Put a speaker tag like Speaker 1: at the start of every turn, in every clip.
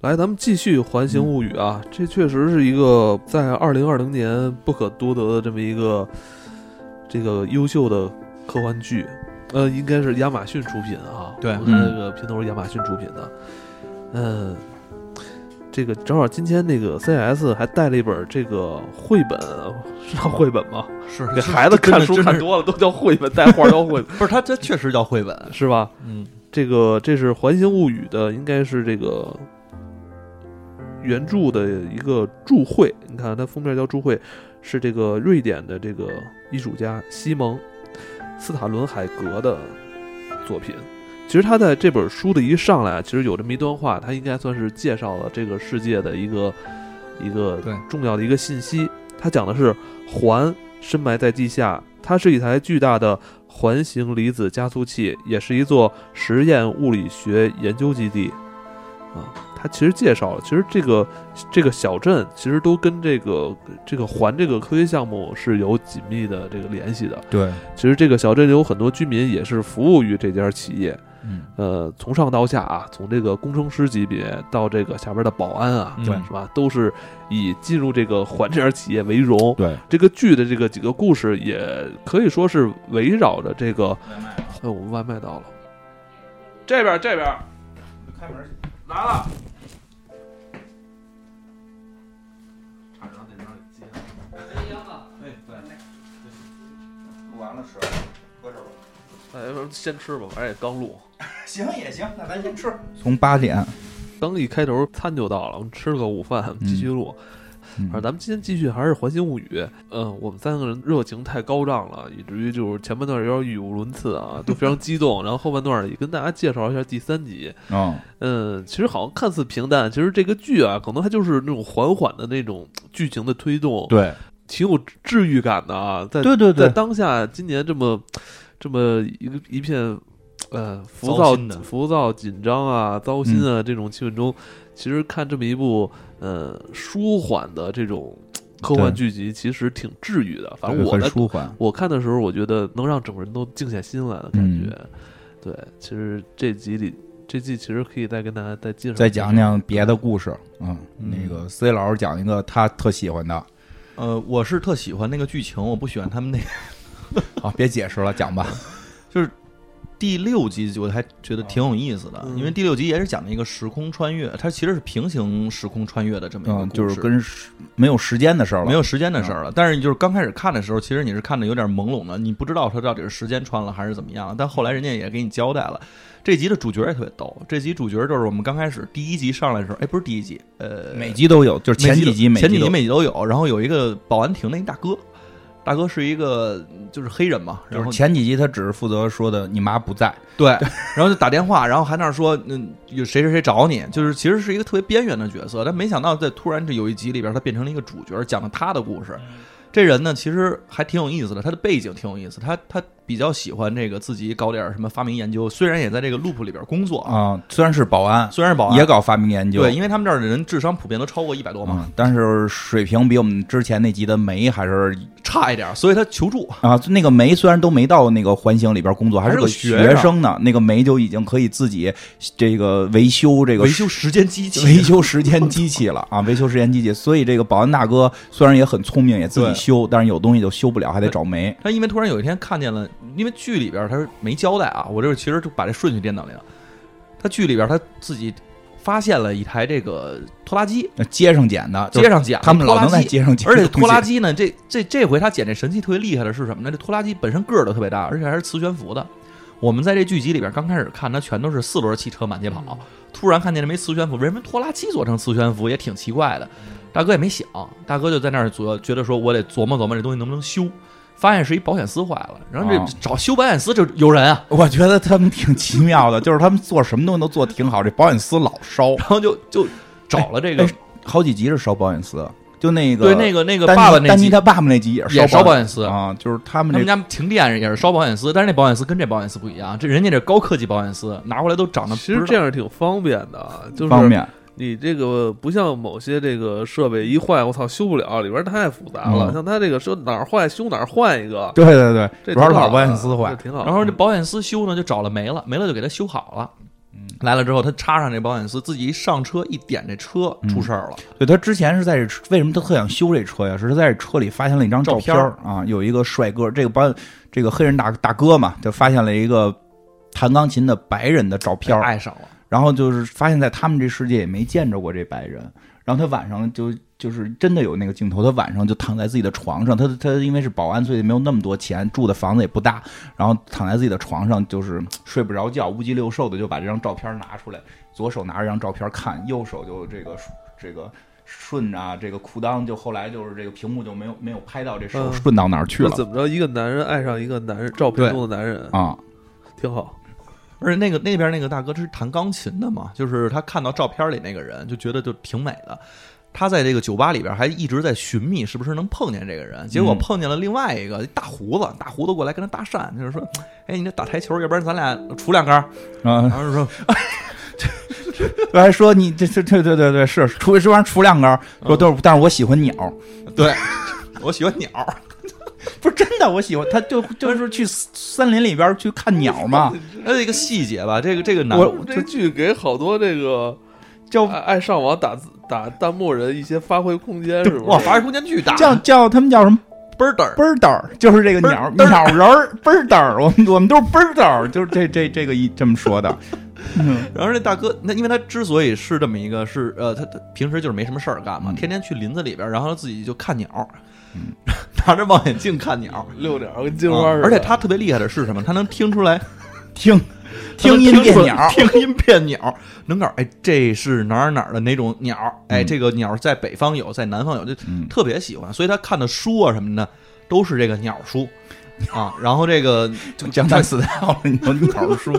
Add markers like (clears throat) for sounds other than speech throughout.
Speaker 1: 来，咱们继续《环形物语》啊，这确实是一个在二零二零年不可多得的这么一个这个优秀的科幻剧，呃，应该是亚马逊出品啊，
Speaker 2: 对
Speaker 1: 我看这个片头是亚马逊出品的，嗯，这个正好今天那个 CES 还带了一本这个绘本，是叫绘本吗？
Speaker 2: 是
Speaker 3: (laughs)
Speaker 1: 给孩子看书看
Speaker 2: 多，
Speaker 1: 多了都叫绘本，带画儿叫绘本
Speaker 2: 不是它这确实叫绘本，
Speaker 1: 是吧？
Speaker 2: 嗯，
Speaker 1: 这个这是《环形物语》的，应该是这个原著的一个注会。你看它封面叫注会，是这个瑞典的这个艺术家西蒙斯塔伦海格的作品。其实他在这本书的一上来啊，其实有这么一段话，他应该算是介绍了这个世界的一个一个
Speaker 2: 对
Speaker 1: 重要的一个信息。他讲的是环深埋在地下，它是一台巨大的环形离子加速器，也是一座实验物理学研究基地。啊，它其实介绍了，其实这个这个小镇其实都跟这个这个环这个科学项目是有紧密的这个联系的。
Speaker 2: 对，
Speaker 1: 其实这个小镇有很多居民也是服务于这家企业，
Speaker 2: 嗯，
Speaker 1: 呃，从上到下啊，从这个工程师级别到这个下边的保安啊，
Speaker 2: 嗯
Speaker 1: 对，是吧？都是以进入这个环这家企业为荣。
Speaker 4: 对，
Speaker 1: 这个剧的这个几个故事也可以说是围绕着这个，哎，我们外卖到了，这边这边，
Speaker 4: 开门去，
Speaker 1: 来了。
Speaker 4: 厂长得让你接。对对，录完了吃，搁这儿吧。
Speaker 1: 哎，要不然先吃吧，反正也刚录，
Speaker 4: 行也行，那咱先吃。
Speaker 2: 从八点，
Speaker 1: 刚一开头餐就到了，我们吃了个午饭，继续录。
Speaker 2: 嗯
Speaker 1: 反正咱们今天继续还是《环形物语》。嗯，我们三个人热情太高涨了，以至于就是前半段有点语无伦次啊，都非常激动。然后后半段也跟大家介绍一下第三集。
Speaker 2: 嗯，
Speaker 1: 嗯，其实好像看似平淡，其实这个剧啊，可能它就是那种缓缓的那种剧情的推动，
Speaker 2: 对，
Speaker 1: 挺有治愈感的啊。在
Speaker 2: 对对
Speaker 1: 在
Speaker 2: 对，
Speaker 1: 当下今年这么这么一个一片呃浮
Speaker 2: 糟
Speaker 1: 躁
Speaker 2: 心的、嗯
Speaker 1: 浮躁、紧张啊、糟心啊、这种气氛中，其实看这么一部呃舒缓的这种科幻剧集，其实挺治愈的。反正我
Speaker 2: 很
Speaker 1: 的
Speaker 2: 舒缓，
Speaker 1: 我看的时候，我觉得能让整个人都静下心来的感
Speaker 2: 嗯
Speaker 1: 觉。对，其实这集里这季其实可以再跟大家再介绍
Speaker 2: 再讲讲别的故事，嗯，
Speaker 3: 嗯
Speaker 2: 那个 C 老师讲一个他特喜欢的，
Speaker 3: 呃，我是特喜欢那个剧情，我不喜欢他们那个
Speaker 2: 好，别解释了，讲吧，
Speaker 3: 第六集，我还觉得挺有意思
Speaker 2: 哦
Speaker 3: 的，
Speaker 1: 嗯
Speaker 3: 因为第六集也是讲了一个时空穿越，它其实是平行时空穿越的这么一个故
Speaker 2: 嗯
Speaker 3: 事，，
Speaker 2: 就是跟时没有时间的事儿了，嗯
Speaker 3: 没有时间的事儿了。但是你就是刚开始看的时候，其实你是看的有点朦胧的，你不知道它到底是时间穿了还是怎么样。但后来人家也给你交代了。这集的主角也特别逗，这集主角就是我们刚开始第一集上来的时候，哎，不是第一集，呃，
Speaker 2: 每集都有，就是前
Speaker 3: 每
Speaker 2: 几集集
Speaker 3: 前几
Speaker 2: 都
Speaker 3: 集
Speaker 2: 有
Speaker 3: 每集都有。然后有一个保安亭的一大哥，大哥是一个就是黑人嘛，然
Speaker 2: 就
Speaker 3: 后
Speaker 2: 是前几集他只是负责说的你妈不在，
Speaker 3: 对，然后就打电话，然后还那儿说，嗯，有谁谁谁找你，就是其实是一个特别边缘的角色，但没想到在突然这有一集里边，他变成了一个主角，讲了他的故事。
Speaker 2: 嗯
Speaker 3: 这人呢，其实还挺有意思的，他的背景挺有意思，他他比较喜欢这个自己搞点什么发明研究，虽然也在这个 loop 里边工作，
Speaker 2: 啊、虽然是保安，
Speaker 3: 虽然是保安
Speaker 2: 也搞发明研究，
Speaker 3: 对，因为他们这儿的人智商普遍都超过一百多嘛，
Speaker 2: 嗯，但是水平比我们之前那集的梅还是
Speaker 3: 差一点，所以他求助。
Speaker 2: 啊，那个梅虽然都没到那个环形里边工作，还
Speaker 3: 还是
Speaker 2: 个
Speaker 3: 个
Speaker 2: 学
Speaker 3: 学
Speaker 2: 生呢，那个梅就已经可以自己这个维修这个
Speaker 3: 维修时间机器，
Speaker 2: 维修时间机器了啊，维修时间机器。所以这个保安大哥虽然也很聪明，也自己
Speaker 3: 对
Speaker 2: 修，但是有东西就修不了，还得找梅。
Speaker 3: 他因为突然有一天看见了，因为剧里边他是没交代啊，我这其实就把这顺序颠倒了。他剧里边他自己发现了一台这个拖拉机，
Speaker 2: 那街上捡的，就是
Speaker 3: 街上捡的
Speaker 2: 他们老能在
Speaker 3: 拖拉机
Speaker 2: 街上捡，
Speaker 3: 而且拖拉。机呢，这这这回他捡这神器特别厉害的是什么呢？这拖拉机本身个儿都特别大，而且还是磁悬浮的。我们在这剧集里边刚开始看，它全都是四轮汽车满街跑，突然看见了没磁悬浮，为什么拖拉机做成磁悬浮也挺奇怪的。大哥也没想，大哥就在那儿琢觉得说，我得琢磨琢磨这东西能不能修。发现是一保险丝坏了，然后
Speaker 2: 哦
Speaker 3: 这找修保险丝就有人啊，
Speaker 2: 我觉得他们挺奇妙的，就是他们做什么东西都做挺好，这保险丝老烧，
Speaker 3: 然后就就找了这个
Speaker 2: 哎好几集是烧保险丝，就那个
Speaker 3: 对那个那个
Speaker 2: 丹尼
Speaker 3: 爸爸那
Speaker 2: 丹尼
Speaker 3: 集，
Speaker 2: 他爸爸那集也是
Speaker 3: 也烧
Speaker 2: 保
Speaker 3: 保险丝
Speaker 2: 啊，就是他们
Speaker 3: 他
Speaker 2: 这
Speaker 3: 们家停电也是烧保险丝，但是那保险丝跟这保险丝不一样，这人家这高科技保险丝拿过来都长得
Speaker 1: 其实
Speaker 3: 不知
Speaker 1: 这
Speaker 3: 道
Speaker 1: 样挺方便的啊，就是
Speaker 2: 方面。
Speaker 1: 你这个不像某些这个设备一坏，我操修不了，里边太复杂了。
Speaker 2: 嗯
Speaker 1: 像它这个说哪儿坏修哪儿换一个，
Speaker 2: 对对对，
Speaker 1: 这
Speaker 2: 主要是
Speaker 1: 挺好
Speaker 2: 老
Speaker 1: 的
Speaker 2: 保险丝坏
Speaker 1: 这。挺好的。
Speaker 3: 然后这保险丝修呢就找了没了，没了就给他修好了。
Speaker 2: 嗯，
Speaker 3: 来了之后，他插上这保险丝，自己一上车一点，这车出事儿了。
Speaker 2: 对他之前是在这车为什么他特想修这车呀？是他在这车里发现了一张照
Speaker 3: 照片
Speaker 2: 儿啊，有一个帅哥，这个保这个黑人大大哥嘛，就发现了一个弹钢琴的白人的照片儿，
Speaker 3: 爱上了，
Speaker 2: 然后就是发现，在他们这世界也没见着过这白人。然后他晚上就就是真的有那个镜头，他晚上就躺在自己的床上，他他因为是保安，所以没有那么多钱，住的房子也不大，然后躺在自己的床上就是睡不着觉，乌鸡六兽的就把这张照片拿出来，左手拿着这张照片看，右手就这个这个。顺啊，这个裤裆就后来就是这个屏幕就没有没有拍到这手
Speaker 1: 嗯
Speaker 2: 顺到哪儿去
Speaker 1: 那
Speaker 2: 了
Speaker 1: 怎么着？一个男人爱上一个男人，照片中的男人，
Speaker 2: 啊、 (laughs)
Speaker 1: 挺好。
Speaker 3: 而且那个那边那个大哥是弹钢琴的嘛，就是他看到照片里那个人，就觉得就挺美的。他在这个酒吧里边还一直在寻觅是不是能碰见这个人，结果
Speaker 2: 嗯
Speaker 3: 碰见了另外一个大胡子，大胡子过来跟他搭讪，就是说：“哎，你这打台球，要不然咱俩杵两杆儿。”
Speaker 2: 啊！ (laughs)
Speaker 3: 然后就说
Speaker 2: 还哎说你这这这对对对是，除这玩意儿除两杆儿，说都是，但是我喜欢鸟，：“
Speaker 3: 对，嗯 (laughs) 我喜欢鸟。
Speaker 2: 不是真的，我喜欢，他
Speaker 3: (laughs)
Speaker 2: 就就是去森林里边去看鸟嘛，”
Speaker 3: 还有一个细节吧，这个这个男
Speaker 1: 我这剧给好多这个
Speaker 2: 叫
Speaker 3: 啊
Speaker 1: 爱爱上网打字打弹幕人一些发挥空间，是
Speaker 3: 哇，
Speaker 1: 不是？
Speaker 3: 发挥空间巨大，
Speaker 2: 叫叫他们叫什么
Speaker 3: 倍儿嘚儿。
Speaker 2: bird儿，就是这个鸟
Speaker 3: 嘚儿
Speaker 2: 鸟人儿 bird 儿，我们我们都是 bird 儿，就是这这这个一这么说的，嗯
Speaker 3: 然后这大哥，那因为他之所以是这么一个，是呃，他他平时就是没什么事儿干嘛，
Speaker 2: 嗯
Speaker 3: 天天去林子里边儿，然后自己就看鸟，
Speaker 2: 嗯
Speaker 3: 拿着望远镜看鸟。啊
Speaker 1: 遛鸟跟嗯金花似的。
Speaker 3: 而且他特别厉害的是什么？他能听出来，
Speaker 2: 听
Speaker 3: 他能
Speaker 2: 听音辨
Speaker 3: 出来，
Speaker 2: 鸟
Speaker 3: (laughs) 听音辨鸟，能搞哎，这是哪儿哪儿的哪种鸟？哎，
Speaker 2: 嗯
Speaker 3: 这个鸟在北方有，在南方有，就
Speaker 2: 嗯
Speaker 3: 特别喜欢。所以他看的书啊什么的都是这个鸟书啊。然后这个
Speaker 2: 就江南 style 了，你有鸟的
Speaker 3: (laughs)
Speaker 2: 书，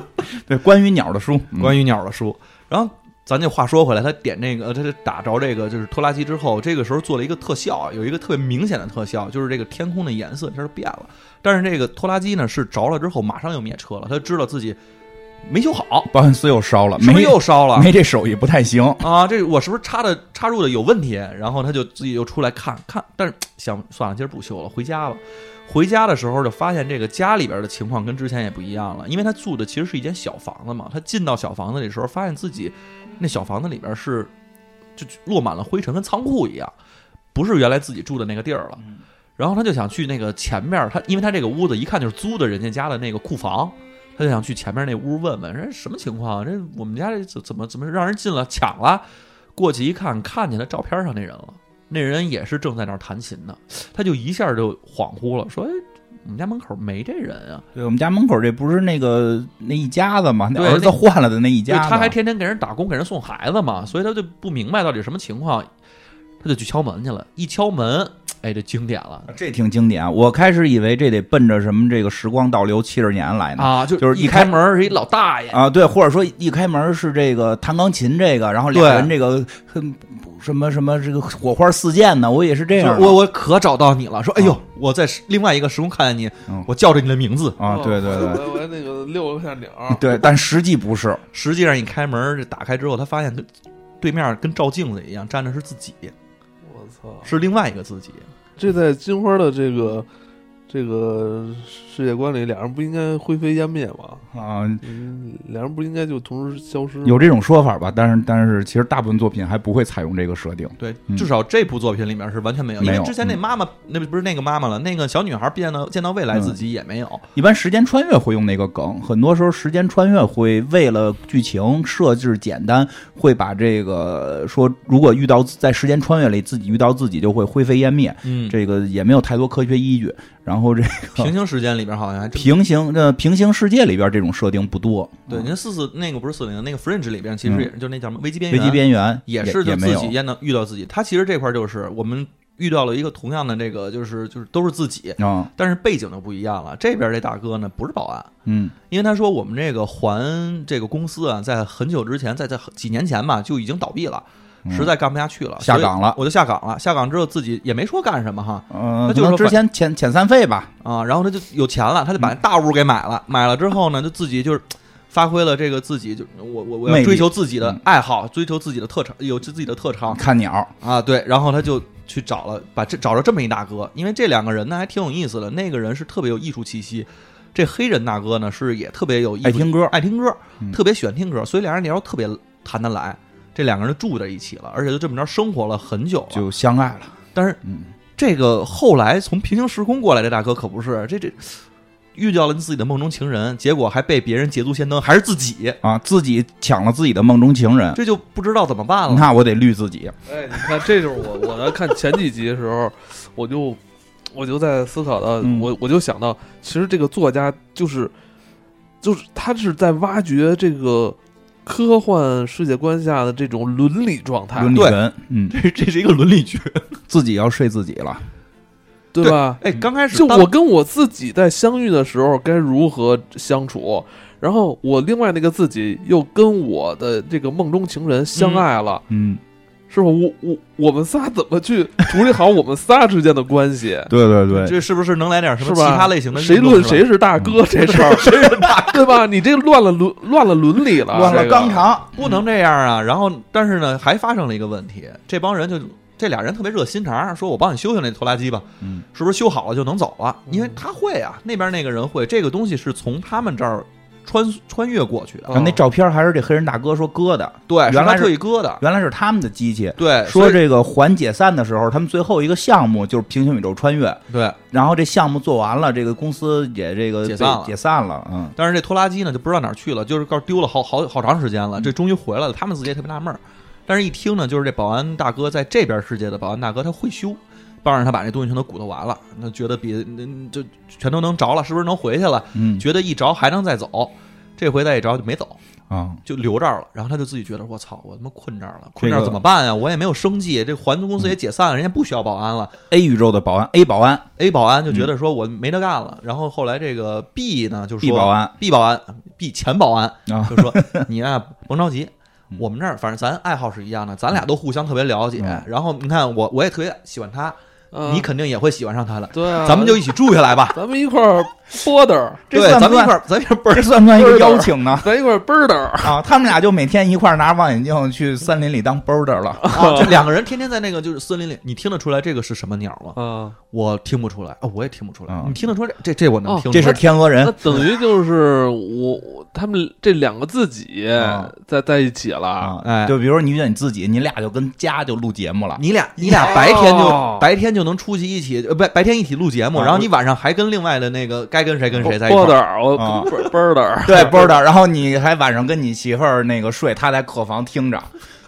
Speaker 2: 对，关于鸟的书，
Speaker 3: 关于鸟的书。然后咱就话说回来，他点那个，呃他就打着这个就是拖拉机之后，这个时候做了一个特效，啊有一个特别明显的特效，就是这个天空的颜色一下就变了。但是这个拖拉机呢是着了之后马上就灭车了，他知道自己没修好，
Speaker 2: 保险丝又烧了，
Speaker 3: 是不
Speaker 2: 没
Speaker 3: 是又烧了？
Speaker 2: 没这手艺不太行，
Speaker 3: 啊，这我是不是插的插入的有问题？然后他就自己又出来看看，但是想算了，今儿不修了，回家吧。回家的时候就发现这个家里边的情况跟之前也不一样了，因为他住的其实是一间小房子嘛。他进到小房子里的时候，发现自己那小房子里边是就落满了灰尘，跟仓库一样，不是原来自己住的那个地儿了。然后他就想去那个前面，他因为他这个屋子一看就是租的人家家的那个库房，他就想去前面那屋问问，这什么情况啊？这我们家这怎怎么怎么让人进了抢了？过去一看，看见了照片上那人了，那人也是正在那儿弹琴呢，他就一下就恍惚了，说：“哎，我们家门口没这人啊
Speaker 2: 对我们家门口这不是那个那一家子嘛，那
Speaker 3: 对
Speaker 2: 儿子
Speaker 3: 那
Speaker 2: 换了的那一！”
Speaker 3: 对，
Speaker 2: 家子，
Speaker 3: 他还天天给人打工，给人送孩子嘛，所以他就不明白到底什么情况，他就去敲门去了。一敲门，哎，这经典了
Speaker 2: 啊这挺经典。我开始以为这得奔着什么这个时光倒流七十年来呢
Speaker 3: 啊！就
Speaker 2: 就是一
Speaker 3: 一
Speaker 2: 开
Speaker 3: 开门是一老大爷，
Speaker 2: 啊，对，或者说一开门是这个弹钢琴这个，然后两
Speaker 3: 对
Speaker 2: 人这个哼什么什么这个火花四溅呢，我也是这样的
Speaker 3: 我我可找到你了，说哎
Speaker 2: 啊
Speaker 3: 呦，我在时另外一个时空看见你，
Speaker 2: 嗯
Speaker 3: 我叫着你的名字，
Speaker 2: 啊，对对对。
Speaker 1: 哦我我那个遛了下鸟，
Speaker 3: 哦
Speaker 2: 对，但实际不是，
Speaker 3: 实际上一开门这打开之后，他发现他对面跟照镜子一样站的是自己，
Speaker 1: 我操！
Speaker 3: 是另外一个自己。
Speaker 1: 这在金花的这个这个世界观里，俩人不应该灰飞烟灭吗？
Speaker 2: 啊，
Speaker 1: 嗯，俩人不应该就同时消失吗？
Speaker 2: 有这种说法吧？但是但是，其实大部分作品还不会采用这个设定。
Speaker 3: 对
Speaker 2: 嗯，
Speaker 3: 至少这部作品里面是完全没有，因
Speaker 2: 没
Speaker 3: 为
Speaker 2: 有嗯
Speaker 3: 之前那妈妈那不是那个妈妈了，那个小女孩见到见到未来自己也没有。
Speaker 2: 一般时间穿越会用那个梗，很多时候时间穿越会为了剧情设置简单，会把这个说如果遇到在时间穿越里自己遇到自己就会灰飞烟灭，
Speaker 3: 嗯，
Speaker 2: 这个也没有太多科学依据。然后这个
Speaker 3: 平行时间里边好像还真
Speaker 2: 平嗯行的平行世界里边这种设定不多，
Speaker 3: 对，您四四那个不是四零，那个 Fringe 里边其实也是就那叫什么危机边
Speaker 2: 危嗯
Speaker 3: 缘，
Speaker 2: 机边缘
Speaker 3: 啊也是
Speaker 2: 也
Speaker 3: 就
Speaker 2: 没
Speaker 3: 自
Speaker 2: 有
Speaker 3: 己也能遇到自己。他其实这块儿就是我们遇到了一个同样的这个，就是就是都是自己，
Speaker 2: 啊，
Speaker 3: 但是背景就不一样了。这边这大哥呢不是保安，
Speaker 2: 嗯
Speaker 3: 因为他说我们这个还这个公司啊，在很久之前，在在很几年前吧就已经倒闭了，
Speaker 2: 嗯
Speaker 3: 实在干不下去了，
Speaker 2: 下岗了
Speaker 3: 所以我就下岗了。下岗之后自己也没说干什么哈
Speaker 2: 嗯，
Speaker 3: 那就
Speaker 2: 可能
Speaker 3: 是
Speaker 2: 之
Speaker 3: 说
Speaker 2: 前遣遣散费吧，
Speaker 3: 啊，然后他就有钱了，他就
Speaker 2: 嗯
Speaker 3: 把大屋给买了，买了之后呢，就自己就是。发挥了这个自己就我我我
Speaker 2: 魅
Speaker 3: 要
Speaker 2: 力
Speaker 3: 追求自己的
Speaker 2: 嗯
Speaker 3: 爱好，追求自己的特长，有自己的特长
Speaker 2: 看鸟，
Speaker 3: 啊，对，然后他就去找了，把这找着这么一大哥，因为这两个人呢还挺有意思的，那个人是特别有艺术气息，这黑人大哥呢是也特别有艺术
Speaker 2: 爱哎听歌
Speaker 3: 爱听歌，
Speaker 2: 嗯
Speaker 3: 特别喜欢听歌，所以俩人聊得特别谈得来。这两个人住在一起了，而且就这么着生活了很久了。
Speaker 2: 就相爱了。
Speaker 3: 但是
Speaker 2: 嗯，
Speaker 3: 这个后来从平行时空过来这大哥可不是这这遇到了自己的梦中情人，结果还被别人捷足先登，还是自己，
Speaker 2: 啊，自己抢了自己的梦中情人，
Speaker 3: 这就不知道怎么办了。
Speaker 2: 那我得绿自己。
Speaker 1: 哎，你看，这就是 (laughs) 我我在看前几集的时候，我就我就在思考到，
Speaker 2: 嗯
Speaker 1: 我我就想到，其实这个作家就是就是他是在挖掘这个科幻世界观下的这种伦理状
Speaker 3: 啊
Speaker 1: 态，
Speaker 2: 伦理文，嗯，
Speaker 3: 这这是一个伦理剧，
Speaker 2: 自己要睡自己了。
Speaker 1: 对吧？
Speaker 3: 哎，刚开始
Speaker 1: 就
Speaker 3: 当
Speaker 1: 我跟我自己在相遇的时候该如何相处，然后我另外那个自己又跟我的这个梦中情人相爱了，
Speaker 2: 嗯，
Speaker 1: 是吧？我我我们仨怎么去处理好我们仨之间的关系？
Speaker 2: 对对对，
Speaker 3: 这是不是能来点 (laughs) 什
Speaker 1: 是
Speaker 3: 么
Speaker 1: 吧？
Speaker 3: 其他类型的运
Speaker 1: 谁
Speaker 3: 动？
Speaker 1: 论
Speaker 3: 是
Speaker 1: 谁
Speaker 3: 吧？嗯
Speaker 1: 是大哥这
Speaker 3: (laughs)
Speaker 1: 事儿，谁是大哥，对吧？你这乱了伦乱了伦理了，
Speaker 2: 乱了纲
Speaker 1: 这个。
Speaker 2: 常。
Speaker 3: 不能这样啊！然后，但是呢，还发生了一个问题，这帮人就这俩人特别热心肠，说我帮你修修那拖拉机吧，
Speaker 2: 嗯，
Speaker 3: 是不是修好了就能走了？
Speaker 1: 嗯
Speaker 3: 因为他会啊，那边那个人会，这个东西是从他们这儿穿穿越过去的，
Speaker 1: 啊
Speaker 2: 那照片还是这黑人大哥说割的，
Speaker 3: 对，
Speaker 2: 原来
Speaker 3: 是他
Speaker 2: 是
Speaker 3: 特意割的，
Speaker 2: 原来是他们的机器。
Speaker 3: 对，所
Speaker 2: 说
Speaker 3: 以
Speaker 2: 这个环解散的时候，他们最后一个项目就是平行宇宙穿越，
Speaker 3: 对。
Speaker 2: 然后这项目做完了，这个公司也这个
Speaker 3: 解散了
Speaker 2: 被解散了，嗯，
Speaker 3: 但是这拖拉机呢，就不知道哪儿去了，就是告诉丢了好好好长时间了，这终于回来了，他们自己也特别纳闷儿。但是，一听呢，就是这保安大哥在这边世界的保安大哥，他会修，帮着他把这东西全都鼓捣完了，那觉得比嗯就全都能着了，是不是能回去了？
Speaker 2: 嗯
Speaker 3: 觉得一着还能再走，这回再一着就没走，
Speaker 2: 啊，
Speaker 3: 就留这儿了。然后他就自己觉得，我操，我他妈困这儿了，
Speaker 2: 这个嗯
Speaker 3: 困这儿怎么办啊呀？我也没有生计，这环公司也解散了，人家不需要保安了。
Speaker 2: A 宇宙的保安 A 保安
Speaker 3: A 保安就觉得说我没得干了，然后后来这个 B 呢就
Speaker 2: 嗯
Speaker 3: 说
Speaker 2: B 保安
Speaker 3: ，B 保安，B 前保安
Speaker 2: 啊
Speaker 3: 就
Speaker 2: (laughs)
Speaker 3: 说你啊甭着急
Speaker 2: 嗯，
Speaker 3: 我们这儿反正咱爱好是一样的，咱俩都互相特别了解
Speaker 2: 嗯。
Speaker 3: 然后你看我我也特别喜欢他，
Speaker 1: 嗯
Speaker 3: 你肯定也会喜欢上他
Speaker 2: 嗯
Speaker 3: 的，
Speaker 1: 对啊，
Speaker 3: 咱们就一起住下来吧。
Speaker 1: 咱们一块儿波的，
Speaker 2: 这
Speaker 3: 对，
Speaker 2: 算不
Speaker 3: 咱们一
Speaker 2: 算
Speaker 3: 块儿，咱们一块儿倍
Speaker 2: (laughs) 这
Speaker 3: 儿。
Speaker 2: 算不算一
Speaker 1: 不
Speaker 2: 个
Speaker 1: 知道
Speaker 2: 邀请呢？
Speaker 1: 咱一块儿奔的，
Speaker 2: 啊，他们俩就每天一块儿拿望远镜去森林里当 boulder 了。(laughs)
Speaker 3: 啊，这两个人天天在那个就是森林里，你听得出来这个是什么鸟吗？
Speaker 1: 啊，
Speaker 3: 我听不出来，啊，我也听不出来
Speaker 2: 啊。
Speaker 3: 你听得出来？这这我能
Speaker 1: 哦
Speaker 3: 听出
Speaker 2: 这
Speaker 3: 来。
Speaker 2: 是天鹅
Speaker 1: 那
Speaker 2: 人，
Speaker 1: 等于就是我我他们这两个自己
Speaker 2: 啊
Speaker 3: 嗯
Speaker 1: 在在一起了，
Speaker 2: 啊，
Speaker 3: 哎
Speaker 2: 就比如说你遇见你自己，你俩就跟家就录节目了，
Speaker 3: 你俩你俩白天就、
Speaker 1: 哦
Speaker 3: 白天就能出去一起，呃，白白天一起录节目，
Speaker 1: 啊
Speaker 3: 然后你晚上还跟另外的那个该跟谁跟谁在一
Speaker 1: 波
Speaker 3: 块
Speaker 1: 的
Speaker 3: 儿。，嗯
Speaker 1: 我
Speaker 2: 啊
Speaker 1: (laughs) 奔的，
Speaker 2: (laughs) 对 boulder，然后你还晚上跟你媳妇儿那个睡，她在客房听着， (laughs)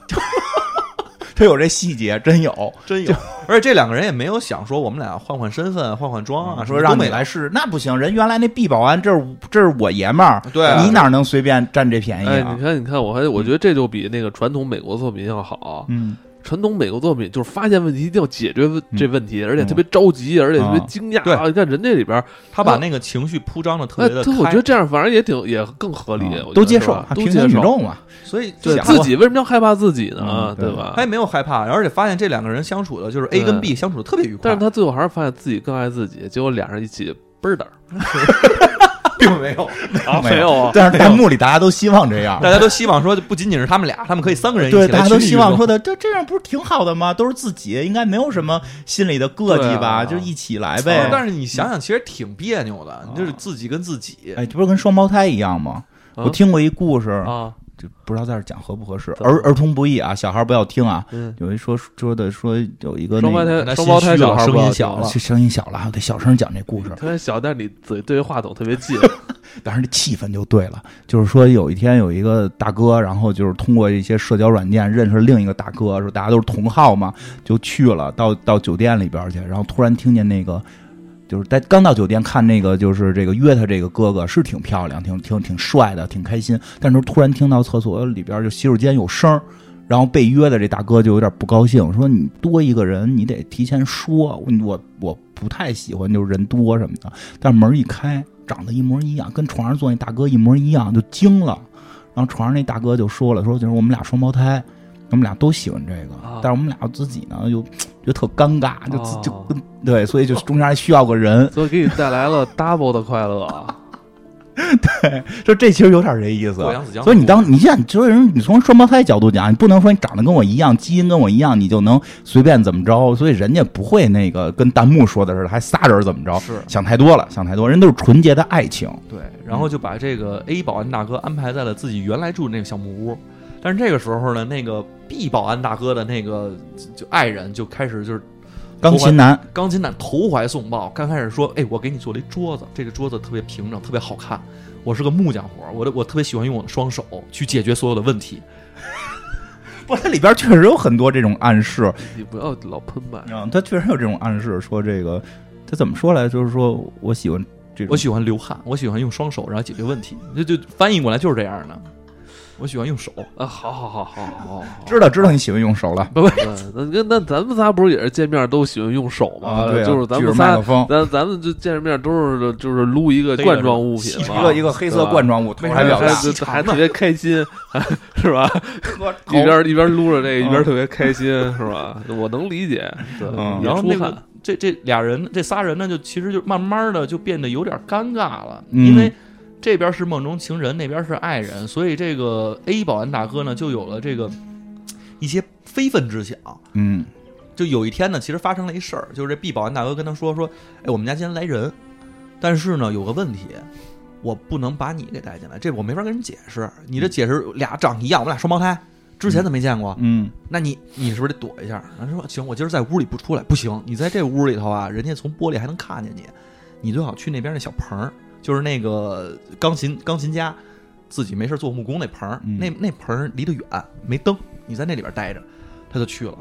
Speaker 2: 他有这细节，真有。
Speaker 3: 真有，而且这两个人也没有想说我们俩换换身份、换换妆
Speaker 1: 哦
Speaker 3: 啊，
Speaker 2: 说让你
Speaker 3: 美
Speaker 2: 嗯来试，那不行，人原来那 B 保安，这是这是我爷们儿，
Speaker 3: 对啊
Speaker 2: 你哪能随便占这便宜
Speaker 1: 哎，
Speaker 2: 啊
Speaker 1: 你？看，你看，我还我觉得这就比那个传统美国作品要好。
Speaker 2: 嗯，
Speaker 1: 传统美国作品就是发现问题一定要解决问
Speaker 2: 嗯
Speaker 1: 这问题，而且特别着急，而且特别惊讶。
Speaker 3: 对
Speaker 1: 啊你看人这里边，
Speaker 3: 他把那个情绪铺张的特
Speaker 1: 哎，
Speaker 3: 别的
Speaker 1: 他我觉
Speaker 3: 开
Speaker 1: 得，这样反而也挺也更合理，
Speaker 2: 啊
Speaker 1: 我觉得
Speaker 2: 都接
Speaker 1: 是
Speaker 2: 受
Speaker 1: 吧，
Speaker 2: 还
Speaker 1: 都
Speaker 2: 平
Speaker 1: 接
Speaker 2: 行宇
Speaker 1: 受。
Speaker 2: 宙嘛，
Speaker 3: 所以
Speaker 1: 对
Speaker 3: 想
Speaker 1: 自
Speaker 3: 过
Speaker 1: 己为什么要害怕自己呢？啊
Speaker 2: 嗯对
Speaker 1: 吧
Speaker 3: 他？也没有害怕，而且发现这两个人相处的就是 A 跟
Speaker 1: 对
Speaker 3: B 相处的特别愉快，
Speaker 1: 但是他最后还是发现自己更爱自己，结果俩人一起倍儿的
Speaker 3: (laughs)
Speaker 2: 并 (laughs) 没有，
Speaker 1: 啊，没有啊， (laughs)
Speaker 2: 但是弹幕里大家都希望这样，
Speaker 3: 大家都希望说不仅仅是他们俩，他们可以三个人一起
Speaker 2: 对，
Speaker 3: 来
Speaker 2: 大家都
Speaker 3: 群体
Speaker 2: 希
Speaker 3: 运
Speaker 2: 望
Speaker 3: 动
Speaker 2: 说的，这这样不是挺好的吗？都是自己，应该没有什么心里的膈
Speaker 1: 对
Speaker 2: 气
Speaker 1: 啊
Speaker 2: 吧？就一起来呗。
Speaker 3: 但是你想想，其实挺别扭的，
Speaker 2: 嗯
Speaker 3: 你就是自己跟自己。
Speaker 2: 哎，这不是跟双胞胎一样吗？
Speaker 1: 啊
Speaker 2: 我听过一故事，
Speaker 1: 啊，
Speaker 2: 就不知道在这儿讲合不合适，
Speaker 1: 怎么
Speaker 2: 儿儿童不宜啊，小孩不要听啊。
Speaker 1: 嗯，
Speaker 2: 有一说说的说有一个
Speaker 1: 啊双胞
Speaker 2: 那个
Speaker 3: 那
Speaker 1: 胎
Speaker 3: 个
Speaker 1: 双胞胎小孩
Speaker 3: 心虚了
Speaker 1: 不要
Speaker 3: 声
Speaker 1: 听
Speaker 3: 音小了
Speaker 1: 啊
Speaker 2: 这声音小了，我得小声讲这故事，
Speaker 1: 特别小，但是你嘴对话筒特别近，
Speaker 2: 但是这气氛就对了。就是说有一天有一个大哥，然后就是通过一些社交软件认识了另一个大哥，说大家都是同号嘛，就去了到到酒店里边去，然后突然听见那个。就是在刚到酒店看那个，就是这个约他这个哥哥是挺漂亮，挺挺挺帅的，挺开心。但是突然听到厕所里边就洗手间有声儿，然后被约的这大哥就有点不高兴，说你多一个人，你得提前说，我我不太喜欢就是人多什么的。但门一开，长得一模一样，跟床上坐那大哥一模一样，就惊了。然后床上那大哥就说了，说就是我们俩双胞胎，我们俩都喜欢这个，
Speaker 1: 啊
Speaker 2: 但是我们俩自己呢又觉得特尴尬，就自、就
Speaker 1: 哦
Speaker 2: 跟对，所以就中间还需要个人。
Speaker 1: 所以给你带来了 double 的快乐啊。
Speaker 2: 就这其实有点这意思
Speaker 3: 过。扬子江的故事。
Speaker 2: 所以你当你现在所以人，你从双胞胎角度讲，你不能说你长得跟我一样，基因跟我一样，你就能随便怎么着。所以人家不会那个跟弹幕说的似的，还仨人怎么着，
Speaker 3: 是
Speaker 2: 想太多了，想太多。人都是纯洁的爱情，
Speaker 3: 对，然后就把这个
Speaker 2: 嗯
Speaker 3: A 保安大哥安排在了自己原来住的那个小木屋。但是这个时候呢，那个 B 保安大哥的那个就爱人就开始就是
Speaker 2: 钢琴男
Speaker 3: 钢琴男投怀送抱，刚开始说：“哎，我给你做了一桌子，这个桌子特别平整，特别好看。我是个木匠活儿，我的我特别喜欢用我的双手去解决所有的问题。
Speaker 2: 不，它里边确实有很多这种暗示，
Speaker 1: 你不要老喷麦。
Speaker 2: 嗯，它确实有这种暗示，说这个他怎么说来，就是说我喜欢这
Speaker 3: 我
Speaker 2: 种，
Speaker 3: 喜欢流汗，我喜欢用双手然后解决问题。就就翻译过来就是这样的。我喜欢用手，
Speaker 1: 啊，好好好好好好好，
Speaker 2: 知道知道你喜欢用手了
Speaker 1: 不不，那那那咱们仨不是也是见面都喜欢用手吗？
Speaker 2: 嗯对啊，
Speaker 1: 就是咱
Speaker 2: 举着
Speaker 1: 们
Speaker 2: 麦
Speaker 1: 仨
Speaker 2: 克风，
Speaker 1: 咱咱们就见着面都是就是撸一个
Speaker 3: 对
Speaker 1: 罐装物品
Speaker 2: 一
Speaker 1: 嘛，哎
Speaker 2: 个一个黑色罐装物，头
Speaker 1: 对吧，
Speaker 2: 还
Speaker 1: 还
Speaker 3: 没
Speaker 2: 表
Speaker 3: 事
Speaker 2: 大，
Speaker 1: 还还特别开心， (laughs) 是
Speaker 2: (laughs)
Speaker 1: 吧？
Speaker 2: 头
Speaker 1: 一边一边撸着这个，
Speaker 2: 嗯
Speaker 1: 一边特别开心，是吧？我能理解。对
Speaker 2: 嗯
Speaker 1: 也
Speaker 3: 然后
Speaker 1: 出
Speaker 3: 那
Speaker 1: 汗
Speaker 3: 个这这俩人这仨人呢，就其实就慢慢的就变得有点尴尬了，
Speaker 2: 嗯
Speaker 3: 因为这边是梦中情人，那边是爱人，所以这个 A 保安大哥呢就有了这个一些非分之想。
Speaker 2: 嗯
Speaker 3: 就有一天呢，其实发生了一事儿，就是这 B 保安大哥跟他说说，哎，我们家今天来人，但是呢有个问题，我不能把你给带进来，这我没法跟人解释。你这解释俩长一样，我们俩双胞胎，之前怎么没见过？
Speaker 2: 嗯
Speaker 3: 那你你是不是得躲一下？然后说行，我今儿在屋里不出来，不行，你在这屋里头啊，人家从玻璃还能看见你，你最好去那边那小棚儿，就是那个钢琴钢琴家自己没事做木工那棚儿，
Speaker 2: 嗯
Speaker 3: 那那棚儿离得远，没灯，你在那里边待着，他就去了。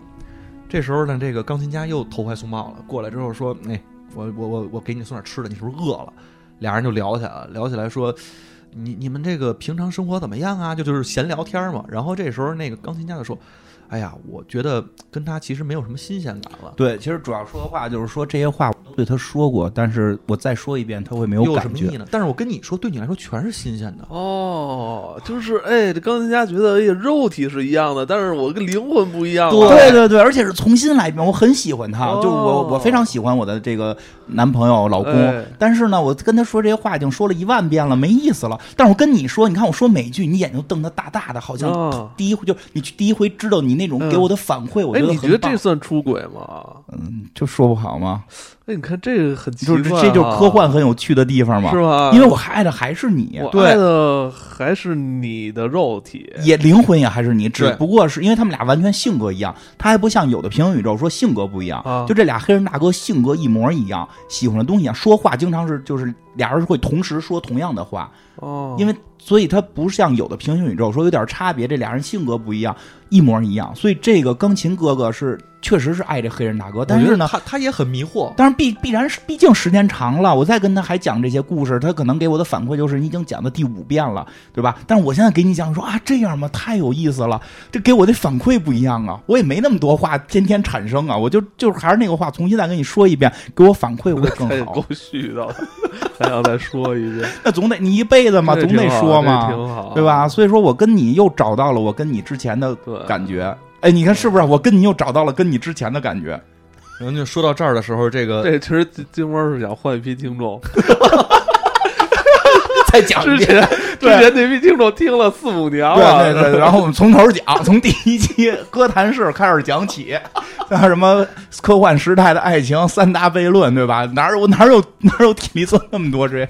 Speaker 3: 这时候呢，这个钢琴家又投怀送抱了，过来之后说：“哎，我我我我给你送点吃的，你是不是饿了？”俩人就聊起来了，聊起来说：“你你们这个平常生活怎么样啊？”就就是闲聊天嘛。然后这时候那个钢琴家就说：“哎呀，我觉得跟他其实没有什么新鲜感了，
Speaker 2: 对，其实主要说的话就是说这些话我都对他说过，但是我再说一遍他会没
Speaker 3: 又
Speaker 2: 有
Speaker 3: 什
Speaker 2: 感
Speaker 3: 么
Speaker 2: 觉
Speaker 3: 意义。呢？但是我跟你说，对你来说全是新鲜的。
Speaker 1: 哦，就是哎，这钢琴家觉得哎呀，肉体是一样的，但是我跟灵魂不一样了。
Speaker 2: 对对对，而且是重新来一遍，我很喜欢他，
Speaker 1: 哦
Speaker 2: 就是我我非常喜欢我的这个男朋友老公，
Speaker 1: 哎
Speaker 2: 但是呢，我跟他说这些话已经说了一万遍了，没意思了。但是我跟你说，你看我说每一句，你眼睛瞪得大大的，好像
Speaker 1: 啊，
Speaker 2: 第一回、就你第一回知道你那种给我的反馈，我
Speaker 1: 哎，
Speaker 2: 觉得
Speaker 1: 你
Speaker 2: 很
Speaker 1: 觉得
Speaker 2: 棒
Speaker 1: 这算出轨吗？
Speaker 2: 嗯就说不好吗？
Speaker 1: 哎，你看这个很奇
Speaker 2: 就
Speaker 1: 怪、
Speaker 2: 是
Speaker 1: 啊，
Speaker 2: 这就是科幻很有趣的地方嘛，
Speaker 1: 是吧？
Speaker 2: 因为我还爱的还是你，
Speaker 1: 我爱的还是你的肉体。
Speaker 2: 也灵魂也还是你，只
Speaker 3: 对
Speaker 2: 不过是因为他们俩完全性格一样，他还不像有的平行宇宙说性格不一样，
Speaker 1: 啊
Speaker 2: 就这俩黑人大哥性格一模一样，喜欢的东西一样，说话经常是就是俩人会同时说同样的话，
Speaker 1: 哦，
Speaker 2: 因为所以他不像有的平行宇宙说有点差别，这俩人性格不一样，一模一样，所以这个钢琴哥哥是确实是爱这黑人大哥，但
Speaker 3: 我觉
Speaker 2: 是
Speaker 3: 得
Speaker 2: 呢。
Speaker 3: 他他也很迷惑。
Speaker 2: 但是必必然是，毕竟时间长了，我再跟他还讲这些故事，他可能给我的反馈就是你已经讲的第五遍了，对吧？但是我现在给你讲说啊，这样吗？太有意思了，这给我的反馈不一样啊，我也没那么多话天天产生啊，我就就是还是那个话，重新再跟你说一遍，给我反馈会
Speaker 1: 太
Speaker 2: 更
Speaker 1: (laughs) 够
Speaker 2: 好。
Speaker 1: 絮叨了，还想再说
Speaker 2: (laughs)
Speaker 1: 一遍，
Speaker 2: 那总得你一辈子嘛，
Speaker 1: 这
Speaker 2: 总
Speaker 1: 挺
Speaker 2: 得
Speaker 1: 好
Speaker 2: 说
Speaker 1: 这
Speaker 2: 嘛，
Speaker 1: 挺好，
Speaker 2: 对吧？？所以说我跟你又找到了我跟你之前的
Speaker 1: 对，
Speaker 2: 感觉，哎，你看是不是？我跟你又找到了跟你之前的感
Speaker 1: (laughs)
Speaker 2: 觉。
Speaker 3: 然后就说到这儿的时候，这个
Speaker 1: 这其实金金花是想换一批听众，
Speaker 2: 再讲
Speaker 1: 之前之
Speaker 2: 啊 (laughs) 对
Speaker 1: 前那批听众听了四五年
Speaker 2: 对
Speaker 1: 了，
Speaker 2: 对对，然后我们从头讲，从第一期哥谭市开始讲起，像什么科幻时代的爱情三大悖论，对吧？哪有哪有哪有体力做那么多这？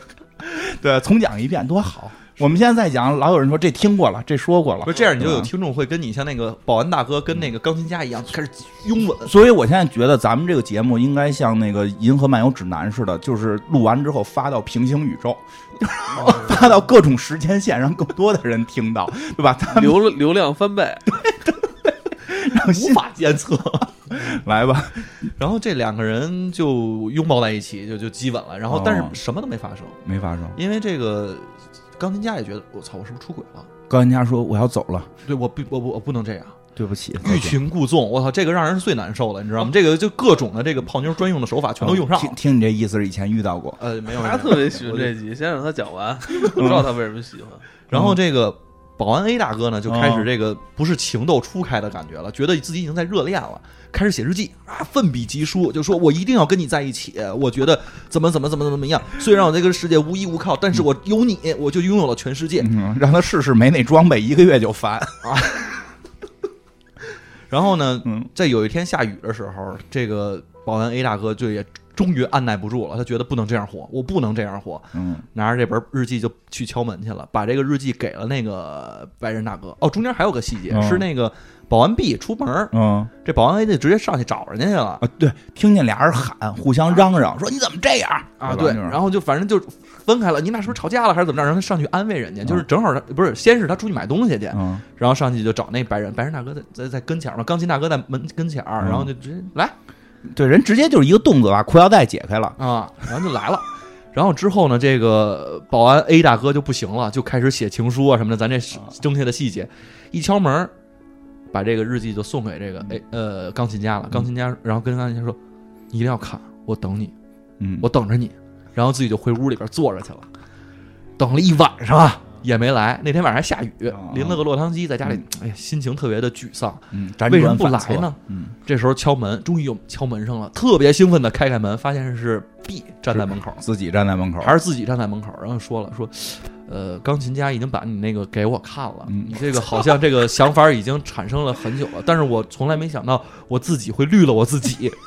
Speaker 2: 对，重讲一遍多好。我们现在在讲，老有人说这听过了，这说过了
Speaker 3: 不是，这样，你就有
Speaker 2: 对吧
Speaker 3: 听众会跟你像那个保安大哥跟那个钢琴家一样开始拥吻。
Speaker 2: 所以我现在觉得咱们这个节目应该像那个《银河漫游指南》似的，就是录完之后发到平行宇宙，发到各种时间线，让更多的人听到，对吧？他们
Speaker 1: (laughs) 流流量翻倍，
Speaker 2: 无法监测。 (laughs) 来吧，
Speaker 3: 然后这两个人就拥抱在一起，就就激吻了。然后
Speaker 2: 哦，
Speaker 3: 但是什么都没发生，
Speaker 2: 没发生。
Speaker 3: 因为这个钢琴家也觉得我操，我是不是出轨了？
Speaker 2: 高人家说我要走了，
Speaker 3: 对，我不，我不，我不能这样，
Speaker 2: 对不起，
Speaker 3: 欲擒故纵。我操，这个让人是最难受的，你知道吗？这个就各种的这个泡妞专用的手法全都用上
Speaker 2: 听
Speaker 3: 了。
Speaker 2: 听你这意思是以前遇到过，
Speaker 3: 呃，没有，没
Speaker 2: (laughs)
Speaker 3: 有
Speaker 1: 他特别喜欢这集，先让他讲完，不知道他为什么喜欢。
Speaker 3: 然后这个保安 A 大哥呢就开始这个不是情窦初开的感觉了，觉得自己已经在热恋了，开始写日记啊，奋笔疾书，就说我一定要跟你在一起，我觉得怎么怎么怎么怎么样，虽然我在这个世界无依无靠，但是我有你，我就拥有了全世界。
Speaker 2: 嗯，让他试试没那装备，一个月就烦。
Speaker 3: 然后呢，
Speaker 2: 嗯
Speaker 3: 在有一天下雨的时候，这个保安 A 大哥就也终于按耐不住了，他觉得不能这样活，我不能这样活，
Speaker 2: 嗯，
Speaker 3: 拿着这本日记就去敲门去了，把这个日记给了那个白人大哥。哦，中间还有个细节、
Speaker 2: 嗯
Speaker 3: 是那个保安 B 出门儿，
Speaker 2: 嗯
Speaker 3: 这保安 A 就直接上去找人家去了
Speaker 2: 啊，对，听见俩人喊，互相嚷嚷，说你怎么这样
Speaker 3: 啊，对，然后就反正就分开了。你俩是不是吵架了还是怎么着？让他上去安慰人家，就是正好他不是先是他出去买东西去，
Speaker 2: 嗯，
Speaker 3: 然后上去就找那白人，白人大哥在在在跟前儿嘛，钢琴大哥在门跟前儿，
Speaker 2: 嗯
Speaker 3: 然后就直接来嗯
Speaker 2: 对，人直接就是一个动作把裤腰带解开了。
Speaker 3: 啊，然后就来了。然后之后呢，这个保安 A 大哥就不行了，就开始写情书啊什么的。咱这
Speaker 2: 啊
Speaker 3: 征切的细节，一敲门儿，把这个日记就送给
Speaker 2: 嗯
Speaker 3: 这个哎呃钢琴家了。钢琴家，然后跟钢琴家说：“你一定要看，我等你，
Speaker 2: 嗯，
Speaker 3: 我等着你。”然后自己就回屋里边坐着去了，等了一晚上啊也没来。那天晚上还下雨
Speaker 2: 啊，
Speaker 3: 淋了个落汤鸡，在家里，哎呀，心情特别的沮丧。
Speaker 2: 嗯，辗转
Speaker 3: 为什么不
Speaker 2: 反侧
Speaker 3: 来呢？
Speaker 2: 嗯，
Speaker 3: 这时候敲门，终于有敲门声了，特别兴奋的开开门，发现是 B 站在门口，
Speaker 2: 自己站在门口，
Speaker 3: 还是自己站在门口，然后说了说，呃，钢琴家已经把你那个给我看了，
Speaker 2: 嗯
Speaker 3: 你这个好像这个想法已经产生了很久了，但是我从来没想到我自己会绿了我自己。 (laughs)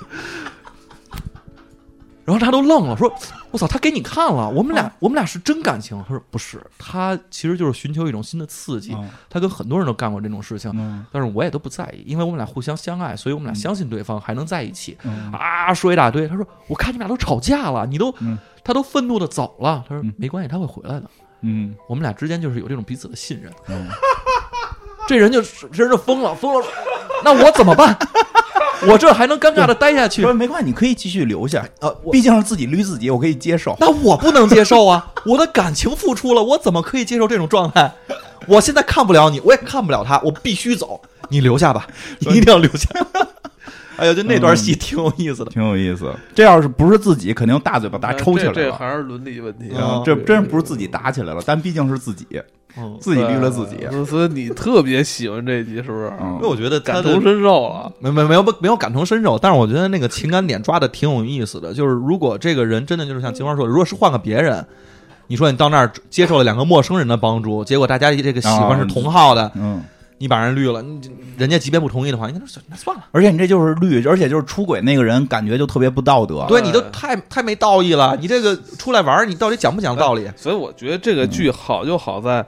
Speaker 3: 然后他都愣了，说：“我操，他给你看了，我们俩、
Speaker 2: 啊
Speaker 3: 我们俩是真感情。”他说：“不是，他其实就是寻求一种新的刺激。
Speaker 2: 嗯
Speaker 3: 他跟很多人都干过这种事情，
Speaker 2: 嗯
Speaker 3: 但是我也都不在意，因为我们俩互相相爱，所以我们俩相信对方还能在一起。
Speaker 2: 嗯
Speaker 3: 啊，说一大堆。他说：“我看你们俩都吵架了，你都……
Speaker 2: 嗯
Speaker 3: 他都愤怒的走了。”他说：“
Speaker 2: 嗯
Speaker 3: 没关系，他会回来的。
Speaker 2: 嗯
Speaker 3: 我们俩之间就是有这种彼此的信任。
Speaker 2: 嗯
Speaker 3: (laughs) 这人就这人就疯了，疯了。那我怎么办？ (laughs) 我这还能尴尬的待下去
Speaker 2: 不？是没关系，你可以继续留下，
Speaker 3: 呃，我
Speaker 2: 毕竟是自己捋自己，我可以接受。
Speaker 3: 那我不能接受啊！我的感情付出了，我怎么可以接受这种状态？我现在看不了你，我也看不了他，我必须走。你留下吧，你一定要留下。 (laughs) 哎呀，就那段
Speaker 1: 嗯
Speaker 3: 戏挺有意思的。
Speaker 2: 挺有意思，这要是不是自己，肯定大嘴巴
Speaker 1: 啊
Speaker 3: 呃
Speaker 2: 打抽起来
Speaker 1: 这这
Speaker 2: 了。
Speaker 1: 还是伦理问题
Speaker 3: 嗯
Speaker 1: 啊
Speaker 2: 啊！这
Speaker 1: 对
Speaker 2: 真不是自己打起来了，但毕竟是自己，
Speaker 3: 嗯，
Speaker 2: 自己绿了自己。
Speaker 1: 对所以你特别喜欢这一集，是不是？
Speaker 2: 嗯
Speaker 3: 因为我觉得他
Speaker 1: 感
Speaker 3: 的
Speaker 1: 同身受啊！
Speaker 3: 没没没有不没有感同身受，但是我觉得那个情感点抓的挺有意思的。就是如果这个人真的就是像金花说的，如果是换个别人，你说你到那儿接受了两个陌生人的帮助，结果大家这个喜
Speaker 1: 啊
Speaker 3: 欢是同号的，
Speaker 2: 嗯，
Speaker 3: 你把人绿了，你人家即便不同意的话，你那那算了，
Speaker 2: 而且你这就是绿，而且就是出轨那个人，感觉就特别不道德。
Speaker 3: 对你都太太没道义了，你这个出来玩儿，你到底讲不讲道理？
Speaker 1: 所以我觉得这个剧好就好在，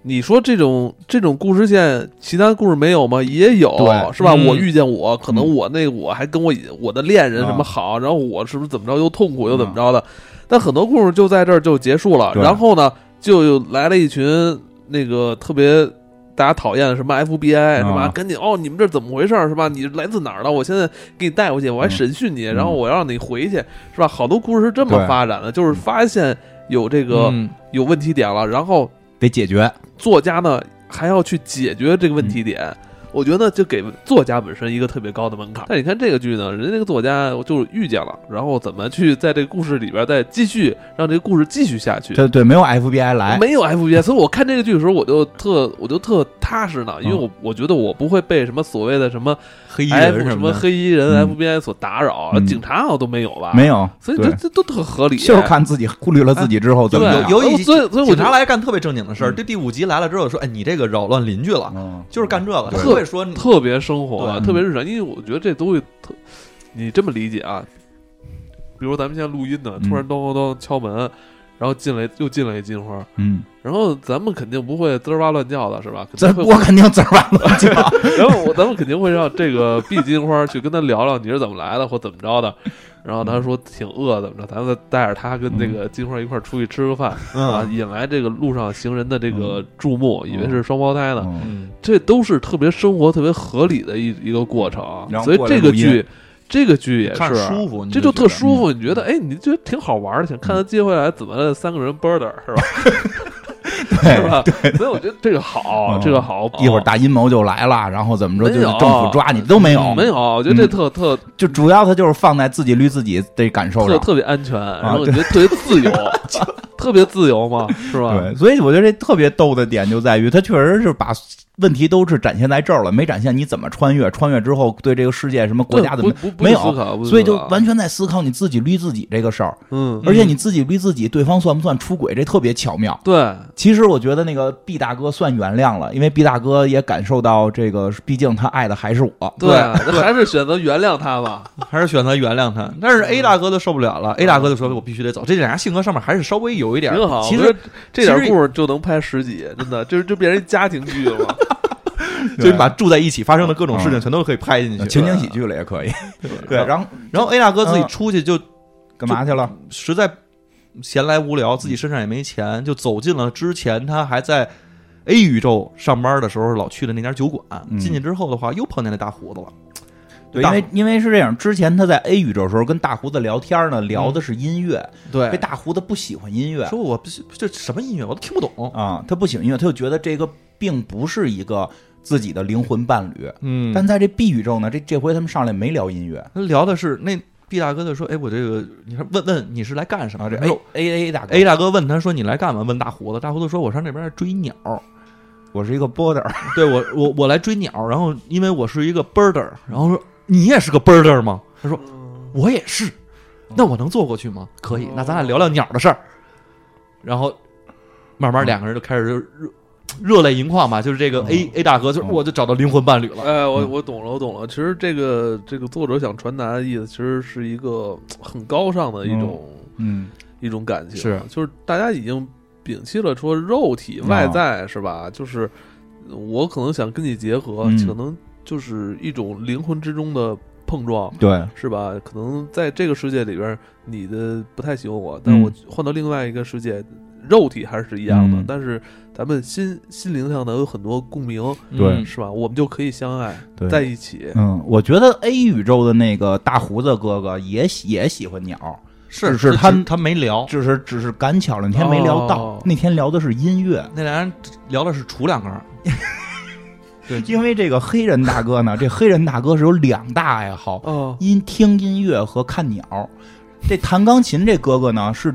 Speaker 1: 你说这种这种故事线，其他故事没有吗？也有，
Speaker 2: 对嗯
Speaker 1: 是吧？
Speaker 3: 嗯
Speaker 1: 我遇见我，可能我那我还跟我以我的恋人什么
Speaker 2: 啊
Speaker 1: 好，然后我是不是怎么着又痛苦又怎么着的？但很多故事就在这儿就结束了，
Speaker 2: 嗯对
Speaker 1: 然后呢，就来了一群那个特别。大家讨厌的什么 FBI 是吧？
Speaker 2: 啊
Speaker 1: 赶紧哦，你们这怎么回事儿是吧？你来自哪儿的？我现在给你带回去，我还
Speaker 2: 嗯
Speaker 1: 审讯你，
Speaker 2: 嗯
Speaker 1: 然后我让你回去是吧？好多故事是这么
Speaker 2: 对
Speaker 1: 发展的，就是发现有这个、
Speaker 3: 嗯
Speaker 1: 有问题点了，然后
Speaker 2: 得解决。
Speaker 1: 作家呢还要去解决这个问题点。我觉得就给作家本身一个特别高的门槛。但你看这个剧呢，人家这个作家就是遇见了，然后怎么去在这个故事里边再继续让这个故事继续下去。
Speaker 2: 对对，没有 FBI 来，
Speaker 1: 没有 FBI，所以我看这个剧的时候，我就特我就特踏实呢，因为我我觉得我不会被什么所谓的什么
Speaker 3: 嗯哎黑衣
Speaker 1: F
Speaker 3: 人
Speaker 1: 什么
Speaker 3: 么的，
Speaker 1: 黑衣人
Speaker 2: 嗯
Speaker 1: FBI 所打扰，
Speaker 2: 嗯
Speaker 1: 警察好像都没有吧？
Speaker 2: 没，有，
Speaker 1: 所以这
Speaker 2: 对
Speaker 1: 这都特合理。
Speaker 2: 就是看自己绿了自己之后怎么
Speaker 1: 对啊
Speaker 2: 样。
Speaker 3: 有有一集
Speaker 1: 所以所以我
Speaker 3: 警
Speaker 1: 就
Speaker 3: 察来干特别正经的事儿。这第五集来了之后说，哎，你这个扰乱邻居了，
Speaker 2: 嗯
Speaker 3: 就是干这个，
Speaker 2: 对
Speaker 3: 他不会说你
Speaker 1: 特别生活啊，
Speaker 3: 对
Speaker 1: 特别日常。因为我觉得这东西特，你这么理解啊，比如咱们现在录音呢，
Speaker 2: 嗯
Speaker 1: 突然咚咚咚敲门，然后进来又进来一金花，
Speaker 2: 嗯，
Speaker 1: 然后咱们肯定不会滋儿哇乱叫的是吧？
Speaker 2: 这
Speaker 1: 肯定会
Speaker 2: 我肯定滋儿吧乱叫。
Speaker 1: (laughs) 然后我咱们肯定会让这个 B 金花去跟他聊聊你是怎么来的或怎么着的。然后他说挺饿，怎么着？咱们带着他跟这个金花一块儿出去吃个饭、
Speaker 3: 嗯
Speaker 1: 啊，引来这个路上行人的这个注目，以为是双胞胎呢。
Speaker 2: (laughs) 嗯
Speaker 3: 嗯
Speaker 1: 这都是特别生活、特别合理的一一个过程啊
Speaker 2: 然。后
Speaker 1: 所以
Speaker 2: 过来
Speaker 1: 这个
Speaker 2: 录音
Speaker 1: 剧，这个剧也
Speaker 3: 看着
Speaker 1: 是啊
Speaker 3: 舒服，你
Speaker 1: 这就
Speaker 3: 就觉
Speaker 1: 特
Speaker 3: 得
Speaker 1: 舒
Speaker 2: 嗯 (laughs)
Speaker 1: 服。你觉得，哎，你觉得挺好玩的，想看他接回来怎么三个人 b u r d e r 是吧？是吧？所以我觉得这个好，
Speaker 2: 嗯
Speaker 1: 这个好。哦
Speaker 2: 一会儿大阴谋就来了，然后怎么着就是
Speaker 1: 没有
Speaker 2: 政府抓你都没有，
Speaker 1: 嗯
Speaker 2: 嗯
Speaker 1: 没有，，我觉得这特特
Speaker 2: 就主要他就是放在自己捋自己的感受
Speaker 1: 特
Speaker 2: 上。
Speaker 1: 特别安全，
Speaker 2: 啊
Speaker 1: 然后我觉得特别自
Speaker 2: (laughs)
Speaker 1: 由， (laughs) 特别自由嘛，是
Speaker 3: 啊
Speaker 1: 吧？
Speaker 2: 对，所以我觉得这特别逗的点就在于，他确实是把问题都是展现在这儿了，没展现你怎么穿越，穿越之后对这个世界什么国家怎
Speaker 1: 不
Speaker 2: 么，
Speaker 1: 不不
Speaker 2: 没
Speaker 1: 去
Speaker 2: 有
Speaker 1: 思考，不去
Speaker 2: 所以就
Speaker 1: 思考
Speaker 2: 完全在思考你自己捋自己这个事儿，
Speaker 1: 嗯，
Speaker 2: 而且你自己捋自己，对方算不算出轨，这特别巧妙。
Speaker 1: 对，
Speaker 2: 其实我觉得那个毕大哥算原谅了，因为毕大哥也感受到这个，毕竟他爱的还是我。
Speaker 1: 对，那还是选择原谅他吧。
Speaker 3: 还是选择原谅他。但是 A 大哥就受不了了，A 大哥就说：“我必须得走。”这俩人性格上面还是稍微有一点儿
Speaker 1: 挺好，
Speaker 3: 其
Speaker 1: 我觉
Speaker 3: 实
Speaker 1: 得这点
Speaker 3: 其实
Speaker 1: 故事就能拍十集，真的，就就变成一家庭剧
Speaker 3: (laughs)
Speaker 1: 了。
Speaker 3: 就是把住在一起发生的各种事情
Speaker 2: 嗯
Speaker 3: 全都可以拍进去。
Speaker 2: 情景喜剧了也可以。对，然后
Speaker 3: 然后 A 大哥自己
Speaker 2: 嗯
Speaker 3: 出去就
Speaker 2: 干嘛去了？
Speaker 3: 实在闲来无聊，自
Speaker 2: 嗯
Speaker 3: 己身上也没钱，就走进了之前他还在 A 宇宙上班的时候老去的那家酒馆。
Speaker 2: 嗯
Speaker 3: 进去之后的话，又碰见那大胡子了。
Speaker 2: 对，因
Speaker 3: 大
Speaker 2: 为因为是这样，之前他在 A 宇宙的时候跟大胡子聊天呢，聊的是音乐，这
Speaker 3: 嗯对，
Speaker 2: 大胡子不喜欢音乐
Speaker 3: 说我不是这什么音乐我都听不懂。
Speaker 2: 啊、他不喜欢音乐，他就觉得这个并不是一个自己的灵魂伴侣。
Speaker 3: 嗯
Speaker 2: 但在这 B 宇宙呢，这这回他们上来没聊音乐
Speaker 3: 他聊的是那毕大哥就说：“哎，我这个，你说问问你是来干什么？”
Speaker 2: 啊，这
Speaker 3: 哎
Speaker 2: A A A 大哥
Speaker 3: A 大哥问他说：“你来干嘛？”问大胡子，大胡子说：“我上那边追鸟，
Speaker 2: 我是一个 border，
Speaker 3: 对我我我来追鸟。然后因为我是一个 birder，然后说你也是个 birder 吗？他说
Speaker 1: 嗯
Speaker 3: 我也是，那我能坐过去吗？可
Speaker 2: 哦
Speaker 3: 以，那咱俩聊聊鸟的事儿。然后慢慢两个人就开始就热热泪盈眶吧，就是这个 A、A 大哥就是
Speaker 2: 嗯
Speaker 3: 我就找到灵魂伴侣了。
Speaker 1: 哎，我我懂了，我懂了。其实这个这个作者想传达的意思，其实是一个很高尚的一种、
Speaker 2: 嗯，
Speaker 1: 一种感情，
Speaker 3: 是
Speaker 1: 就是大家已经摒弃了说肉体
Speaker 2: 啊
Speaker 1: 外在、是吧？就是我可能想跟你结合，
Speaker 2: 嗯
Speaker 1: 可能就是一种灵魂之中的碰撞。
Speaker 2: 对，
Speaker 1: 是吧？可能在这个世界里边儿，你的不太喜欢我，但我换到另外一个世界，肉体还是一样的，
Speaker 2: 嗯
Speaker 1: 但是咱们心心灵上的有很多共鸣，
Speaker 2: 对
Speaker 3: 嗯
Speaker 1: 是吧？我们就可以相爱
Speaker 2: 对
Speaker 1: 在一起。
Speaker 2: 嗯，我觉得 A 宇宙的那个大胡子哥哥也喜也喜欢鸟，
Speaker 3: 是
Speaker 2: 是他
Speaker 3: 他没聊，
Speaker 2: 只是只是赶巧了那天没聊到，
Speaker 1: 哦
Speaker 2: 那天聊的是音乐。
Speaker 3: 那俩人聊的是杵两根儿。
Speaker 2: 因为这个黑人大哥呢，这黑人大哥是有两大爱好，
Speaker 1: 哦，
Speaker 2: 音听音乐和看鸟。这弹钢琴这哥哥呢是。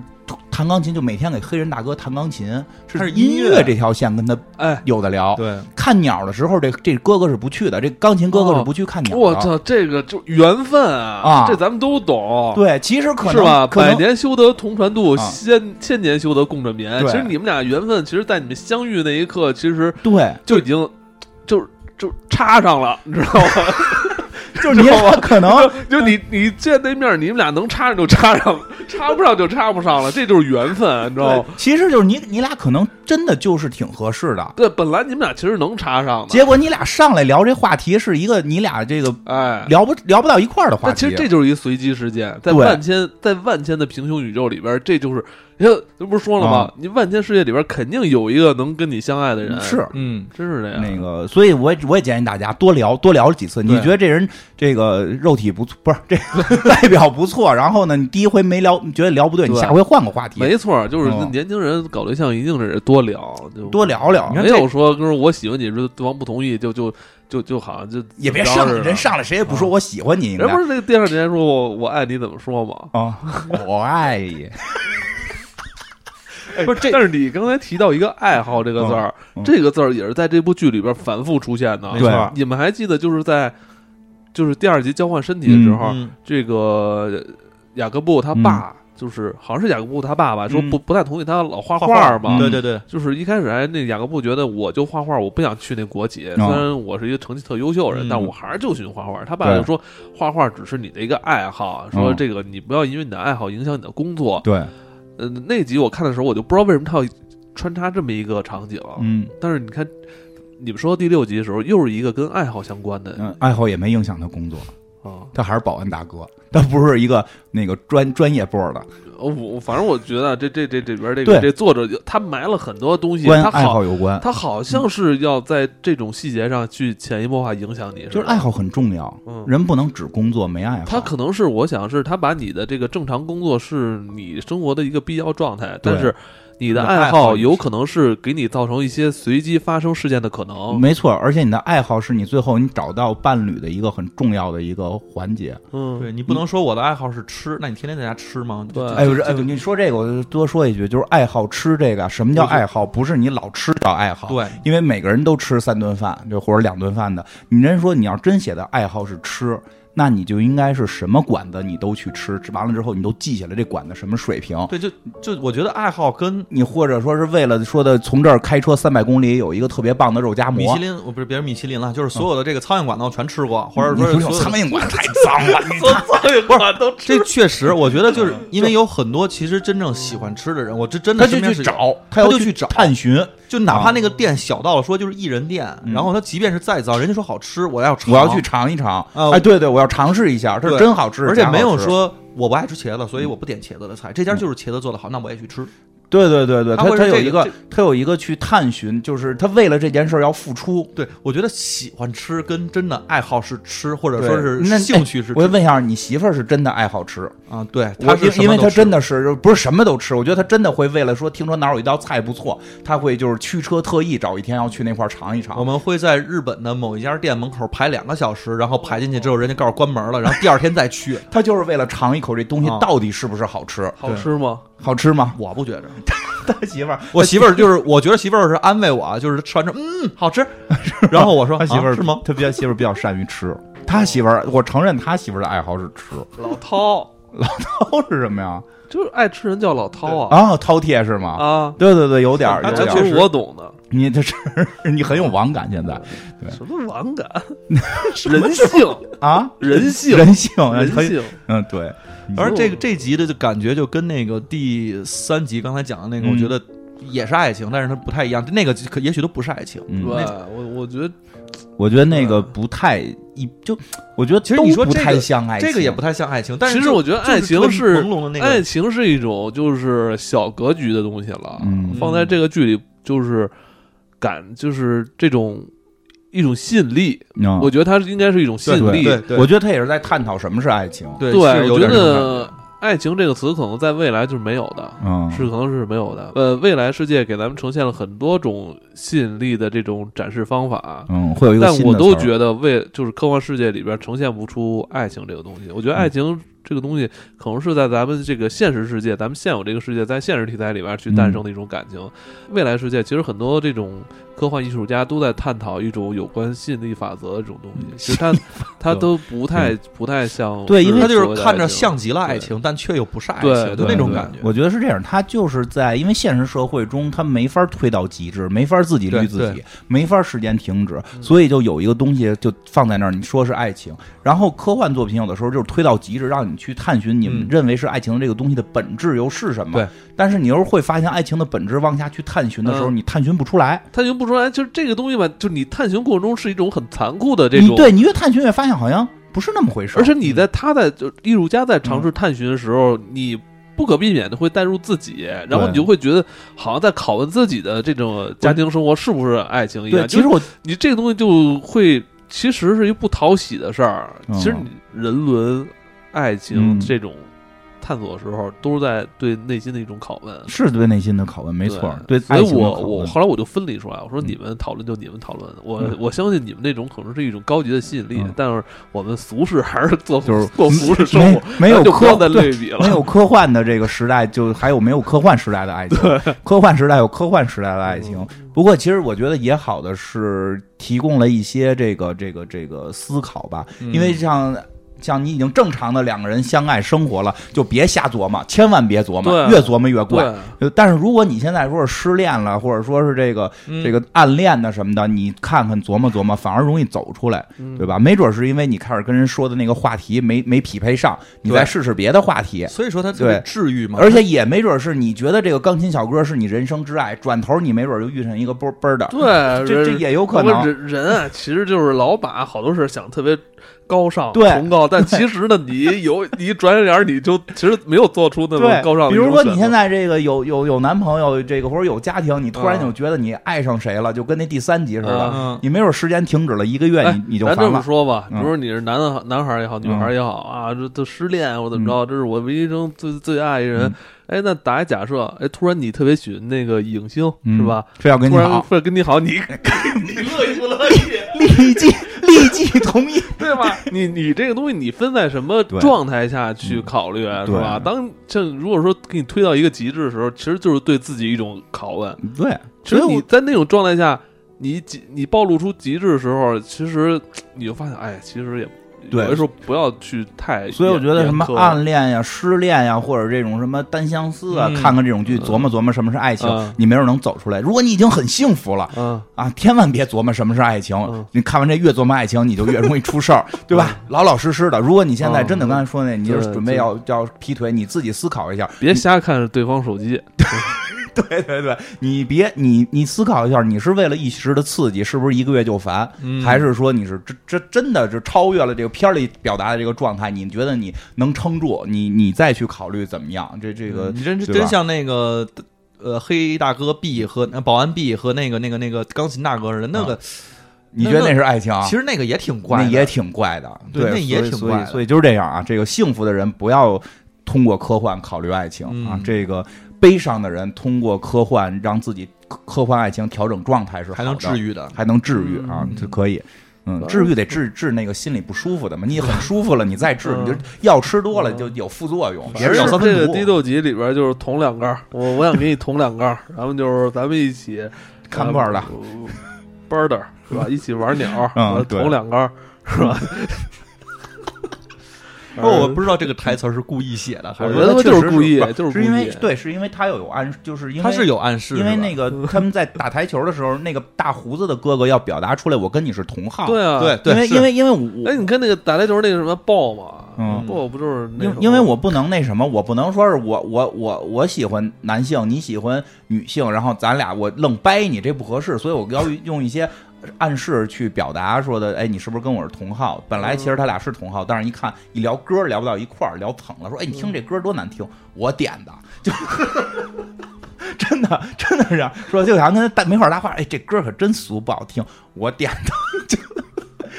Speaker 2: 弹钢琴就每天给黑人大哥弹钢琴，
Speaker 3: 他是
Speaker 2: 是
Speaker 3: 音
Speaker 2: 音
Speaker 3: 乐
Speaker 2: 乐这条线跟他
Speaker 1: 哎，
Speaker 2: 有的聊。
Speaker 3: 对，
Speaker 2: 看鸟的时候，这这哥哥是不去的，这钢琴哥哥是不去看鸟的。
Speaker 1: 哦我操，这个就缘分啊
Speaker 2: 嗯啊
Speaker 1: 这咱们都懂，
Speaker 2: 对，其实可能
Speaker 1: 是吧？
Speaker 2: 可
Speaker 1: 百
Speaker 2: 能
Speaker 1: 年修得同船渡，
Speaker 2: 啊
Speaker 1: 千千年修得共枕眠。
Speaker 2: 对
Speaker 1: 其实你们俩缘分，其实，在你们相遇那一刻，其实 (laughs)
Speaker 2: 对，
Speaker 1: 就已经就就插上了，你知道吗？ (laughs)
Speaker 2: 就是你
Speaker 1: 知道吗
Speaker 2: 也
Speaker 1: (laughs)
Speaker 2: 可能
Speaker 1: 就你你见那面儿，你们俩能插上就插上，插不上就插不上了，这就是缘分，你知道
Speaker 2: 对
Speaker 1: 吗？，
Speaker 2: 其实就是你你俩可能真的就是挺合适的，
Speaker 1: 对，本来你们俩其实能插上的，
Speaker 2: 结果你俩上来聊这话题是一个你俩这个
Speaker 1: 哎，
Speaker 2: 聊不聊不到一块儿的话
Speaker 1: 但
Speaker 2: 题。
Speaker 1: 其实这就是一随机事件，在
Speaker 2: 对
Speaker 1: 万千在万千的平行宇宙里边，这就是你看，这不是说了吗
Speaker 2: 啊？
Speaker 1: 你万千世界里边肯定有一个能跟你相爱的人，
Speaker 2: 是
Speaker 3: 嗯，
Speaker 1: 真是这样。
Speaker 2: 那个，所以我也我也建议大家多聊多聊几次。你
Speaker 1: 啊对
Speaker 2: 觉得这人这个肉体不错，不是这 (laughs) 个外表不错，然后呢，你第一回没聊，你觉得聊不对，你
Speaker 1: 对
Speaker 2: 下回换个话题，
Speaker 1: 没错，就是
Speaker 2: 嗯
Speaker 1: 年轻人搞对象一定是多聊，就
Speaker 2: 多聊聊
Speaker 3: 你。看
Speaker 1: 没
Speaker 3: 这
Speaker 1: 有说跟我喜欢你，说对方不同意，就就就就好像就
Speaker 2: 也别
Speaker 1: 怎么
Speaker 2: 上
Speaker 1: 着似
Speaker 2: 来
Speaker 1: 的
Speaker 2: 人上来谁也不说我喜欢你，应该
Speaker 1: 嗯人不是那个电视节目说我我爱你怎么说吗？ (laughs)
Speaker 2: 啊，我爱你。
Speaker 3: 哎
Speaker 1: 不是这，但是你刚才提到一个爱好这个字儿，
Speaker 2: 嗯嗯
Speaker 1: 这个字儿也是在这部剧里边反复出现的。
Speaker 3: 没错
Speaker 2: 对
Speaker 1: 你们还记得就是在就是第二集交换身体的时候，
Speaker 3: 嗯
Speaker 1: 这个雅各布他爸、就是好像是雅各布他爸爸说
Speaker 3: 嗯
Speaker 1: 不不太同意他老画
Speaker 3: 画
Speaker 1: 画嘛。
Speaker 2: 嗯
Speaker 3: 对对对，
Speaker 1: 就是一开始还那雅各布觉得我就画画，我不想去那国企。虽
Speaker 2: 哦
Speaker 1: 然我是一个成绩特优秀的人，
Speaker 3: 嗯
Speaker 1: 但我还是就喜欢画画。他爸就
Speaker 2: 对
Speaker 1: 说画画只是你的一个爱好，说
Speaker 2: 嗯
Speaker 1: 这个你不要因为你的爱好影响你的工作。
Speaker 2: 对，
Speaker 1: 嗯、那集我看的时候，我就不知道为什么他要穿插这么一个场景。
Speaker 2: 嗯
Speaker 1: 但是你看，你们说到第六集的时候，又是一个跟爱好相关的
Speaker 2: 嗯，爱好也没影响他工作，
Speaker 1: 啊。
Speaker 2: 他还是保安
Speaker 1: (laughs)
Speaker 2: 大哥，他不是一个那个专专业波的，
Speaker 1: 我呃我反正我觉得这这这这边这个
Speaker 2: 对
Speaker 1: 这作者就他埋了很多东西，
Speaker 2: 关
Speaker 1: 他
Speaker 2: 爱
Speaker 1: 好
Speaker 2: 好有关，
Speaker 1: 他好像是要在这种细节上去潜移默化影响你，
Speaker 2: 就是
Speaker 1: 吧
Speaker 2: 爱好很重要，
Speaker 1: 嗯
Speaker 2: 人不能只工作没爱好。
Speaker 1: 他可能是我想是他把你的这个正常工作是你生活的一个必要状态，
Speaker 2: 对
Speaker 1: 但是你的
Speaker 2: 你的爱
Speaker 1: 爱
Speaker 2: 好
Speaker 1: 好
Speaker 2: 也
Speaker 1: 有
Speaker 2: 是
Speaker 1: 可能是给你造成一些随机发生事件的可
Speaker 3: 哦
Speaker 1: 能。
Speaker 2: 没错，而且你的爱好是你最后你找到伴侣的一个很重要的一个环节。
Speaker 1: 嗯，
Speaker 3: 对你不能说我的爱好是吃，那你天天在家吃吗？
Speaker 1: 对
Speaker 3: 呃这
Speaker 2: 哎呦，哎呦，你说这个，我就多说一句，就是爱好吃这个，什么叫爱好？不是你老吃叫爱好，
Speaker 3: 对，
Speaker 2: 因为每个人都吃三顿饭，就或者两顿饭的。你人说你要真写的爱好是吃，那你就应该是什么馆子你都去吃，吃完了之后你都记下来这馆子什么水平。
Speaker 3: 对，就就我觉得爱好跟
Speaker 2: 你或者说是为了说的从这儿开车三百公里有一个特别棒的肉夹
Speaker 3: 米
Speaker 2: 馍
Speaker 3: 其，林，我不是别是米其林了，就是所有的这个苍蝇馆子我全吃过，或者
Speaker 2: 你不
Speaker 3: 说是
Speaker 2: 是有
Speaker 3: 所有
Speaker 2: 苍
Speaker 3: 的。
Speaker 2: 蝇馆太脏
Speaker 3: (laughs)
Speaker 2: 了，你
Speaker 1: 都
Speaker 3: 这确实，我觉得就是因为有很多其实真正喜欢吃的人，我这真
Speaker 2: 嗯
Speaker 3: 的
Speaker 2: 他就
Speaker 3: 身边
Speaker 2: 去
Speaker 3: 是有
Speaker 2: 找，啊
Speaker 3: 他
Speaker 2: 要
Speaker 3: 就
Speaker 2: 去
Speaker 3: 去找
Speaker 2: 探寻。
Speaker 3: 就哪怕那个店小到了说就是一人店，然后他即便是再糟，人家说好吃，我要
Speaker 2: 嗯
Speaker 3: 尝，
Speaker 2: 我要去，尝一尝，
Speaker 3: 啊
Speaker 2: 哎，对对，我要尝试一下，它是
Speaker 3: 对
Speaker 2: 真好吃，
Speaker 3: 而且没
Speaker 2: 假
Speaker 3: 有
Speaker 2: 好吃嗯
Speaker 3: 说我不爱吃茄子，所以我不点茄子的菜。这家就是茄子做的好，那我也去吃。
Speaker 2: 对对对对，
Speaker 3: 他
Speaker 2: 他
Speaker 3: 会
Speaker 2: 他
Speaker 3: 是
Speaker 2: 有
Speaker 3: 这
Speaker 2: 一
Speaker 3: 个
Speaker 2: 个他有一个去探寻，就是他为了这件事儿要付出。
Speaker 3: 对，我觉得喜欢吃跟真的爱好是吃，或者
Speaker 2: 对
Speaker 3: 说是
Speaker 2: 那哎
Speaker 3: 兴趣是
Speaker 2: 我
Speaker 3: 吃
Speaker 2: 问一下，你媳妇儿是真的爱好吃？
Speaker 3: 啊，对，
Speaker 2: 我
Speaker 3: 他是
Speaker 2: 因因为她真
Speaker 3: 的
Speaker 2: 的是不是什么都吃，我觉得她真的会为了说听说哪儿有一道菜不错，她会就是驱车特意找一天要去那块儿尝一
Speaker 3: 我
Speaker 2: 尝。
Speaker 3: 们会在日本的某一家店门口排两个小时，然后排进去之后，人家告诉关门了，然后第二天再去。
Speaker 2: 她就是为了尝一口这东西
Speaker 3: 啊
Speaker 2: 到底是不是好吃，
Speaker 1: 好吃吗？
Speaker 2: 好吃吗？
Speaker 3: 我不觉着，
Speaker 2: 她媳妇儿，
Speaker 3: 我媳妇儿就是，我觉得媳妇儿是安慰我啊，就是吃完之后，嗯，好吃。然后我说，
Speaker 2: 她媳妇儿
Speaker 3: 啊是吗？？
Speaker 2: 她比较媳妇儿比较善于吃，她媳妇儿，我承认她媳妇儿的爱好是吃，
Speaker 1: 老饕
Speaker 2: 饕是什么呀？
Speaker 1: 就是爱吃人叫老饕啊
Speaker 2: 啊，饕餮是吗？
Speaker 1: 啊！
Speaker 2: 对对对，有点儿，
Speaker 1: 啊
Speaker 2: 有
Speaker 1: 这
Speaker 2: 点儿。
Speaker 1: 就是我懂的，
Speaker 2: 你这是你很有网感现在
Speaker 1: 什么网感，人性，
Speaker 2: 啊，
Speaker 1: 人性，
Speaker 2: 人性，
Speaker 1: 人
Speaker 2: 很
Speaker 1: 性，
Speaker 2: 嗯，对，
Speaker 3: 而这个这集的就感觉就跟那个第三集刚才讲的那个，
Speaker 2: 嗯
Speaker 3: 我觉得也是爱情，但是它不太一样。那个可也许都不是爱情。
Speaker 1: 对
Speaker 2: 嗯，
Speaker 1: 我我觉得
Speaker 2: 我觉得那个不太一，就我觉得
Speaker 3: 其实你说
Speaker 2: 都不
Speaker 3: 这个
Speaker 2: 太像爱情，
Speaker 3: 这个也不太像爱情，但是
Speaker 1: 其实
Speaker 3: 就
Speaker 1: 我觉得
Speaker 3: 就是
Speaker 1: 爱情是
Speaker 3: 特别朦胧的那
Speaker 1: 爱
Speaker 3: 个，
Speaker 1: 情是一种就是小格局的东西了，
Speaker 2: 嗯
Speaker 1: 放在这个剧里就是感就是这种一种吸引力，
Speaker 2: 嗯，
Speaker 1: 我觉得它是应该是一种吸引
Speaker 2: 对
Speaker 1: 力。
Speaker 3: 啊对对
Speaker 2: 我觉得他也是在探讨什么是爱情，
Speaker 3: 对
Speaker 1: 对
Speaker 3: 是有
Speaker 1: 我觉
Speaker 3: 点这种
Speaker 1: 得爱情这个词可能在未来就是没有的，
Speaker 2: 嗯，
Speaker 1: 是可能是没有的。呃，未来世界给咱们呈现了很多种吸引力的这种展示方法。
Speaker 2: 嗯，会有一个
Speaker 1: 但
Speaker 2: 新的
Speaker 1: 我都
Speaker 2: 词儿
Speaker 1: 觉得为就是科幻世界里边呈现不出爱情这个东西。我觉得爱
Speaker 2: 嗯
Speaker 1: 情这个东西可能是在咱们这个现实世界，咱们现有这个世界，在现实题材里边去诞生的一种感情。未来世界其实很多这种科幻艺术家都在探讨一种有关吸引力法则的这种东
Speaker 2: 嗯
Speaker 1: 西，其实它它都不太不太像
Speaker 2: 对因为
Speaker 3: 他
Speaker 1: 它
Speaker 3: 就是看着像极了爱情，但却又不是爱
Speaker 1: 对
Speaker 3: 情，就
Speaker 1: 对
Speaker 3: 那种
Speaker 2: 对
Speaker 3: 感觉。
Speaker 2: 我觉得是这样，他就是在因为现实社会中，他没法推到极致，没法自己
Speaker 3: 对
Speaker 2: 律自己
Speaker 3: 对，
Speaker 2: 没法时间停止，
Speaker 1: 嗯
Speaker 2: 所以就有一个东西就放在那儿，你说是爱情。然后科幻作品有的时候就是推到极致，让你去探寻你们
Speaker 3: 嗯
Speaker 2: 认为是爱情的这个东西的本质又是什么。
Speaker 3: 对，
Speaker 2: 但是你又是会发现爱情的本质往下去探寻的时候，
Speaker 1: 嗯
Speaker 2: 你探寻不出来。
Speaker 1: 探寻不出来，就是这个东西吧，就是你探寻过程中是一种很残酷的这
Speaker 2: 你
Speaker 1: 种
Speaker 2: 对你越探寻越发现好像不是那么回事儿，嗯
Speaker 1: 而且你在他在就艺术家在尝试探寻的时候，你不可避免的会带入自己，然后你就会觉得好像在拷问自己的这种家庭生活是不是爱情一
Speaker 2: 对，
Speaker 1: 样。
Speaker 2: 其
Speaker 1: 啊
Speaker 2: 实
Speaker 1: 就是
Speaker 2: 我
Speaker 1: 你这个东西就会其实是一不讨喜的事儿。
Speaker 2: 嗯
Speaker 1: 其实你人伦、爱情
Speaker 2: 嗯
Speaker 1: 这种探索的时候，都是在对内心的一种拷问。
Speaker 2: 是对内心的拷问，没错，对
Speaker 1: 所以
Speaker 2: 爱情的
Speaker 1: 我
Speaker 2: 拷
Speaker 1: 我
Speaker 2: 问
Speaker 1: 后来我就分离出来，我说
Speaker 2: 嗯
Speaker 1: 你们讨论就你们讨论，我
Speaker 2: 嗯
Speaker 1: 我相信你们那种可能是一种高级的吸引力
Speaker 2: 嗯，
Speaker 1: 但是我们俗世还是做
Speaker 2: 就是
Speaker 1: 过俗世生
Speaker 2: 没
Speaker 1: 活，
Speaker 2: 没有
Speaker 1: 就不
Speaker 2: 科
Speaker 1: 要再
Speaker 2: 对
Speaker 1: 类比
Speaker 2: 没
Speaker 1: 了。
Speaker 2: 有科幻的这个时代，就还有没有科幻时代的爱情？科幻时代有科幻时代的爱情。不过，其实我觉得也好的是提供了一些这个这个这个思考吧，
Speaker 1: 嗯
Speaker 2: 因为像。像你已经正常的两个人相爱生活了，就别瞎琢磨，千万别琢磨，
Speaker 1: 对
Speaker 2: 越琢磨越怪。
Speaker 1: 对，
Speaker 2: 呃但是如果你现在说是失恋了，或者说是这个、
Speaker 1: 嗯
Speaker 2: 这个暗恋的什么的，你看看琢磨琢磨，反而容易走出来，
Speaker 1: 嗯
Speaker 2: 对吧？没准是因为你开始跟人说的那个话题没没匹配上，你再
Speaker 3: 对
Speaker 2: 试试别的话题。
Speaker 3: 所以说它特别
Speaker 2: 对
Speaker 3: 治愈嘛，
Speaker 2: 而且也没准是你觉得这个钢琴小哥是你人生挚爱，转头你没准就遇上一个波儿倍儿的。
Speaker 1: 对，
Speaker 2: 这这
Speaker 1: 人
Speaker 2: 也有可能
Speaker 1: 啊不过人人啊，其实就是老把好多事儿想特别高尚、
Speaker 2: 对
Speaker 1: 崇高，但其实呢，你有你一转脸，你就其实没有做出那么
Speaker 2: 对，
Speaker 1: 高尚的
Speaker 2: 比
Speaker 1: 一种选择。
Speaker 2: 如说你现在这个有有有男朋友，这个或者有家庭，你突
Speaker 1: 嗯
Speaker 2: 然就觉得你爱上谁了，就跟那第三集似的，
Speaker 3: 嗯，
Speaker 2: 你没准时间停止了一个月，
Speaker 1: 哎
Speaker 2: 你你就
Speaker 1: 咱这
Speaker 2: 烦
Speaker 1: 么
Speaker 2: 了。
Speaker 1: 说吧，比
Speaker 2: 嗯
Speaker 1: 如说你是男的男孩儿也好，女孩儿也好啊，这这失恋或怎么着，这是我唯一生最最爱一人
Speaker 2: 嗯。
Speaker 1: 哎，那打一假设，哎，突然你特别喜欢那个影星，
Speaker 2: 嗯
Speaker 1: 是吧？？
Speaker 2: 非要跟你
Speaker 1: 突然 (laughs)
Speaker 2: 好，
Speaker 1: 会跟你好，
Speaker 2: (laughs)
Speaker 1: 你你乐意不乐意？
Speaker 2: 立即立即同意。
Speaker 1: 对吧？ (laughs) 你你这个东西，你分在什么
Speaker 2: 对嗯
Speaker 1: 状态下去考虑，啊是吧？
Speaker 2: 对
Speaker 1: 当像如果说给你推到一个极致的时候，其实就是对自己一种拷问。
Speaker 2: 对，
Speaker 1: 嗯其
Speaker 2: 所以
Speaker 1: 实你
Speaker 2: 我
Speaker 1: 在那种状态下，你极你暴露出极致的时候，其实你就发现，哎，其实也。
Speaker 2: 对
Speaker 1: 有的时候不要去太，
Speaker 2: 所以我觉得什么
Speaker 1: 严苛
Speaker 2: 暗恋呀、失恋呀，或者这种什么单相思啊，
Speaker 3: 嗯
Speaker 2: 看看这种剧，琢磨琢磨什么是爱情
Speaker 1: 嗯，
Speaker 2: 你没准能走出来。如果你已经很幸福了。
Speaker 1: 嗯，
Speaker 2: 啊，千万别琢磨什么是爱情。
Speaker 1: 嗯
Speaker 2: 你看完这越琢磨爱情，你就越容易出事儿，对吧？
Speaker 3: 嗯
Speaker 2: 老老实实的。如果你现在
Speaker 1: 嗯
Speaker 2: 真的刚才说那，你就是
Speaker 1: 对
Speaker 2: 准备
Speaker 1: 对
Speaker 2: 要要劈腿，你自己思考一下。
Speaker 1: 别瞎看对方手机，
Speaker 2: (laughs) 对对对，你别你你思考一下，你是为了一时的刺激，是不是一个月就烦？
Speaker 3: 嗯
Speaker 2: 还是说你是真真真的是超越了这个片儿里表达的这个状态？你觉得你能撑住？你你再去考虑怎么样？这这个
Speaker 3: 嗯你真
Speaker 2: 对吧
Speaker 3: 真像那个呃黑大哥 B 和呃保安 B 和那个那个那个钢琴大哥似的，那个
Speaker 2: 你觉得那是爱情啊？
Speaker 3: 其实那个也挺怪
Speaker 2: 那
Speaker 3: 的，
Speaker 2: 也挺怪的，
Speaker 3: 对那也
Speaker 2: 所以
Speaker 3: 挺怪
Speaker 2: 所
Speaker 3: 的
Speaker 2: 以所以就是这样啊，这个幸福的人不要通过科幻考虑爱情啊，
Speaker 3: 嗯
Speaker 2: 这个悲伤的人通过科幻让自己科科幻爱情调整状态是好的
Speaker 3: 还能治，愈的。
Speaker 2: 还能治愈啊，
Speaker 3: 嗯
Speaker 2: 这可以。嗯，
Speaker 1: 嗯
Speaker 2: 治愈得治治那个心里不舒服的嘛，
Speaker 3: (laughs)
Speaker 2: 你很舒服了，你再治，
Speaker 1: 嗯
Speaker 2: 你就药吃多了
Speaker 1: 嗯
Speaker 2: 就有副作用，
Speaker 3: 反
Speaker 2: 也
Speaker 3: 正
Speaker 2: 是
Speaker 3: 小
Speaker 2: 有三
Speaker 1: 这个
Speaker 2: 分
Speaker 1: 低
Speaker 2: 毒，
Speaker 1: 斗集里边就是捅两杆儿，我我想给你捅两杆儿，咱们就是咱们一起
Speaker 2: (laughs) 看伴儿的，
Speaker 1: 班的是吧？一起玩鸟，
Speaker 2: 嗯
Speaker 1: 我
Speaker 2: 对
Speaker 1: 捅两杆儿是
Speaker 2: (laughs)
Speaker 1: 吧？
Speaker 3: 哦，我不知道这个台词儿是故意写的，还
Speaker 1: 我
Speaker 3: 是
Speaker 1: 觉得
Speaker 2: 确实
Speaker 1: 就是故意
Speaker 2: 不
Speaker 1: 就是
Speaker 2: 是因为
Speaker 1: 故意
Speaker 2: 对，是因为他有暗，就是因为
Speaker 3: 他是有暗示，
Speaker 2: 因为
Speaker 3: 是吧
Speaker 2: 那
Speaker 1: (laughs)
Speaker 2: 个他们在打台球的时候，那个大胡子的哥哥要表达出来，我跟你是同号。
Speaker 1: 对啊，
Speaker 3: 对对，
Speaker 2: 呃因为
Speaker 3: 是
Speaker 2: 因为因为我
Speaker 1: 哎，你看那个打垒球那个什么豹嘛，
Speaker 2: 嗯
Speaker 1: 豹不就是那
Speaker 2: 因
Speaker 1: 什么
Speaker 2: 因为我不能那什么，我不能说是我我我我喜欢男性，你喜欢女性，然后咱俩我愣掰你，这不合适，所以我要用一些暗示去表达说的，哎，你是不是跟我是同号？本来其实他俩是同号，但是一看一聊歌聊不到一块儿，聊捧了，说哎，你听这歌多难听，我点的，就 (laughs) 真的真的是这样说，就想跟他搭没法搭话，哎，这歌可真俗，不好听，我点的， (laughs) 就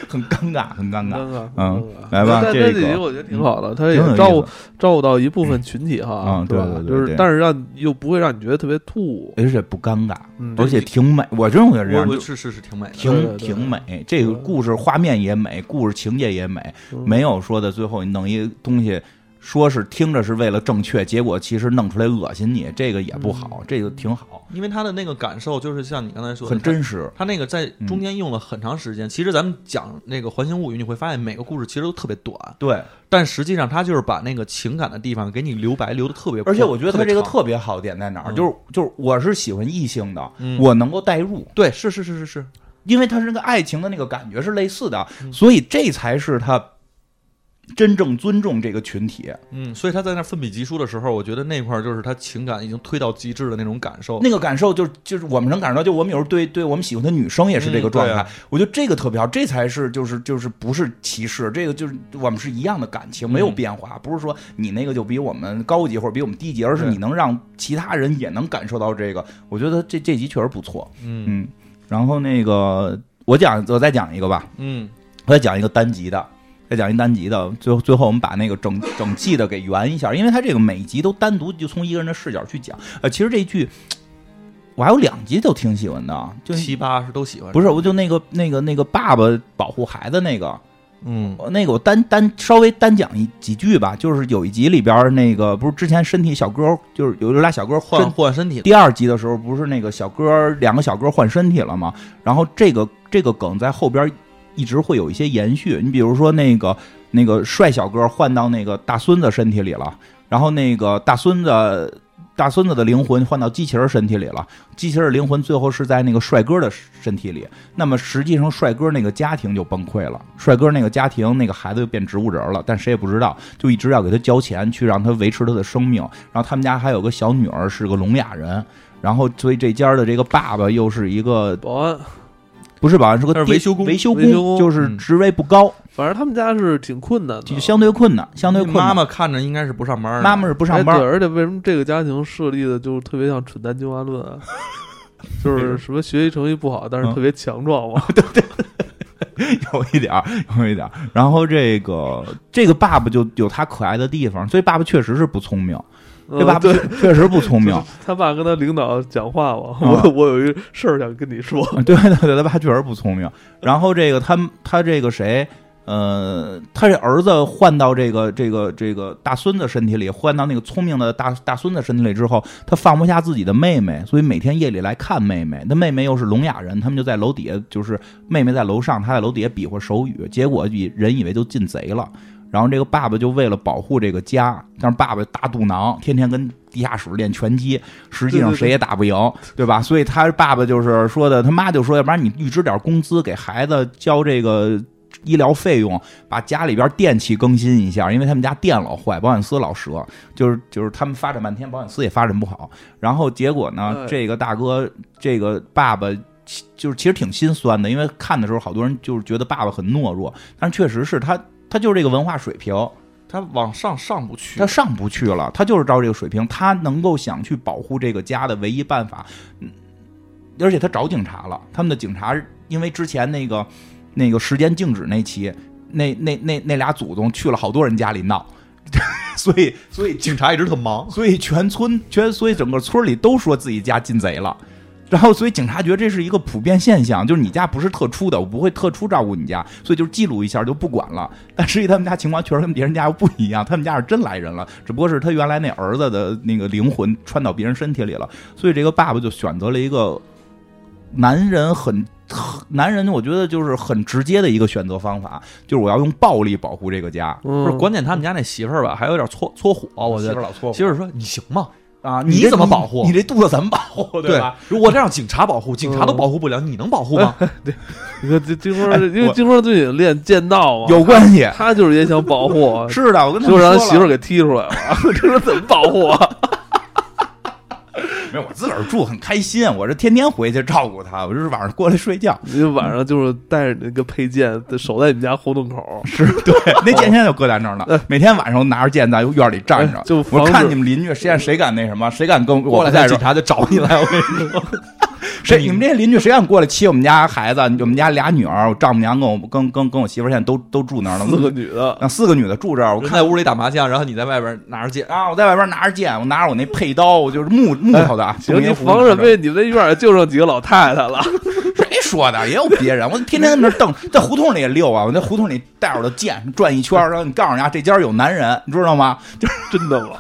Speaker 2: 很尴尬，很尴尬。
Speaker 1: 尴尬，
Speaker 2: 嗯
Speaker 1: 尴尬
Speaker 2: 来吧
Speaker 1: 但
Speaker 2: 这
Speaker 1: 但这
Speaker 2: 个
Speaker 1: 集我觉得挺好的，他
Speaker 2: 挺有意
Speaker 1: 也
Speaker 2: 思
Speaker 1: 照顾照顾到一部分群体哈，
Speaker 2: 嗯
Speaker 1: 是吧
Speaker 2: 对对对
Speaker 1: 就
Speaker 2: 对
Speaker 1: 是但是让你又不会让你觉得特别突兀，
Speaker 2: 而且不尴尬，
Speaker 1: 嗯
Speaker 2: 而且挺美。我真的觉得这
Speaker 3: 我
Speaker 2: 样
Speaker 3: 我是是是挺美的，
Speaker 1: 对
Speaker 2: 挺
Speaker 1: 对对
Speaker 2: 挺美。这个故事画面也美，故事情节也美，
Speaker 1: 嗯
Speaker 2: 没有说的最后你弄一东西，说是听着是为了正确，结果其实弄出来恶心你，这个也不好，这个挺好，
Speaker 3: 因为他的那个感受就是像你刚才说的，
Speaker 2: 很真嗯实。
Speaker 3: 他那个在中间用了很长时间。其实咱们讲那个《环形物语》，你会发现每个故事其实都特别短，
Speaker 2: 对，
Speaker 3: 但实际上他就是把那个情感的地方给你留白，留的特别宽。
Speaker 2: 而且我觉得他
Speaker 3: 别
Speaker 2: 这个
Speaker 3: 长
Speaker 2: 特别好的点在哪儿，
Speaker 3: 嗯
Speaker 2: 就是就是我是喜欢异性的，
Speaker 3: 嗯
Speaker 2: 我能够代入，
Speaker 3: 对，是是是是是，
Speaker 2: 因为他是那个爱情的那个感觉是类似的，所以这才是他真正尊重这个群体。
Speaker 3: 嗯，所以他在那奋笔疾书的时候，我觉得那块儿就是他情感已经推到极致的那种感受。
Speaker 2: 那个感受就是就是我们能感受到，就我们有时候对对我们喜欢的女生也是这个状态。
Speaker 3: 嗯对啊
Speaker 2: 我觉得这个特别好，这才是就是就是不是歧视，这个就是我们是一样的感情，没有变化，不是说你那个就比我们高级或者比我们低级，而是
Speaker 3: 嗯对
Speaker 2: 你能让其他人也能感受到这个。我觉得这这集确实不错，
Speaker 3: 嗯
Speaker 2: 嗯。然后那个我讲我再讲一个吧，
Speaker 3: 嗯，
Speaker 2: 我再讲一个单集的，再讲一单集的，最后最后我们把那个整整季的给圆一下，因为它这个每集都单独就从一个人的视角去讲。呃，其实这一剧我还有两集都挺喜欢的，就
Speaker 3: 七八是都喜欢，
Speaker 2: 不
Speaker 3: 是
Speaker 2: 是我就那个那个那个爸爸保护孩子那个，
Speaker 3: 嗯
Speaker 2: 我那个我单单稍微单讲一几句吧，就是有一集里边儿那个不是之前身体小哥就是有俩小哥
Speaker 3: 换
Speaker 2: 身
Speaker 3: 换身体了，
Speaker 2: 第二集的时候，不是那个小哥两个小哥换身体了吗？然后这个这个梗在后边一直会有一些延续。你比如说那个那个帅小哥换到那个大孙子身体里了，然后那个大孙子大孙子的灵魂换到机器人身体里了，机器人灵魂最后是在那个帅哥的身体里。那么实际上，帅哥那个家庭就崩溃了，帅哥那个家庭那个孩子就变植物人了，但谁也不知道，就一直要给他交钱去让他维持他的生命。然后他们家还有个小女儿是个聋哑人，然后所以这家的这个爸爸又是一个
Speaker 1: 保安
Speaker 2: 不是保安，是个
Speaker 3: 那是
Speaker 2: 地
Speaker 3: 维修工
Speaker 2: 维修
Speaker 1: 维修工
Speaker 2: 就是
Speaker 3: 嗯
Speaker 2: 职位不高，
Speaker 1: 反正他们家是挺困难
Speaker 2: 就
Speaker 1: 的。
Speaker 2: 相对困难，相对困难。
Speaker 3: 妈妈看着应该是不上班的，
Speaker 2: 妈妈是不上
Speaker 1: 哎对，
Speaker 2: 班，
Speaker 1: 而且为什么这个家庭设立的就特别像蠢蛋进化论
Speaker 2: (laughs)
Speaker 1: 啊？就是什么学习成绩不好，但是
Speaker 2: 嗯
Speaker 1: 特别强壮嘛。
Speaker 2: 有一点儿， (laughs) 有一点儿。然后这个这个爸爸就有他可爱的地方，所以爸爸确实是不聪明， (laughs) 这
Speaker 1: 嗯
Speaker 2: 爸爸
Speaker 1: 对
Speaker 2: 确，确实不 (laughs) 聪明
Speaker 1: 就是。他爸跟他领导讲话嘛，
Speaker 2: 啊
Speaker 1: 我我有一事儿想跟你说。
Speaker 2: 啊 (laughs) 对对对，他爸确实不聪明。然后这个他他这个谁，呃，他这儿子换到这个这个这个大孙子身体里，换到那个聪明的大大孙子身体里之后，他放不下自己的妹妹，所以每天夜里来看妹妹。他妹妹又是聋哑人，他们就在楼底下，就是妹妹在楼上，他在楼底下比划手语，结果以人以为就进贼了。然后这个爸爸就为了保护这个家，但是爸爸大肚囊，天天跟地下室练拳击，实际上
Speaker 1: 对对对
Speaker 2: 谁也打不赢，对吧？所以他爸爸就是说的，他妈就说，要不然你预支点工资给孩子交这个医疗费用，把家里边电器更新一下，因为他们家电老坏，保险丝老折，就是就是他们发展半天，保险丝也发展不好。然后结果呢
Speaker 1: 哎，
Speaker 2: 这个大哥，这个爸爸。其就是其实挺心酸的，因为看的时候好多人就是觉得爸爸很懦弱，但是确实是他他就是这个文化水平，
Speaker 3: 她往上上不去
Speaker 2: 他。上不去了，他就是照这个水平，他能够想去保护这个家的唯一办法，嗯，而且他找警察了，他们的警察因为之前那个那个时间静止那期，那那那那俩祖宗去了好多人家里闹， (laughs) 所以所以
Speaker 3: 警察一直
Speaker 2: (laughs)
Speaker 3: 特忙，
Speaker 2: 所以全村全所以整个村里都说自己家进贼了。然后，所以警察觉得这是一个普遍现象，就是你家不是特殊的，我不会特殊照顾你家，所以就记录一下就不管了。但实际他们家情况确实跟别人家又不一样，他们家是真来人了，只不过是他原来那儿子的那个灵魂穿到别人身体里了，所以这个爸爸就选择了一个男人很男人，我觉得就是很直接的一个选择方法，就是我要用暴力保护这个家。
Speaker 1: 嗯
Speaker 3: 不是关键，他们家那媳妇儿吧，还有点搓搓火，我
Speaker 2: 媳
Speaker 3: 觉
Speaker 2: 妇
Speaker 3: 得。
Speaker 2: 儿老搓火
Speaker 3: 媳妇儿说：“你行吗？
Speaker 2: 啊，
Speaker 3: 你
Speaker 2: 这
Speaker 3: 怎么保护
Speaker 2: 你你这肚子怎么保
Speaker 3: 哦
Speaker 2: 护？吧？
Speaker 3: 如果这让警察保护，警察都保护不了，你能保护
Speaker 2: (laughs)
Speaker 3: 吗？
Speaker 1: 你看这金花，
Speaker 2: 哎
Speaker 1: 因为
Speaker 2: 我
Speaker 1: 金花最近练剑道嘛，
Speaker 2: 有关系。
Speaker 1: 他就是也想保护，
Speaker 2: (laughs) 是的，我跟他
Speaker 1: 就
Speaker 2: 们
Speaker 1: 让
Speaker 2: 说
Speaker 1: 他媳妇儿给踢出来了。 (laughs) 这说怎么保护啊？ (laughs)
Speaker 2: 没有，我自个儿住很开心，我这天天回去照顾他，我就是晚上过来睡觉。
Speaker 1: 你晚上就是带着你那个配件，守在你们家胡同口，
Speaker 2: 是
Speaker 1: (laughs)
Speaker 2: 对，那剑现在就搁在那儿呢，每天晚上拿着剑在院里站
Speaker 1: 哎，
Speaker 2: 着
Speaker 1: 呃就防
Speaker 2: 我
Speaker 1: 止
Speaker 2: 看你们邻居，谁敢谁敢那什么，谁敢跟我
Speaker 3: 过来
Speaker 2: 不在
Speaker 3: 再
Speaker 2: 这儿，
Speaker 3: 警察就找你来。”我跟你说，
Speaker 2: 谁你们这些邻居谁敢过来欺我们家孩子，我们家俩女儿，我丈母娘跟我跟跟跟我媳妇儿现在都都住那儿了，
Speaker 1: 四个女的， (laughs) 呃
Speaker 2: 啊四个女的住这儿，我
Speaker 3: (laughs) 我
Speaker 2: 看
Speaker 3: 看在屋里打麻将，然后你在外边拿着剑，
Speaker 2: 啊，我在外边拿着剑，我拿着我那佩刀，我就是木木头的啊，
Speaker 1: 行，
Speaker 2: 东
Speaker 1: 你
Speaker 2: 邪胡
Speaker 1: 防什
Speaker 2: 同
Speaker 1: 么呀？你们那院儿就剩几个老太太了， (laughs)
Speaker 2: 谁说的？也有别人，我天天在那儿瞪，在胡同里也溜啊，我在胡同里带着我的剑转一圈儿，然后你告诉人家这家有男人，你知道吗？ (laughs)
Speaker 1: 真的吗？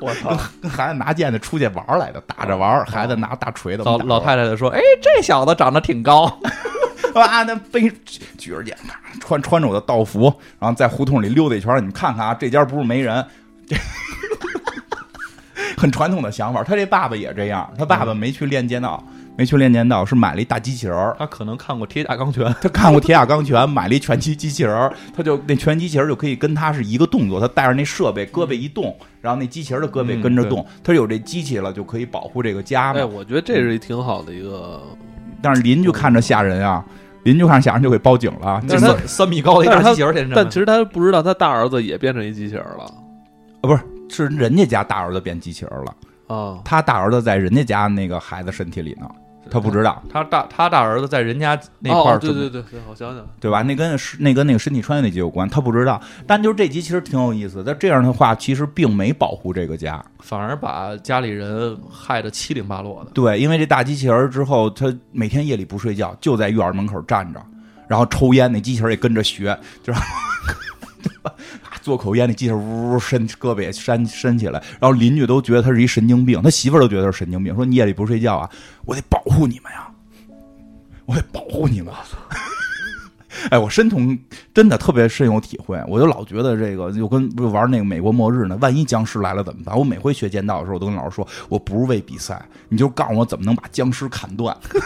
Speaker 1: 我操！
Speaker 2: 跟孩子拿剑的出去玩儿来的，打着玩儿，孩子拿大锤子
Speaker 3: 老老太太就说：“哎，这小子长得挺高。
Speaker 2: 太啊，那背举着剑，咔穿穿着我的道服，然后在胡同里溜达一圈儿，你看看啊，这家不是没人。 (laughs) 这很传统的想法，他这爸爸也这样，他爸爸没去练剑道，没去练剑道，是买了一大机器人儿”，
Speaker 3: 他可能看过《铁甲钢拳》，
Speaker 2: 他看过铁甲钢拳，买了一拳击机器人儿，他就那拳击机器人儿就可以跟他是一个动作，他带着那设备，胳膊一动，然后那机器人儿的胳膊跟着动，他有这机器了，就可以保护这个家
Speaker 1: (laughs) 哎，
Speaker 2: 嘛。
Speaker 1: 我觉得这是一挺好的一个，
Speaker 2: 但是邻居看着吓人啊，邻居看着吓人就给报警了。
Speaker 1: 但
Speaker 2: 警
Speaker 1: 是
Speaker 2: 察
Speaker 1: 他
Speaker 3: 三三米高的一大机器人，天
Speaker 1: 但其实他不知道他大儿子也变成一机器人了
Speaker 2: 是人家家大儿子变机器人儿了，
Speaker 1: 啊。
Speaker 2: 他大儿子在人家家那个孩子身体里呢，他不知道，
Speaker 3: 他大他大儿子在人家那
Speaker 1: 哦
Speaker 3: 块儿
Speaker 1: 对
Speaker 3: 准备
Speaker 1: 对对对，我想想，
Speaker 2: 对吧？那跟是那跟那个身体穿越那集有关，他不知道。但就是这集其实挺有意思，但这样的话其实并没保护这个家。
Speaker 3: 反而把家里人害得七零八落的。
Speaker 2: 对，因为这大机器人儿之后，他每天夜里不睡觉，就在院儿门口站着，然后抽烟。那机器人儿也跟着学，就是对吧啊做口烟，那机器人儿呜呜呜伸胳膊也伸伸起来，然后邻居都觉得他是一神经病，他媳妇儿都觉得他是神经病，说你夜里不睡觉啊，我得保护你们呀， (laughs) 我得保护你们。啊 (laughs) 哎，我深同真的特别深有体会，我就老觉得这个就跟不是玩那个美国末日呢，万一僵尸来了怎么办？我每回学剑道的时候，我都跟老师说，我不是为比赛，你就告诉我怎么能把僵尸砍断。 (laughs)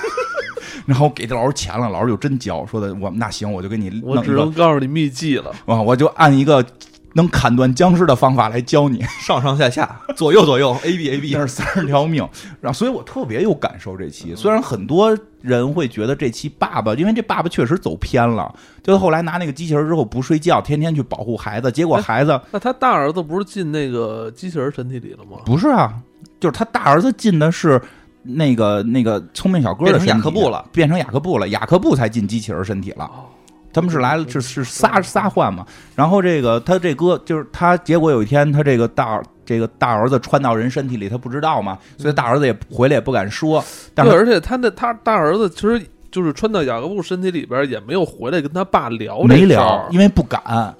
Speaker 2: 然后给老师钱了，老师就真教，说的我那行，我就给你
Speaker 1: 我
Speaker 2: 弄一
Speaker 1: 只
Speaker 2: 个
Speaker 1: 能告诉你秘技了。
Speaker 2: 啊，我就按一个能砍断僵尸的方法来教你，
Speaker 3: 上上下下，左右左右，A (laughs) B A B，
Speaker 2: 那是三十条命。然后，所以我特别有感受这期。虽然很多人会觉得这期爸爸，因为这爸爸确实走偏了，就是后来拿那个机器人之后不睡觉，天天去保护孩子，结
Speaker 3: 哎
Speaker 2: 果孩子
Speaker 1: 那他大儿子不是进那个机器人身体里了吗？
Speaker 2: 不是啊，就是他大儿子进的是那个那个聪明小哥的
Speaker 3: 变成雅
Speaker 2: 身体
Speaker 3: 克布了，
Speaker 2: 变成雅克布了，雅克布才进机器人身体了。
Speaker 1: 哦
Speaker 2: 他们是来了，是是仨仨换嘛。然后这个他这哥就是他，结果有一天他这个大这个大儿子穿到人身体里，他不知道嘛，
Speaker 1: 嗯
Speaker 2: 所以大儿子也回来也不敢说。但
Speaker 1: 对，
Speaker 2: 是
Speaker 1: 而且他那他大儿子其实就是穿到雅各布身体里边，也没有回来跟他爸聊这
Speaker 2: 没
Speaker 1: 事
Speaker 2: 聊
Speaker 1: 儿，
Speaker 2: 因为不敢，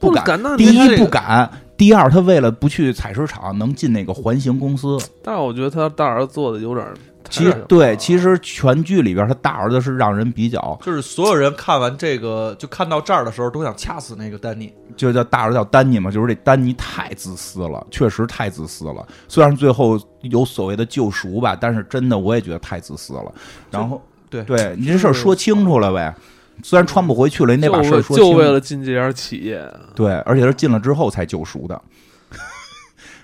Speaker 1: 不
Speaker 2: 敢。
Speaker 1: 敢。那
Speaker 2: 第
Speaker 1: 您
Speaker 2: 一
Speaker 1: 这
Speaker 2: 不
Speaker 1: 个，
Speaker 2: 敢，第二他为了不去采石场，能进那个环形公司。
Speaker 1: 但我觉得他大儿子做的有点儿太
Speaker 2: 其
Speaker 1: 那
Speaker 2: 实
Speaker 1: 什么
Speaker 2: 对，
Speaker 1: 了
Speaker 2: 其实全剧里边他大儿子是让人比较，
Speaker 3: 就是所有人看完这个，就看到这儿的时候，都想掐死那个丹尼。
Speaker 2: 就叫大儿子叫丹尼嘛，就是这丹尼太自私了，确实太自私了。虽然最后有所谓的救赎吧，但是真的我也觉得太自私了。然后
Speaker 3: 对
Speaker 2: 对，你这事儿说清楚了呗。虽然穿不回去了，你得把
Speaker 1: 就
Speaker 2: 事儿
Speaker 1: 为
Speaker 2: 说
Speaker 1: 就
Speaker 2: 清楚。
Speaker 1: 为了进这家企业，
Speaker 2: 对，而且是进了之后才救赎的。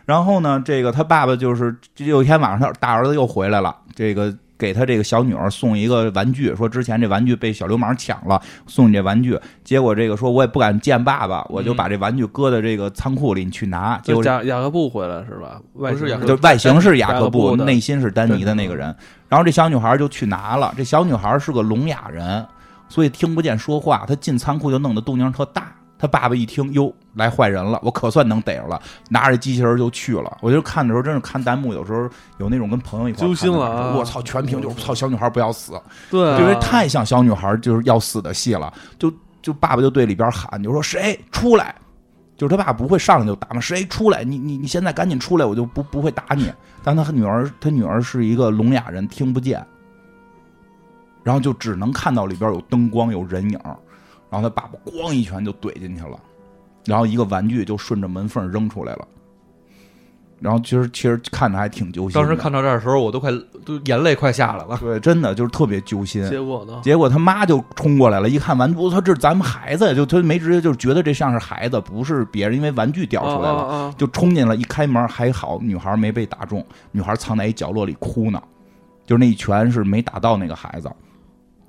Speaker 2: 然后呢，这个他爸爸就是有一天晚上，他大儿子又回来了，这个给他这个小女儿送一个玩具，说之前这玩具被小流氓抢了，送你这玩具。结果这个说我也不敢见爸爸，我就把这玩具搁在这个仓库里，你去拿。结
Speaker 1: 就
Speaker 2: 果
Speaker 1: 雅雅各布回来是吧？外
Speaker 3: 不是雅
Speaker 1: 形
Speaker 3: 各
Speaker 2: 就外形是雅各
Speaker 1: 雅各
Speaker 2: 布，
Speaker 1: 布的嗯
Speaker 2: 内心是丹尼的那个人。然后这小女孩就去拿了，这小女孩是个聋哑人，所以听不见说话。她进仓库就弄得动静特大。她爸爸一听，哟，来坏人了，我可算能逮着了，拿着机器人就去了。我就看的时候，真是看弹幕，有时候有那种跟朋友一块儿
Speaker 1: 揪心
Speaker 2: 看的
Speaker 1: 了啊
Speaker 2: 时候我操，全屏就是操，小女孩不要死，
Speaker 1: 对
Speaker 3: 呃
Speaker 1: 啊，
Speaker 2: 因为太像小女孩就是要死的戏了，就就爸爸就对里边喊，就说谁出来，就是他爸不会上来就打嘛，谁出来，你你你现在赶紧出来，我就不不会打你。但他女儿，他女儿是一个聋哑人，听不见，然后就只能看到里边有灯光有人影，然后他爸爸咣一拳就怼进去了，然后一个玩具就顺着门缝扔出来了。然后其实其实看着还挺揪心的，
Speaker 3: 当时看到这儿的时候，我都快都眼泪快下来了。
Speaker 2: 对，真的就是特别揪心。
Speaker 1: 结果呢？
Speaker 2: 结果他妈就冲过来了，一看玩具，我操，这是咱们孩子呀！就他没直接就觉得这像是孩子，不是别人，因为玩具掉出来了，
Speaker 1: 啊啊啊
Speaker 2: 就冲进来。一开门还好，女孩没被打中，女孩藏在一角落里哭呢，就是那一拳是没打到那个孩子，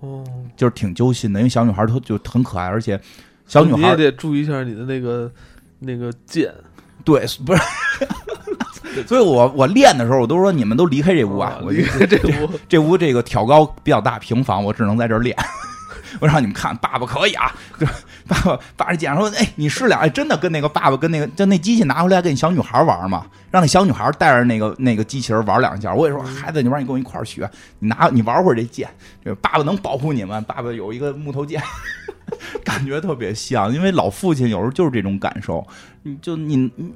Speaker 1: 哦，
Speaker 2: 就是挺揪心的，因为小女孩她就很可爱，而且小女
Speaker 1: 你
Speaker 2: 孩
Speaker 1: 也得注意一下你的那个那个剑，
Speaker 2: 对 (laughs) 不是。所以我我练的时候，我都说你们都离开这屋啊！我
Speaker 1: 哦离开这屋，
Speaker 2: 这屋这个挑高比较大平房，我只能在这儿练。我让你们看，爸爸可以啊！就爸爸爸爸讲说，哎，你试两，哎，真的跟那个爸爸跟那个就那机器拿回来给你小女孩玩嘛，让那小女孩带着那个那个机器人玩两下。我也说，孩子，你玩你跟我一块儿学，你拿你玩会儿这剑，这爸爸能保护你们。爸爸有一个木头剑， (laughs) 感觉特别像，因为老父亲有时候就是这种感受，你就你你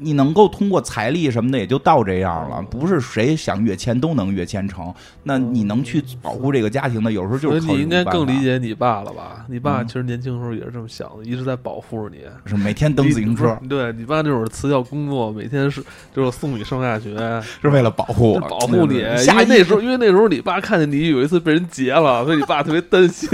Speaker 2: 你能够通过财力什么的也就到这样了，不是谁想跃迁都能跃迁成。那你能去保护这个家庭的，有时候就
Speaker 1: 所以
Speaker 2: 是靠
Speaker 1: 你
Speaker 2: 这
Speaker 1: 应
Speaker 2: 种
Speaker 1: 该
Speaker 2: 办法
Speaker 1: 更理解你爸了吧？你爸
Speaker 2: 嗯
Speaker 1: 其实年轻时候也是这么想的，一直在保护着你。
Speaker 2: 是每天蹬自行车
Speaker 1: 你对你爸那会儿辞掉工作，每天是就是送你上下学，
Speaker 2: 是为了保护我
Speaker 1: 保护你。
Speaker 2: 对对
Speaker 1: 因
Speaker 2: 对下
Speaker 1: 为
Speaker 2: 一
Speaker 1: 那时候，因为那时候你爸看见你有一次被人劫了，所以你爸特别担
Speaker 2: (laughs)
Speaker 1: 心。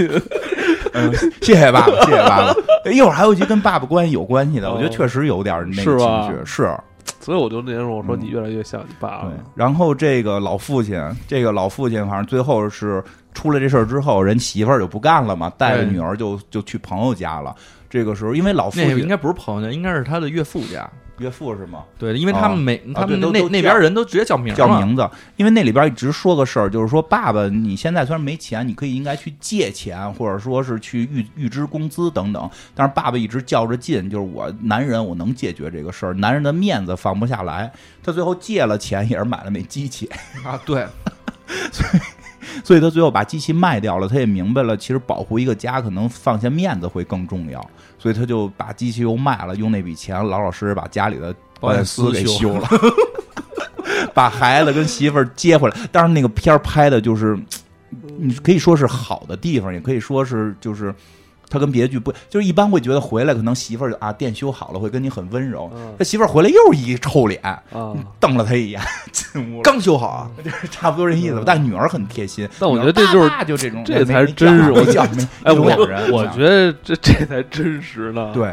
Speaker 2: 嗯，谢谢爸爸，谢谢爸爸。一会儿还有一句跟爸爸关系有关系的，
Speaker 1: 哦
Speaker 2: 我觉得确实有点那
Speaker 1: 是
Speaker 2: 个
Speaker 1: 吧啊
Speaker 2: 情绪，是
Speaker 1: 所以我就那时候我说
Speaker 2: 嗯
Speaker 1: 你越来越像你爸
Speaker 2: 对
Speaker 1: 了。。
Speaker 2: 然后这个老父亲，这个老父亲，反正最后是出了这事儿之后，人媳妇儿就不干了嘛，带着
Speaker 3: 对
Speaker 2: 女儿就就去朋友家了。这个时候，因为老父
Speaker 3: (laughs) 那个应
Speaker 2: 亲
Speaker 3: 该不是朋友家，应该是他的岳父家。
Speaker 2: 岳父是吗？
Speaker 3: 啊对，因为他们
Speaker 2: 哦
Speaker 3: 每他
Speaker 2: 对
Speaker 3: 们
Speaker 2: 都
Speaker 3: 那
Speaker 2: 都
Speaker 3: 那
Speaker 2: 叫
Speaker 3: 边人都直接叫名儿
Speaker 2: 叫
Speaker 3: 了
Speaker 2: 名字，因为那里边一直说个事儿，就是说爸爸，你现在虽然没钱，你可以应该去借钱，或者说是去预预支工资等等。但是爸爸一直较着劲，就是我男人，我能解决这个事儿，男人的面子放不下来。他最后借了钱，也是买了那机器，
Speaker 3: 啊。对，
Speaker 2: 所以他最后把机器卖掉了。他也明白了，其实保护一个家，可能放下面子会更重要，所以他就把机器又卖了，用那笔钱老老实实把家里的
Speaker 3: 保险
Speaker 2: 丝
Speaker 3: 丝
Speaker 2: 给
Speaker 3: 修
Speaker 2: 修了， (laughs) 把孩子跟媳妇儿接回来。当然，那个片儿拍的就是，你可以说是好的地方，也可以说是就是。他跟别的剧不，就是一般会觉得回来可能媳妇儿就啊店修好了会跟你很温柔，
Speaker 1: 嗯
Speaker 2: 他媳妇儿回来又一臭脸，
Speaker 1: 啊，
Speaker 2: 瞪了他一眼， (laughs) 进屋了。
Speaker 3: 刚修好啊。
Speaker 2: 就是差不多这意思吧
Speaker 1: 嗯。
Speaker 2: 但女儿很贴心，
Speaker 1: 但我
Speaker 2: 女
Speaker 1: 觉
Speaker 2: 儿
Speaker 1: 得这就是
Speaker 2: 爸爸就这种，
Speaker 1: 这才
Speaker 2: 没
Speaker 1: 真是
Speaker 2: 没叫没叫没
Speaker 1: 哎，
Speaker 2: 聋
Speaker 1: 我
Speaker 2: 哑人，
Speaker 1: 我
Speaker 2: 这样
Speaker 1: 觉得这这才真实呢。
Speaker 2: 对。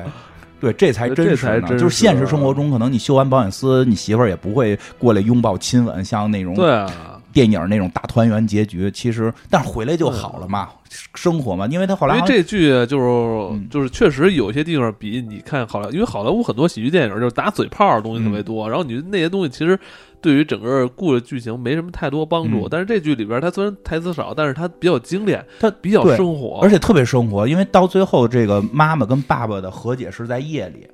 Speaker 2: 对，这才真实
Speaker 1: 这才
Speaker 2: 呢。
Speaker 1: 真实
Speaker 2: 就是现实生活中，可能你修完保险丝，你媳妇儿也不会过来拥抱亲吻，像那种
Speaker 1: 对啊，
Speaker 2: 电影那种大团圆结局。其实，但是回来就好了嘛，生活嘛。因为他后
Speaker 1: 因
Speaker 2: 来
Speaker 1: 为
Speaker 2: 好像
Speaker 1: 这剧就是
Speaker 2: 嗯
Speaker 1: 就是确实有些地方比你看好莱，因为好莱坞很多喜剧电影就是打嘴炮的东西特别
Speaker 2: 嗯
Speaker 1: 多，然后你那些东西其实对于整个故事剧情没什么太多帮助。
Speaker 2: 嗯
Speaker 1: 但是这剧里边它虽然台词少，但是它比较精炼，
Speaker 2: 它
Speaker 1: 比较
Speaker 2: 对
Speaker 1: 生活，
Speaker 2: 而且特别生活，因为到最后这个妈妈跟爸爸的和解是在夜里，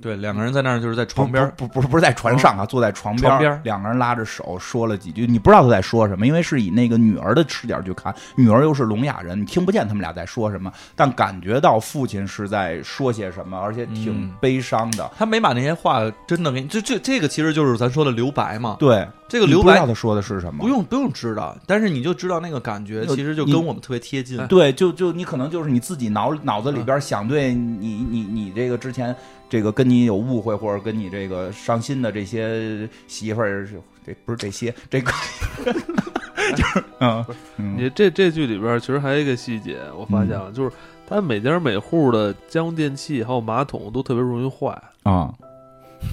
Speaker 3: 对，两个人在那儿就是在床边儿，哦
Speaker 2: 不不不是不是在船上啊，坐在床边儿
Speaker 3: 床边儿
Speaker 2: 两个人拉着手说了几句，你不知道他在说什么，因为是以那个女儿的视角去看，女儿又是聋哑人，你听不见他们俩在说什么，但感觉到父亲是在说些什么，而且挺
Speaker 3: 嗯
Speaker 2: 悲伤的。
Speaker 3: 他没把那些话真的给你，这这这个其实就是咱说的留白嘛。
Speaker 2: 对，
Speaker 3: 这个
Speaker 2: 你
Speaker 3: 留
Speaker 2: 不知道
Speaker 3: 白
Speaker 2: 他说的是什么，
Speaker 3: 不用不用知道，但是你就知道那个感觉，
Speaker 2: 就
Speaker 3: 其实就
Speaker 2: 你
Speaker 3: 跟我们特别贴近。
Speaker 2: 对，就就你可能就是你自己脑脑子
Speaker 3: 嗯
Speaker 2: 里边想对你你你这个之前这个跟你有误会或者跟你这个伤心的这些媳妇儿，这不是这些这个， (laughs) 就是嗯嗯
Speaker 1: 你这这剧里边儿其实还有一个细节，我发现了，就是它每家每户的家用电器还有马桶都特别容易坏，
Speaker 2: 啊，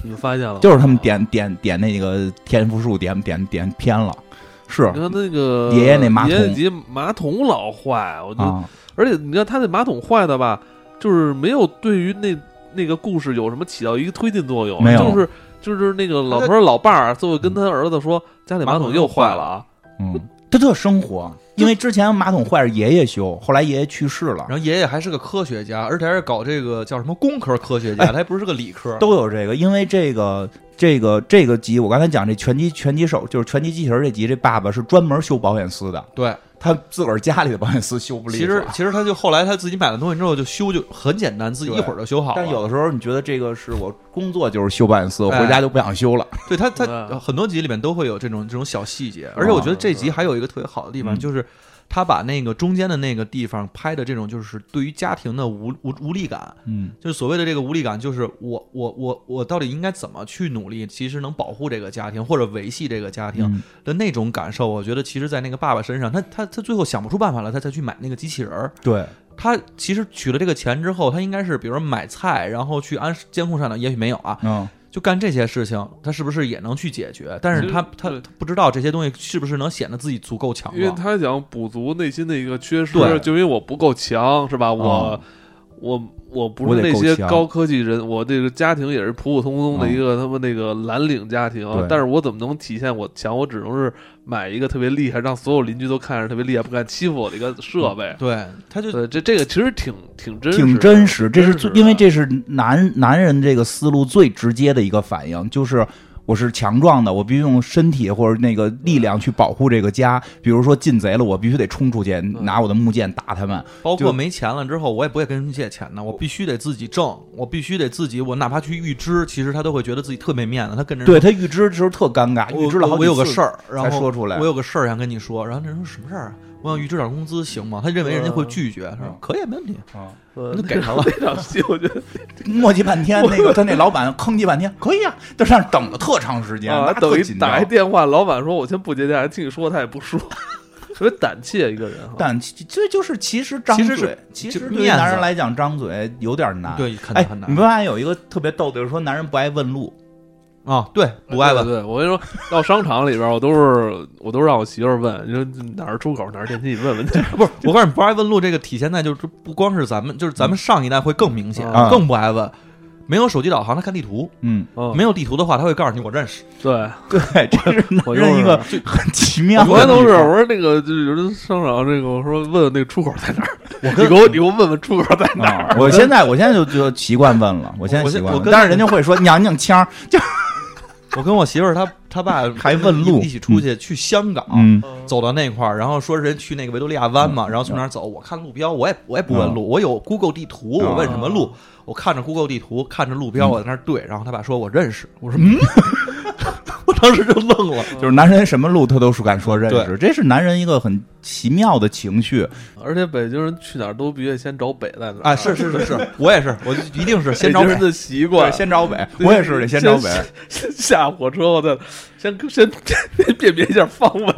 Speaker 1: 你们发现了吗？
Speaker 2: 就是他们点点点那个天赋树点点点偏了，啊是
Speaker 1: 你看那个
Speaker 2: 爷爷那马桶
Speaker 1: 爷爷级马桶老坏，我就、
Speaker 2: 啊，
Speaker 1: 而且你看他那马桶坏的吧，就是没有对于那那个故事有什么起到一个推进作用，
Speaker 2: 没有
Speaker 1: 就是就是那个老头儿老伴儿最后跟他儿子说家里马桶又坏了啊，
Speaker 2: 嗯，他特生活，因为之前马桶坏是爷爷修，后来爷爷去世了。
Speaker 3: 然后爷爷还是个科学家，而且还是搞这个叫什么工科科学家，
Speaker 2: 哎
Speaker 3: 他还不是个理科。
Speaker 2: 都有这个，因为这个这个这个集，我刚才讲这拳击拳击手就是拳击机器人这集，这爸爸是专门修保险丝的，
Speaker 3: 对，
Speaker 2: 他自个儿家里的保险丝修不利
Speaker 3: 其
Speaker 2: 索
Speaker 3: 实其实他就后来他自己买了东西之后就修就很简单，自己
Speaker 2: 对
Speaker 3: 一会儿就修好了。
Speaker 2: 但有的时候你觉得这个是我工作就是修保险丝，我
Speaker 3: 哎
Speaker 2: 回家就不想修了。
Speaker 3: 对他
Speaker 2: (laughs)
Speaker 3: 他
Speaker 1: 对
Speaker 3: 很多集里面都会有这种这种小细节，而且我觉得这集还有一个特别好的地方
Speaker 2: 嗯
Speaker 3: 就是。他把那个中间的那个地方拍的这种，就是对于家庭的无无无力感，
Speaker 2: 嗯，
Speaker 3: 就是所谓的这个无力感，就是我我我我到底应该怎么去努力，其实能保护这个家庭或者维系这个家庭
Speaker 2: 嗯
Speaker 3: 的那种感受，我觉得其实，在那个爸爸身上，他他他最后想不出办法了，他才去买那个机器人儿。
Speaker 2: 对，
Speaker 3: 他其实取了这个钱之后，他应该是比如说买菜，然后去安监控上的，也许没有啊，
Speaker 2: 嗯，
Speaker 3: 就干这些事情，他是不是也能去解决？但是他
Speaker 2: 啊
Speaker 1: 其实
Speaker 3: 他
Speaker 1: 对
Speaker 3: 他不知道这些东西是不是能显得自己足够强
Speaker 1: 因为
Speaker 3: 壮。
Speaker 1: 他想补足内心的一个缺失
Speaker 2: 对，
Speaker 1: 就因为我不够强是吧？我、
Speaker 2: 哦
Speaker 1: 我。我不
Speaker 2: 我
Speaker 1: 是
Speaker 2: 得
Speaker 1: 那
Speaker 2: 够
Speaker 1: 些
Speaker 2: 强
Speaker 1: 高科技人，我这个家庭也是普普通通的
Speaker 2: 嗯
Speaker 1: 一个他们那个蓝领家庭啊
Speaker 2: 对，
Speaker 1: 但是我怎么能体现我强？我只能是买一个特别厉害，让所有邻居都看着特别厉害，不敢欺负我的一个设备。
Speaker 3: 对，他就
Speaker 1: 对，呃这这个其实挺挺真实的，
Speaker 2: 挺
Speaker 3: 啊
Speaker 2: 真实，这是
Speaker 1: 真
Speaker 2: 最
Speaker 1: 的
Speaker 2: 因为这是男男人这个思路最直接的一个反应，就是。我是强壮的，我必须用身体或者那个力
Speaker 3: 嗯
Speaker 2: 量去保护这个家。比如说进贼了，我必须得冲出
Speaker 3: 嗯
Speaker 2: 去，拿我的木剑打他们。
Speaker 3: 包
Speaker 2: 就
Speaker 3: 括没钱了之后，我也不会跟人借钱的，我必须得自己挣，我必须得自己，我哪怕去预支，其实他都会觉得自己特没面子，他跟人
Speaker 2: 对他预知的时候特尴尬，
Speaker 3: 我
Speaker 2: 预知了好
Speaker 3: 我
Speaker 2: 几
Speaker 3: 有个
Speaker 2: 次
Speaker 3: 事儿，然后
Speaker 2: 才说出来
Speaker 3: 我有个事儿想跟你说，然后那人说什么事儿啊？我想预支点工资行吗？他认为人家会拒绝，他说
Speaker 2: 嗯
Speaker 3: 可以没问题，
Speaker 2: 啊
Speaker 1: 呃
Speaker 3: 那给
Speaker 2: (laughs)
Speaker 3: 他了。
Speaker 1: 那场戏我觉得
Speaker 2: 磨叽半天，那个他那老板吭叽半天，可以啊，在上等了特长时间，
Speaker 1: 啊
Speaker 2: 哎那，
Speaker 1: 等
Speaker 2: 特
Speaker 1: 于
Speaker 2: 紧
Speaker 1: 打一
Speaker 2: 张。
Speaker 1: 电话，老板说我先不接电话，听你说他也不说， (laughs) 特别胆怯一个人哈。
Speaker 2: 但其这就是其实张
Speaker 3: 其实是
Speaker 2: 嘴，其
Speaker 3: 就
Speaker 2: 实对于
Speaker 3: 面
Speaker 2: 男
Speaker 3: 子啊
Speaker 2: 人来讲，张嘴有点难。，
Speaker 3: 对，很
Speaker 2: 哎，
Speaker 3: 很
Speaker 2: 你
Speaker 3: 难
Speaker 2: 不发现有一个特别逗的，就是说男人不爱问路，
Speaker 3: 啊，对，不爱
Speaker 1: 对
Speaker 2: 呃
Speaker 3: 问，
Speaker 1: 对，我跟你说，到商场里边，我都是我都让我媳妇儿问，你说哪儿出口，哪儿电梯，你问问
Speaker 2: (laughs)
Speaker 1: 去。
Speaker 3: 不是我告诉你，不爱问路这个体现在就是不光是咱们，就是
Speaker 2: 嗯
Speaker 3: 咱们上一代会更明显，
Speaker 1: 啊
Speaker 3: 更不爱问。没有手机导航，他看地图；
Speaker 2: 嗯，
Speaker 1: 嗯，
Speaker 3: 没有地图的话，他会告诉你我认识。
Speaker 1: 对，
Speaker 2: (laughs) 对，这是男
Speaker 1: 我
Speaker 2: 人
Speaker 1: 就是
Speaker 2: 一个很奇妙的。
Speaker 1: 我都是，我说那个就是有人商场这个，我说问问那个出口在哪儿，你给我你给我问问出口在哪儿。
Speaker 2: 啊，我现在我现在就就习惯问了，我现在
Speaker 3: 我
Speaker 2: 习
Speaker 3: 跟
Speaker 2: 惯
Speaker 3: 我
Speaker 2: 问，
Speaker 3: 跟
Speaker 2: 但是人家会说娘娘腔儿，
Speaker 3: 我跟我媳妇儿她她爸
Speaker 2: 还问路
Speaker 3: 一起出去去香港，
Speaker 2: 嗯，
Speaker 3: 走到那块儿，然后说人去那个维多利亚湾嘛，然后从那儿走。我看路标，我也我也不问路，我有 Google 地图，
Speaker 2: 啊
Speaker 3: 我问什么路，我看着 Google 地图，看着路标，
Speaker 2: 嗯
Speaker 3: 我在那儿对。然后他爸说我认识，我说嗯， (laughs) 我当时就愣了。
Speaker 2: 就是男人什么路他都是敢说认
Speaker 3: 对
Speaker 2: 识，这是男人一个很奇妙的情绪。
Speaker 1: 而且北京人去哪儿都必须先找北在哪儿
Speaker 3: 啊，是是是是，我也是，我就一定是先找
Speaker 1: 北京
Speaker 3: 北
Speaker 1: 人的习
Speaker 2: 对，
Speaker 1: 惯，
Speaker 2: 先找北， (laughs) 我也是得先找北。
Speaker 1: 先下火车，我再先先 (laughs) 先辨别一下方位。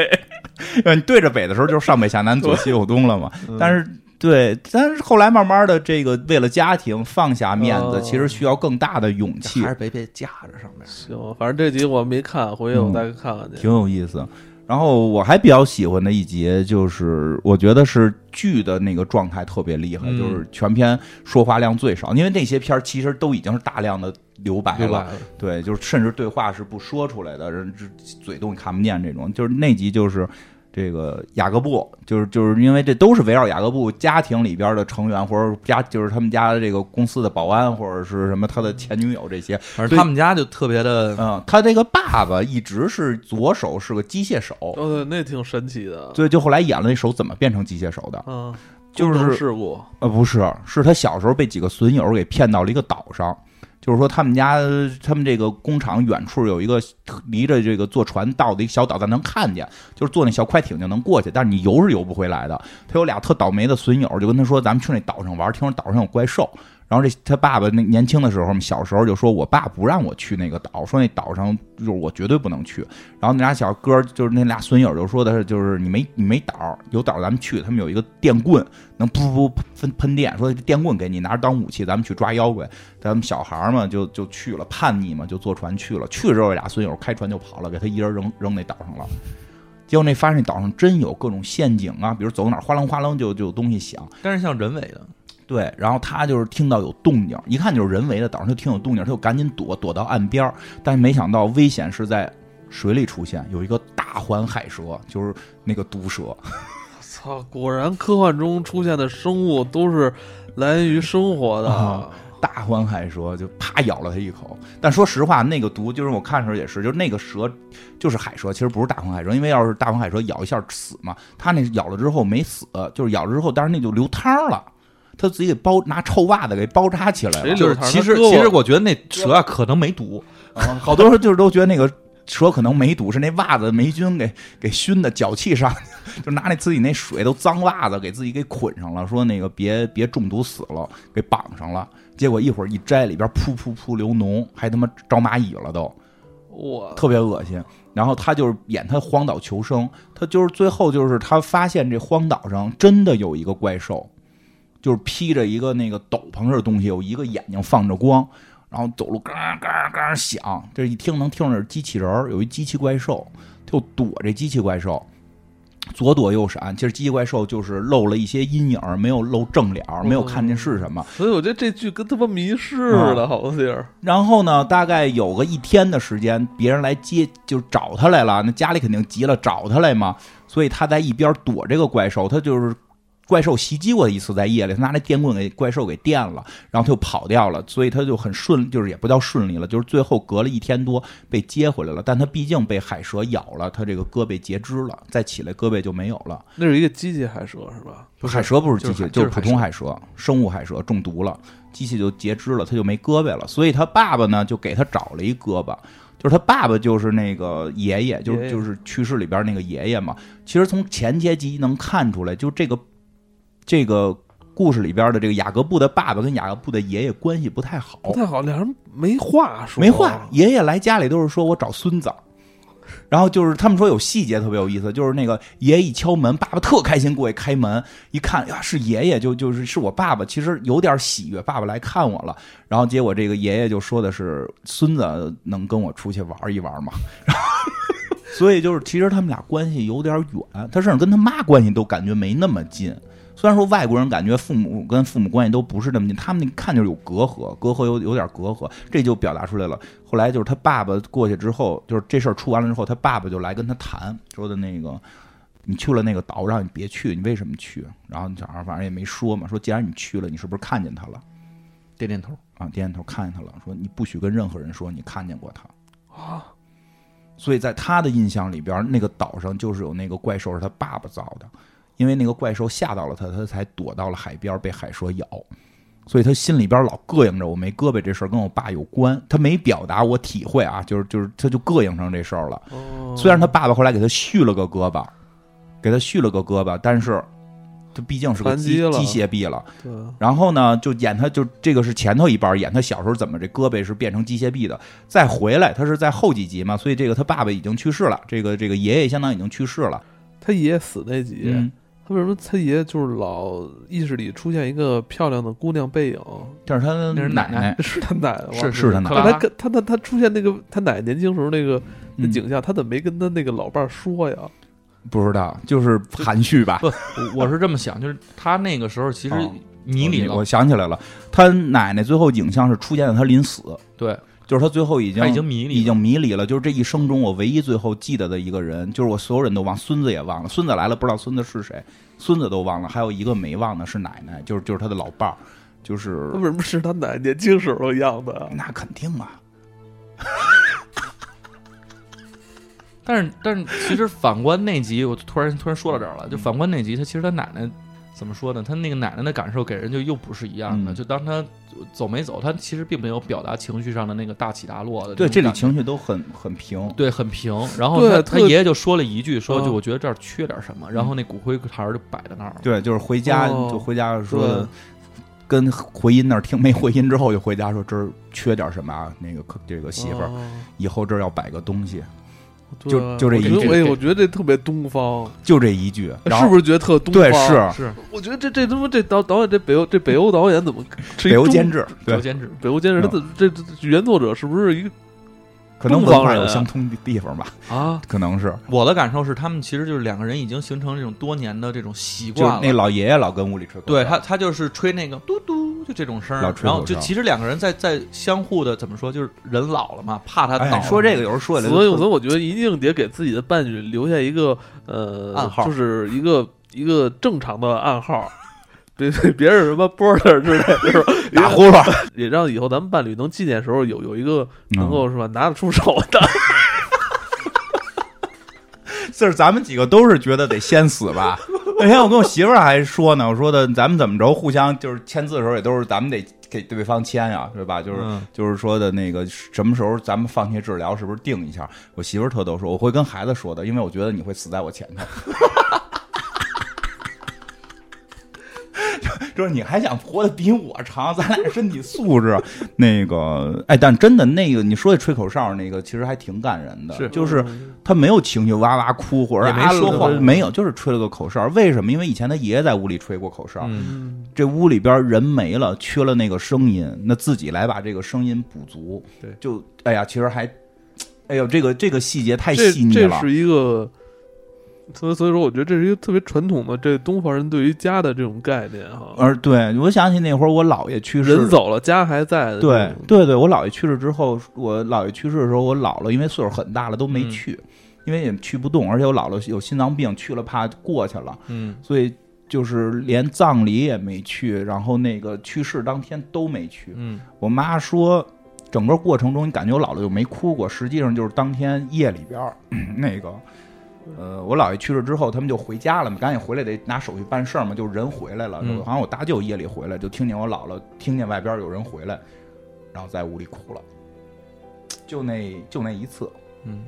Speaker 2: 呃嗯你对着北的时候，就是上北下南左西右东了嘛。但是对，但是后来慢慢的，这个为了家庭放下面子，
Speaker 1: 哦
Speaker 2: 其实需要更大的勇气
Speaker 3: 还，是别别架着上面。
Speaker 1: 行，反正这集我没看，回去我再看看去。
Speaker 2: 嗯挺有意思。然后我还比较喜欢的一节就是，我觉得是剧的那个状态特别厉害，
Speaker 3: 嗯
Speaker 2: 就是全篇说话量最少，因为那些片儿其实都已经是大量的留白
Speaker 3: 对
Speaker 2: 了
Speaker 3: 吧，？
Speaker 2: 对，就是甚至对话是不说出来的，人这嘴都看不见这种。就是那集就是这个雅各布，就是就是因为这都是围绕雅各布家庭里边的成员，或者家就是他们家的这个公司的保安，或者是什么他的前女友这些。
Speaker 3: 反正他们家就特别的，
Speaker 2: 嗯，他这个爸爸一直是左手是个机械手，
Speaker 1: 哦，对，那挺神奇的。
Speaker 2: 所以就后来演了那手怎么变成机械手的。
Speaker 1: 嗯，
Speaker 2: 就是
Speaker 1: 工程事故。
Speaker 2: 呃，不是，是他小时候被几个损友给骗到了一个岛上，就是说他们家他们这个工厂远处有一个离着这个坐船到的一个小岛，咱能看见，就是坐那小快艇就能过去，但是你游是游不回来的。他有俩特倒霉的损友，就跟他说咱们去那岛上玩，听说岛上有怪兽。然后这他爸爸那年轻的时候嘛，小时候就说我爸不让我去那个岛，说那岛上就是我绝对不能去。然后那俩小哥儿就是那俩损友就说的是就是你没你没岛，有岛咱们去。他们有一个电棍，能噗噗噗喷喷电，说电棍给你拿着当武器，咱们去抓妖怪。咱们小孩儿嘛就就去了，叛逆嘛就坐船去了。去了之后，俩孙友开船就跑了，给他一人扔扔那岛上了。结果那发现那岛上真有各种陷阱啊，比如走哪儿哗啷哗啷就就有东西响。
Speaker 3: 但是像人为的，
Speaker 2: 对，然后他就是听到有动静，一看就是人为的，岛上就听有动静，他就赶紧躲，躲到岸边儿。但是没想到危险是在水里出现，有一个大环海蛇，就是那个毒蛇。
Speaker 1: 操，果然科幻中出现的生物都是来源于生活的。
Speaker 2: 啊大环海蛇就啪咬了他一口。但说实话，那个毒就是我看的时候也是，就是那个蛇就是海蛇，其实不是大环海蛇，因为要是大环海蛇咬一下死嘛，它那咬了之后没死，就是咬了之后，但是那就流汤了。它自己给包拿臭袜子给包扎起来
Speaker 1: 谁
Speaker 2: 了，
Speaker 1: 流
Speaker 3: 就是
Speaker 1: 汤
Speaker 3: 其
Speaker 1: 他
Speaker 3: 实
Speaker 1: 割我
Speaker 3: 其实我觉得那蛇啊可能没毒，
Speaker 2: 啊好多人就是都觉得那个蛇可能没毒，是那袜子霉菌给给熏的，脚气上， (laughs) 就拿那自己那水都脏袜子给自己给捆上了，说那个别别中毒死了，给绑上了。结果一会儿一摘，里边噗噗噗流脓，还他妈招蚂蚁了都。
Speaker 1: 我
Speaker 2: 特别恶心。然后他就是演他荒岛求生，他就是最后就是他发现这荒岛上真的有一个怪兽，就是披着一个那个斗篷似的东西，有一个眼睛放着光，然后走路嘎嘎嘎响，这一听能听着是机器人儿，有一机器怪兽，就躲这机器怪兽。左躲右闪，其实机器怪兽就是露了一些阴影儿，没有露正脸儿，没有看见是什么。
Speaker 1: 所以我觉得这剧跟他妈迷失似的，
Speaker 2: 啊
Speaker 1: 好像是。
Speaker 2: 然后呢，大概有个一天的时间，别人来接，就是找他来了。那家里肯定急了，找他来嘛。所以他在一边躲这个怪兽，他就是怪兽袭击过一次，在夜里，他拿那电棍给怪兽给电了，然后他就跑掉了。所以他就很顺，就是也不叫顺利了，就是最后隔了一天多被接回来了。但他毕竟被海蛇咬了，他这个胳膊截肢了，再起来胳膊就没有了。
Speaker 1: 那是一个机器海蛇是吧？
Speaker 2: 海蛇不是机
Speaker 3: 就是
Speaker 2: 器，
Speaker 3: 海
Speaker 2: 就是
Speaker 3: 就是
Speaker 2: 普
Speaker 3: 海
Speaker 2: 通海蛇，生物海蛇中毒了，机器就截肢了，他就没胳膊了。所以他爸爸呢，就给他找了一胳膊，就是他爸爸就是那个爷爷，就
Speaker 1: 爷
Speaker 2: 是
Speaker 1: 爷
Speaker 2: 就是去世里边那个爷爷嘛。其实从前些集能看出来，就这个这个故事里边的这个雅各布的爸爸跟雅各布的爷爷关系不太好，
Speaker 1: 不太好，俩人没话说，
Speaker 2: 没话。爷爷来家里都是说我找孙子。然后就是他们说有细节特别有意思，就是那个爷爷一敲门，爸爸特开心过去开门，一看哎呀是爷爷，就就是是我爸爸，其实有点喜悦，爸爸来看我了。然后结果这个爷爷就说的是孙子能跟我出去玩一玩吗？然后 (laughs) 所以就是其实他们俩关系有点远，他甚至跟他妈关系都感觉没那么近。虽然说外国人感觉父母跟父母关系都不是那么近，他们那看就是有隔阂，隔阂有有点隔阂，这就表达出来了。后来就是他爸爸过去之后，就是这事儿出完了之后，他爸爸就来跟他谈，说的那个你去了那个岛，让你别去，你为什么去？然后小孩反正也没说嘛，说既然你去了，你是不是看见他了？
Speaker 3: 点点头。
Speaker 2: 啊，点点头看见他了，说你不许跟任何人说你看见过他啊。所以在他的印象里边，那个岛上就是有那个怪兽是他爸爸造的，因为那个怪兽吓到了他，他才躲到了海边被海蛇咬。所以他心里边老膈应着我没胳膊这事儿跟我爸有关，他没表达我体会啊，就是就是他就膈应上这事儿了。
Speaker 1: 哦。
Speaker 2: 虽然他爸爸后来给他续了个胳膊，给他续了个胳膊，但是他毕竟是个
Speaker 1: 残
Speaker 2: 机
Speaker 1: 疾了
Speaker 2: 机械臂了，
Speaker 1: 对
Speaker 2: 然后呢，就演他就这个是前头一半演他小时候怎么这胳膊是变成机械臂的，再回来他是在后几集嘛，所以这个他爸爸已经去世了，这个这个爷爷相当已经去世了，
Speaker 1: 他爷爷死那集，
Speaker 2: 嗯，
Speaker 1: 他为什么他爷就是老意识里出现一个漂亮的姑娘背影？
Speaker 2: 但是他
Speaker 3: 那是奶
Speaker 2: 奶
Speaker 1: (laughs)
Speaker 3: 奶
Speaker 1: 是他奶奶吗？
Speaker 3: 是
Speaker 2: 哎是的呢
Speaker 3: 克
Speaker 1: 但
Speaker 3: 拉
Speaker 1: 他跟他他他出现那个他奶年轻时候那个
Speaker 2: 嗯
Speaker 1: 那景象，他怎么没跟他那个老伴儿说呀？
Speaker 2: 不知道，就是含蓄吧。
Speaker 3: 不，我我是这么想，就是他那个时候其实
Speaker 2: 哦
Speaker 3: 迷里了
Speaker 2: 我，想起来了，他奶奶最后影像是出现在他临死，
Speaker 3: 对
Speaker 2: 就是他最后已经
Speaker 3: 他已经迷
Speaker 2: 已
Speaker 3: 里了，
Speaker 2: 经迷离了，就是这一生中我唯一最后记得的一个人，就是我所有人都忘，孙子也忘了，孙子来了不知道孙子是谁，孙子都忘了，还有一个没忘的是奶奶，就是就是他的老伴儿，就是
Speaker 1: 那为什么是他奶年轻时候的样子啊？
Speaker 2: 那肯定啊，
Speaker 3: 但是但是其实反观那集，我突然突然说到这儿了，就反观那集，他其实他奶奶怎么说呢？他那个奶奶的感受给人就又不是一样的。
Speaker 2: 嗯
Speaker 3: 就当他走没走，他其实并没有表达情绪上的那个大起大落的。
Speaker 2: 对，这里。情绪都很很平，
Speaker 3: 对，很平。然后
Speaker 1: 对
Speaker 3: 他
Speaker 1: 特
Speaker 3: 他爷爷就说了一句，说
Speaker 1: 嗯
Speaker 3: 就我觉得这儿缺点什么。然后那骨灰坛儿就摆在那儿了。
Speaker 2: 对，就是回家、
Speaker 1: 哦
Speaker 2: 就回家说
Speaker 1: 对
Speaker 2: 跟回音那儿听没回音之后就回家说这儿缺点什么啊，那个可这个媳妇儿、
Speaker 1: 哦
Speaker 2: 以后这儿要摆个东西，
Speaker 1: 对
Speaker 2: 就就这一
Speaker 1: 我觉
Speaker 3: 句
Speaker 1: 得哎，我觉得这特别东方，
Speaker 2: 就这一句，然
Speaker 1: 是
Speaker 2: 后
Speaker 1: 不是觉得特东方？
Speaker 2: 对是
Speaker 3: 是
Speaker 1: 我觉得这这他妈这导导演这北欧这北欧导演怎么是一
Speaker 2: 北欧监
Speaker 1: 中
Speaker 2: 制，
Speaker 3: 刘
Speaker 2: 对，
Speaker 3: 监制，
Speaker 1: 北欧监制他怎这这这原作者是不是一个
Speaker 2: 可能
Speaker 1: 东
Speaker 2: 文
Speaker 1: 方
Speaker 2: 化
Speaker 1: 人
Speaker 2: 有相通的地方吧，
Speaker 1: 啊？
Speaker 2: 可能是。
Speaker 3: 我的感受是，他们其实就是两个人已经形成这种多年的这种习
Speaker 2: 就
Speaker 3: 惯了。
Speaker 2: 那老爷爷老跟屋里吃口
Speaker 3: 对
Speaker 2: 哨
Speaker 3: 他，他就是吹那个嘟嘟，就这种声儿
Speaker 2: 老吹
Speaker 3: 然后
Speaker 2: 口
Speaker 3: 就
Speaker 2: 哨
Speaker 3: 其实两个人在在相互的怎么说，就是人老了嘛，怕他
Speaker 2: 哎
Speaker 3: 倒。
Speaker 2: 说这个有时候说起来就
Speaker 1: 所以，
Speaker 2: 特
Speaker 1: 所以我觉得一定得给自己的伴侣留下一个呃
Speaker 3: 暗号
Speaker 1: 就是一个一个正常的暗号，别 (laughs) 别别是什么 border 之类的，是吧？
Speaker 2: 打呼噜，
Speaker 1: 也让以后咱们伴侣能纪念时候有有一个能
Speaker 2: 嗯
Speaker 1: 够是吧拿得出手的。
Speaker 2: 就是咱们几个都是觉得得先死吧。那天我跟我媳妇儿还说呢，我说的咱们怎么着，互相就是签字的时候也都是咱们得给对方签呀、对吧？就是、
Speaker 3: 嗯
Speaker 2: 就是说的那个什么时候咱们放弃治疗，是不是定一下？我媳妇儿特逗说，我会跟孩子说的，因为我觉得你会死在我前头。 (laughs) 就是你还想活得比我长，咱俩身体素质，那个，哎，但真的那个，你说起吹口哨那个，其实还挺感人
Speaker 1: (laughs)
Speaker 2: 的，
Speaker 3: 是嗯
Speaker 2: 就是
Speaker 1: 嗯
Speaker 2: 他没有情绪哇哇哭，或者
Speaker 3: 也没
Speaker 2: 啊
Speaker 3: 说
Speaker 2: 了
Speaker 3: 谎
Speaker 2: 没有，就是吹了个口哨。为什么？因为以前他爷爷在屋里吹过口哨，
Speaker 3: 嗯，
Speaker 1: 嗯，
Speaker 2: 这屋里边人没了，缺了那个声音，那自己来把这个声音补足。
Speaker 3: 对
Speaker 2: 就哎呀，其实还，哎呦，这个这个细节太
Speaker 1: 这
Speaker 2: 细腻
Speaker 1: 这
Speaker 2: 了。
Speaker 1: 是一个。所以，所以说，我觉得这是一个特别传统的这东方人对于家的这种概念哈。
Speaker 2: 而对我想起那会儿我姥爷去世，
Speaker 1: 人走嗯了，家还在的这
Speaker 2: 对
Speaker 1: 种。
Speaker 2: 对对，我姥爷去世之后，我姥爷去世的时候，我姥姥因为岁数很大了都没
Speaker 3: 嗯
Speaker 2: 去，因为也去不动，而且我姥姥有心脏病，去了怕过去了，
Speaker 3: 嗯，
Speaker 2: 所以就是连葬礼也没去，然后那个去世当天都没去。
Speaker 3: 嗯，
Speaker 2: 我妈说，整个过程中你感觉我姥姥就没哭过，实际上就是当天夜里边儿 (clears throat) 那个。呃，我姥爷去世之后，他们就回家了嘛，赶紧回来得拿手续办事儿嘛，就是人回来了。
Speaker 3: 嗯
Speaker 2: 好像我大舅夜里回来，就听见我姥姥听见外边有人回来，然后在屋里哭了，就那就那一次。
Speaker 3: 嗯，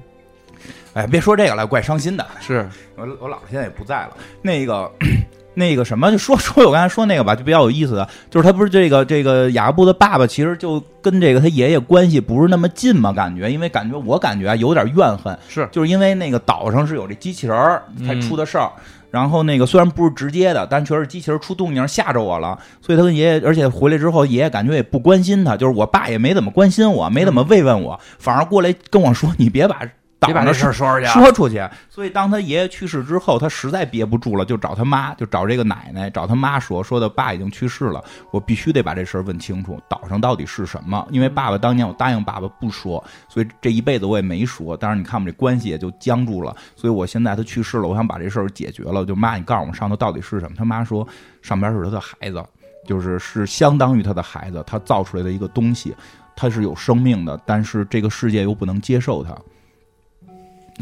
Speaker 2: 哎，别说这个了，怪伤心的。
Speaker 3: 是
Speaker 2: 我我姥姥现在也不在了。那个 (clears throat) 那个什么，就说说我刚才说那个吧，就比较有意思的，就是他不是这个这个雅各布的爸爸，其实就跟这个他爷爷关系不是那么近嘛，感觉，因为感觉我感觉啊有点怨恨，
Speaker 3: 是，嗯
Speaker 2: 就是因为那个岛上是有这机器人儿才出的事儿。然后那个虽然不是直接的，但确实机器人出动静吓着我了，所以他跟爷爷，而且回来之后，爷爷感觉也不关心他，就是我爸也没怎么关心我，没怎么慰问我，反而过来跟我说：“你别把岛
Speaker 3: 别把
Speaker 2: 上
Speaker 3: 这
Speaker 2: 的
Speaker 3: 事儿说出去啊。
Speaker 2: 说出去。所以当他爷爷去世之后，他实在憋不住了，就找他妈，就找这个奶奶，找他妈说，说的爸已经去世了，我必须得把这事儿问清楚，岛上到底是什么？因为爸爸当年我答应爸爸不说，所以这一辈子我也没说。但是你看我们这关系也就僵住了，所以我现在他去世了，我想把这事儿解决了，就妈，你告诉我上头到底是什么？他妈说上边是他的孩子。就是是相当于他的孩子，他造出来的一个东西，他是有生命的，但是这个世界又不能接受他，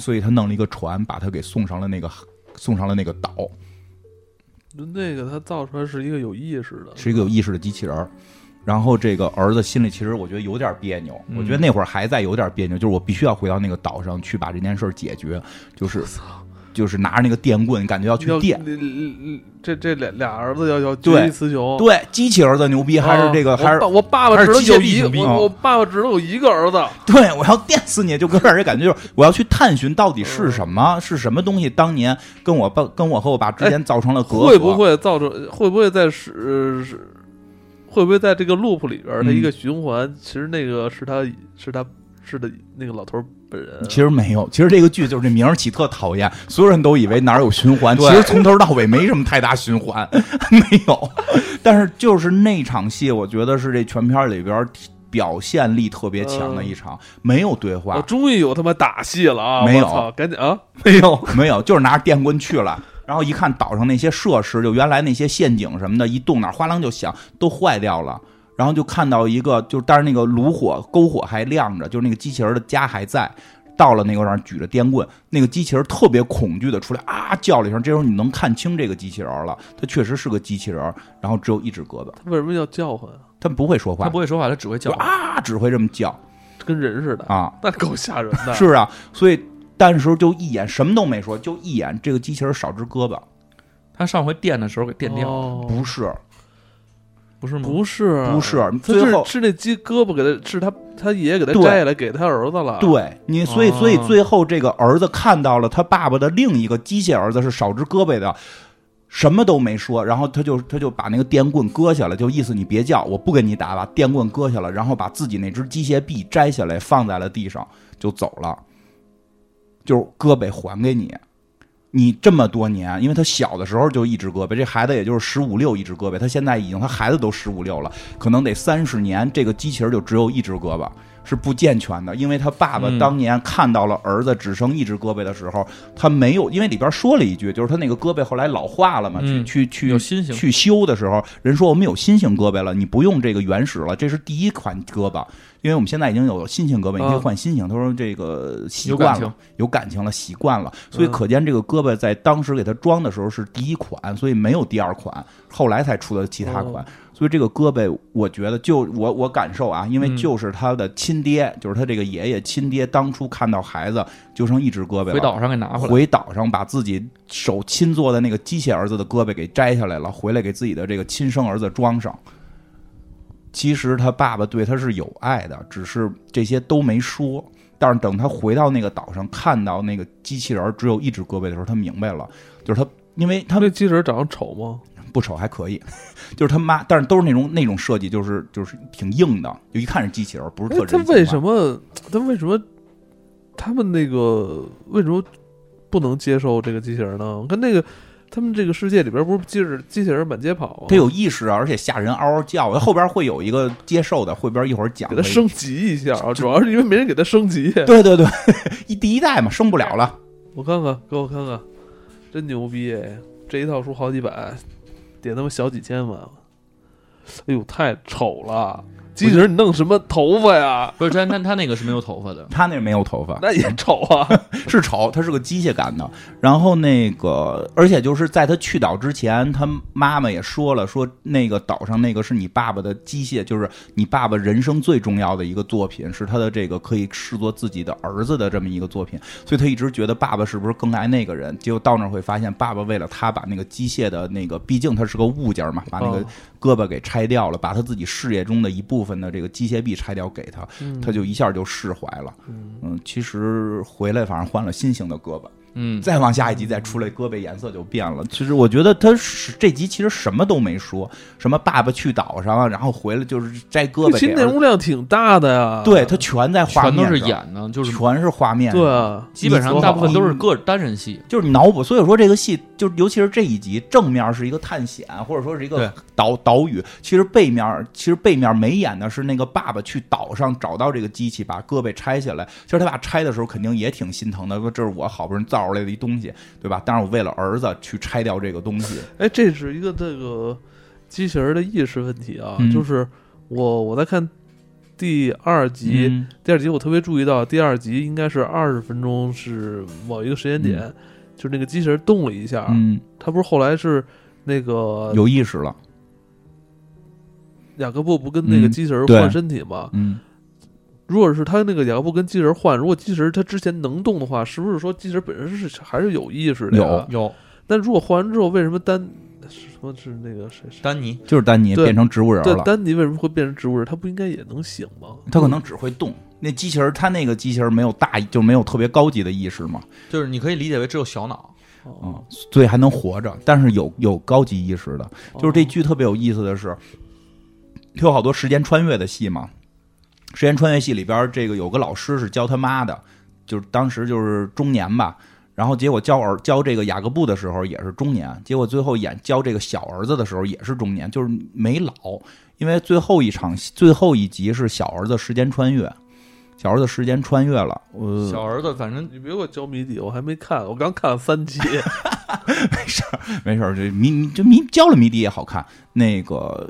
Speaker 2: 所以他弄了一个船，把他给送上了那个送上了那个岛，
Speaker 1: 那个他造出来是一个有意识的，
Speaker 2: 是一个有意识的机器人儿。然后这个儿子心里其实我觉得有点别扭，
Speaker 3: 嗯
Speaker 2: 我觉得那会儿还在有点别扭，就是我必须要回到那个岛上去把这件事儿解决，就是就是拿着那个电棍，感觉要去
Speaker 1: 要
Speaker 2: 电。
Speaker 1: 这这俩俩儿子要要决
Speaker 2: 对
Speaker 1: 一雌雄，
Speaker 2: 对，机器儿子牛逼，
Speaker 1: 啊，
Speaker 2: 还是这个，还是
Speaker 1: 我爸我爸爸
Speaker 2: 还
Speaker 1: 只
Speaker 2: 是
Speaker 1: 能
Speaker 2: 机械
Speaker 1: 有
Speaker 2: 臂
Speaker 1: 一
Speaker 2: 牛逼
Speaker 1: 我我爸爸只能有一个儿子，
Speaker 2: 对，我要电死你，就给人这感觉就是我要去探寻到底是什么，是什么东西当年跟我爸、跟我和我爸之间造成了隔阂，
Speaker 1: 哎会不会造成？会不会在是、呃是会不会在这个 loop 里边儿的一个
Speaker 2: 嗯
Speaker 1: 循环？其实那个是他，是他，是的那个老头儿本人。
Speaker 2: 其实没有，其实这个剧就是这名儿起特讨厌，所有人都以为哪儿有循环，其
Speaker 3: 对
Speaker 2: 实从头到尾没什么太大循环， (laughs) 没有。但是就是那场戏，我觉得是这全片儿里边儿表现力特别强的一场，没有对话，
Speaker 1: 我终于有他妈打戏了啊！
Speaker 2: 没有
Speaker 1: 我操，赶紧啊！
Speaker 3: (laughs) 哎
Speaker 2: 没有， (laughs) 没有，就是拿着电棍去了。然后一看岛上那些设施，就原来那些陷阱什么的，一动哪儿哗啷就响，都坏掉了。然后就看到一个，就是但是那个炉火篝火还亮着，就是那个机器人的家还在。到了那个那儿举着电棍，那个机器人特别恐惧的出来啊叫了一声。这时候你能看清这个机器人了，它确实是个机器人，然后只有一只胳膊，
Speaker 1: 他为什么要叫唤啊？
Speaker 2: 它不会说
Speaker 3: 他
Speaker 2: 话，
Speaker 3: 不会说话，他只会
Speaker 2: 就
Speaker 3: 叫。
Speaker 2: 啊只会这么叫
Speaker 1: 跟人似的，
Speaker 2: 啊。
Speaker 1: 那够吓人的。
Speaker 2: 是啊，所以但是就一眼什么都没说，就一眼这个机器人少只胳膊，
Speaker 3: 他上回电的时候给电掉了，
Speaker 1: 哦
Speaker 2: 不是。
Speaker 3: 不是吗？
Speaker 1: 不是
Speaker 2: 不是
Speaker 1: 他
Speaker 2: 嗯最后
Speaker 1: 是是那鸡胳膊给他，是他他爷爷给他
Speaker 2: 对
Speaker 1: 摘下来给他儿子了。，
Speaker 2: 对你，所以所以
Speaker 1: 哦
Speaker 2: 最后这个儿子看到了他爸爸的另一个机械儿子是少只胳膊的，什么都没说，然后他就他就把那个电棍割下来，就意思你别叫，我不跟你打把电棍割下来，然后把自己那只机械臂摘下来放在了地上就走了，就是胳膊还给你。你这么多年，因为他小的时候就一只胳膊，这孩子也就是十五六一只胳膊，他现在已经他孩子都十五六了，可能得三十年，这个机器人就只有一只胳膊，是不健全的。因为他爸爸
Speaker 3: 嗯
Speaker 2: 当年看到了儿子只剩一只胳膊的时候，他没有，因为里边说了一句，就是他那个胳膊后来老化了嘛，
Speaker 3: 嗯
Speaker 2: 去去
Speaker 3: 有
Speaker 2: 去
Speaker 3: 新型
Speaker 2: 去修的时候，人说我们有新型胳膊了，你不用这个原始了，这是第一款胳膊，因为我们现在已经有新型胳膊，你可以
Speaker 1: 啊
Speaker 2: 换新型。他说这个习
Speaker 3: 有
Speaker 2: 惯
Speaker 3: 感情
Speaker 2: 了，有感情了，习惯了，所以
Speaker 1: 嗯
Speaker 2: 可见这个胳膊在当时给他装的时候是第一款，所以没有第二款，后来才出的其他
Speaker 3: 哦
Speaker 2: 款。所以这个胳膊，我觉得就我我感受啊，因为
Speaker 3: 嗯
Speaker 2: 就是他的亲爹，就是他这个爷爷亲爹，当初看到孩子就剩一只胳膊了，
Speaker 3: 回岛上给
Speaker 1: 啊
Speaker 3: 拿回来。
Speaker 2: 回岛上把自己手亲做的那个机械儿子的胳膊给摘下来了，回来给自己的这个亲生儿子装上。其实他爸爸对他是有爱的，只是这些都没说。但是等他回到那个岛上，看到那个机器人儿只有一只胳膊的时候，他明白了，就是他，因为他
Speaker 1: 他那鸡人长得丑吗？
Speaker 2: 不丑还可以， (laughs) 就是他妈，但是都是那种那种设计，就是就是挺硬的，就一看是机器人儿，不是
Speaker 1: 哎
Speaker 2: 特人
Speaker 1: 他
Speaker 2: 性化。
Speaker 1: 为什么？他为什么？他们那个为什么不能接受这个机器人呢？我看那个他们这个世界里边不是机器人机器人满街跑吗？
Speaker 2: 他有意识啊，而且吓人，嗷嗷叫。后边会有一个接受的，后边一会儿讲
Speaker 1: 给他
Speaker 2: 会
Speaker 1: 升级一下啊，主要是因为没人给他升级。
Speaker 2: 对对对， (laughs) 一第一代嘛，升不了了。
Speaker 1: 我看看，给我看看，真牛逼哎！这一套书好几百，得他妈小几千万。哎呦，太丑了！机器人你弄什么头发呀？
Speaker 3: 不是他，他他那个是没有头发的，
Speaker 2: 他那没有头发，
Speaker 1: 那
Speaker 2: (laughs)
Speaker 1: 也丑啊！
Speaker 2: 是丑，他是个机械感的。然后那个，而且就是在他去岛之前，他妈妈也说了，说那个岛上那个是你爸爸的机械，就是你爸爸人生最重要的一个作品，是他的这个可以视作自己的儿子的这么一个作品。所以他一直觉得爸爸是不是更爱那个人？结果到那儿会发现，爸爸为了他把那个机械的那个，毕竟他是个物件嘛，把那个
Speaker 1: 哦
Speaker 2: 胳膊给拆掉了，把他自己事业中的一部分的这个机械臂拆掉给他，他就一下就释怀了。嗯，其实回来反正换了新型的胳膊，
Speaker 3: 嗯，
Speaker 2: 再往下一集再出来，胳膊颜色就变了。其实我觉得他是这集其实什么都没说，什么爸爸去岛上啊，然后回来就是摘胳膊
Speaker 1: 其实
Speaker 2: 给
Speaker 1: 内
Speaker 2: 儿子，
Speaker 1: 容量挺大的呀。
Speaker 2: 对他全在画
Speaker 3: 全
Speaker 2: 面
Speaker 3: 都
Speaker 2: 上，
Speaker 3: 是演的，就是
Speaker 2: 全是画面上，
Speaker 1: 对啊，
Speaker 3: 基本上
Speaker 2: 你
Speaker 3: 大部分都是
Speaker 2: 你
Speaker 3: 个单人戏。
Speaker 2: 就是脑补。所以说这个戏，就尤其是这一集，正面是一个探险，或者说是一
Speaker 3: 对
Speaker 2: 个岛岛屿。其实背面，其实背面没演的是那个爸爸去岛上找到这个机器，把胳膊拆下来。其实他爸拆的时候肯定也挺心疼的，说这是我好不容易造出来的一东西，对吧？但是我为了儿子去拆掉这个东西，
Speaker 1: 哎，这是一个这个机器人的意识问题啊，
Speaker 2: 嗯
Speaker 1: 就是我我在看第二集，
Speaker 2: 嗯
Speaker 1: 第二集我特别注意到，第二集应该是二十分钟是某一个时间点，就是那个机器人动了一下，
Speaker 2: 嗯，
Speaker 1: 他不是后来是那个
Speaker 2: 啊有意识了，
Speaker 1: 嗯雅各布不跟那个
Speaker 2: 嗯
Speaker 1: 机器人
Speaker 2: 对
Speaker 1: 换身体吗？
Speaker 2: 嗯，
Speaker 1: 如果是他那个雅各布跟机器人换，如果机器人他之前能动的话，是不是说机器人本身是还是有意识的？
Speaker 2: 有。
Speaker 3: 有
Speaker 1: 但如果换完之后，为什么丹是什么是那个谁谁？
Speaker 3: 丹尼，
Speaker 2: 就是丹尼
Speaker 1: 对
Speaker 2: 变成植物人
Speaker 1: 对
Speaker 2: 了，
Speaker 1: 丹尼为什么会变成植物人？他不应该也能醒吗？
Speaker 2: 他可能只会动。那机器人，他那个机器人没有大，就没有特别高级的意识嘛，
Speaker 3: 就是你可以理解为只有小脑，
Speaker 1: 哦
Speaker 2: 嗯，所以还能活着，但是有有高级意识的。就是
Speaker 1: 哦
Speaker 2: 这剧特别有意思的是，它有好多时间穿越的戏嘛。时间穿越戏里边，这个有个老师是教他妈的，就是当时就是中年吧。然后结果教儿教这个雅各布的时候也是中年，结果最后演教这个小儿子的时候也是中年，就是没老。因为最后一场戏最后一集是小儿子时间穿越，小儿子时间穿越了，呃，
Speaker 3: 小儿子反正
Speaker 1: 哦你别给我教谜底，我还没看，我刚看了三
Speaker 2: (laughs)
Speaker 1: 集。
Speaker 2: 没事儿，这谜谜这谜交了谜底也好看。那个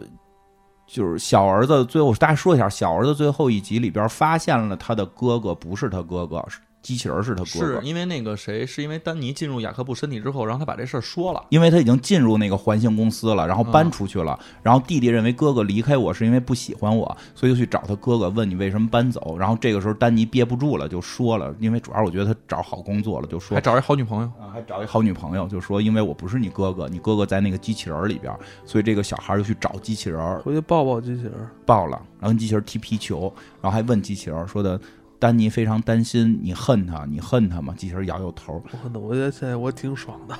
Speaker 2: 就是小儿子最后，大家说一下，小儿子最后一集里边发现了他的哥哥不是他哥哥，是机器人是他哥
Speaker 3: 是
Speaker 2: 哥，
Speaker 3: 因为那个谁，是因为丹尼进入雅克布身体之后，然后他把这事儿说了。
Speaker 2: 因为他已经进入那个环形公司了，然后搬出去了。然后弟弟认为哥哥离开我是因为不喜欢我，所以就去找他哥哥问你为什么搬走。然后这个时候丹尼憋不住了，就说了，因为主要我觉得他找好工作了，就说
Speaker 3: (laughs) 还找一好女朋友，
Speaker 2: 啊，还找一好女朋友，就说因为我不是你哥哥，你哥哥在那个机器人儿里边儿，所以这个小孩儿就去找机器人儿，
Speaker 1: 回去抱抱机器人。
Speaker 2: 爆了，然后跟机器人踢皮球，然后还问机器人说的，丹尼非常担心，你恨他，你恨他吗？机器人摇摇头，
Speaker 1: 我可能我觉得现在我挺爽的。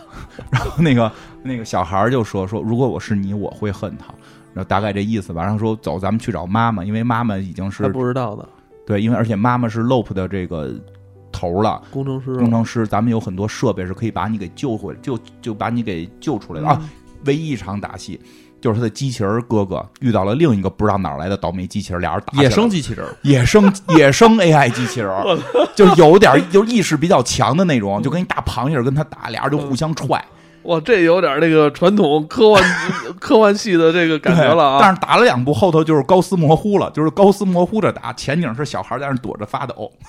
Speaker 2: 然后那个 (laughs) 那个小孩儿就说说，如果我是你，我会恨他，然后大概这意思吧。然后说走，咱们去找妈妈，因为妈妈已经
Speaker 1: 还
Speaker 2: 是
Speaker 1: 不知道呢，
Speaker 2: 对，因为而且妈妈是 LOP 的这个头儿了，
Speaker 1: 工程师
Speaker 2: 工程师，咱们有很多设备是可以把你给救回，就就把你给救出来
Speaker 1: 嗯
Speaker 2: 的啊。唯一一场打戏。就是他的机器人哥哥遇到了另一个不知道哪儿来的倒霉机器人，俩人打起来
Speaker 3: 野
Speaker 2: 了
Speaker 3: 生机器人儿，
Speaker 1: (laughs)
Speaker 2: 野生野生 AI 机器人儿，就是有点儿就意识比较强的那
Speaker 1: 嗯
Speaker 2: 种，就跟一大螃蟹跟他打，俩人就互相踹，
Speaker 1: 哇，这有点那个传统科幻科幻系的这个感觉了
Speaker 2: 对
Speaker 1: 啊！
Speaker 2: 但是打了两步，后头就是高斯模糊了，就是高斯模糊着打，前景是小孩在那躲着发抖。 (laughs)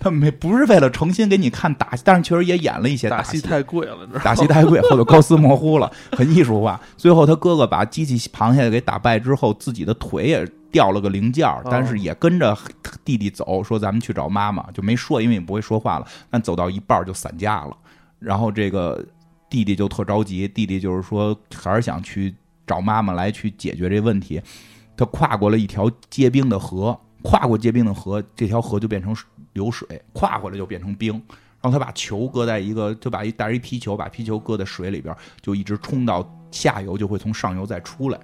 Speaker 2: 他没不是为了诚心给你看打戏，但是确实也演了一些
Speaker 1: 打
Speaker 2: 戏
Speaker 1: 戏太贵了，这
Speaker 2: 打戏太贵，后头高斯模糊了，很艺术化。最后他哥哥把机器螃蟹给打败之后，自己的腿也掉了个零件儿，但是也跟着弟弟走，说咱们去找妈妈，就没说，因为也不会说话了。但走到一半儿就散架了，然后这个弟弟就特着急，弟弟就是说还是想去找妈妈来去解决这问题。他跨过了一条结冰的河，跨过结冰的河，这条河就变成流水，跨回来就变成冰。然后他把球搁在一个，就把一带着一皮球，把皮球搁在水里边，就一直冲到下游，就会从上游再出来。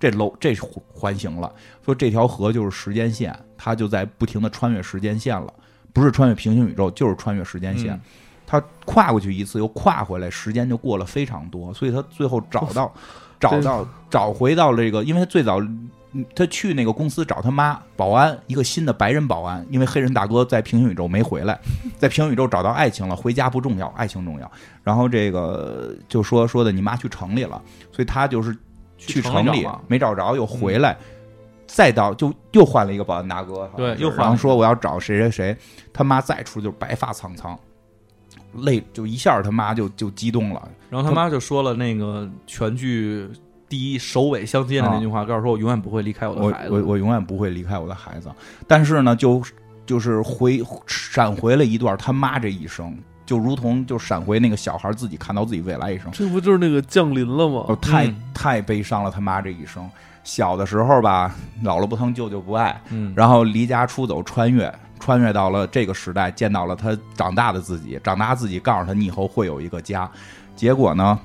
Speaker 2: 这楼这是环形了，说这条河就是时间线，它就在不停的穿越时间线了，不是穿越平行宇宙，就是穿越时间线。
Speaker 3: 嗯
Speaker 2: 他跨过去一次，又跨回来，时间就过了非常多，所以他最后找到，找到，找回到这个，因为他最早嗯他去那个公司找他妈，保安一个新的白人保安，因为黑人大哥在平行宇宙没回来，在平行宇宙找到爱情了，回家不重要，爱情重要。然后这个就说说的你妈去城里了，所以他就是去城
Speaker 3: 去城里
Speaker 2: 里
Speaker 3: 找嘛
Speaker 2: 没找着，又回来，再到就又换了一个保安大哥，好像
Speaker 3: 对
Speaker 2: 是
Speaker 3: 又换了
Speaker 2: 然后说我要找谁谁谁，他妈再出就是白发苍苍，泪就一下他妈就就激动了，
Speaker 3: 然后他妈就说了那个全剧第一首尾相接的那句话，告诉说我永远不会离开我
Speaker 2: 我
Speaker 3: 的孩
Speaker 2: 啊我
Speaker 3: 子。
Speaker 2: 我永远不会离开我的孩子。但是呢，就就是回闪回了一段他妈这一生，就如同就闪回那个小孩自己看到自己未来一生，
Speaker 1: 这不就是那个降临了
Speaker 2: 哦
Speaker 1: 吗？，
Speaker 2: 太、
Speaker 3: 嗯
Speaker 2: 太悲伤了他妈这一生。小的时候吧，姥姥不疼，舅舅不爱，
Speaker 3: 嗯，
Speaker 2: 然后离家出走，穿越，穿越到了这个时代，见到了他长大的自己，长大自己告诉他你以后会有一个家，结果呢，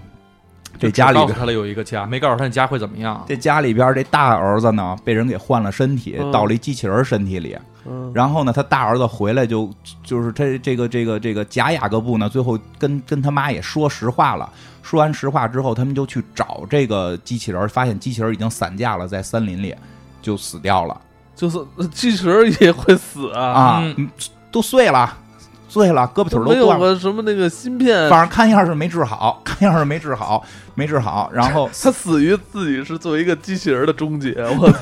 Speaker 2: 这家里
Speaker 3: 告
Speaker 2: 边
Speaker 3: 诉他了有一个家，没告诉他你家会怎么样。
Speaker 2: 这家里边这大儿子呢被人给换了身体，
Speaker 1: 嗯
Speaker 2: 到了一机器人身体里，
Speaker 1: 嗯，
Speaker 2: 然后呢，他大儿子回来就就是这这个这个这个假雅各布呢，最后跟跟他妈也说实话了。说完实话之后，他们就去找这个机器人，发现机器人已经散架了，在森林里就死掉了
Speaker 1: 就是 (laughs) 机器人也会死啊，
Speaker 2: 啊
Speaker 3: 嗯，
Speaker 2: 嗯都碎了，碎了，胳膊腿儿
Speaker 1: 没
Speaker 2: 都
Speaker 1: 有
Speaker 2: 断了。
Speaker 1: 个什么那个芯片，啊
Speaker 2: 反正看样是没治好，看样是没治好，没治好。然后
Speaker 1: 他死于自己是作为一个机器人的终
Speaker 2: (laughs)
Speaker 1: 结。我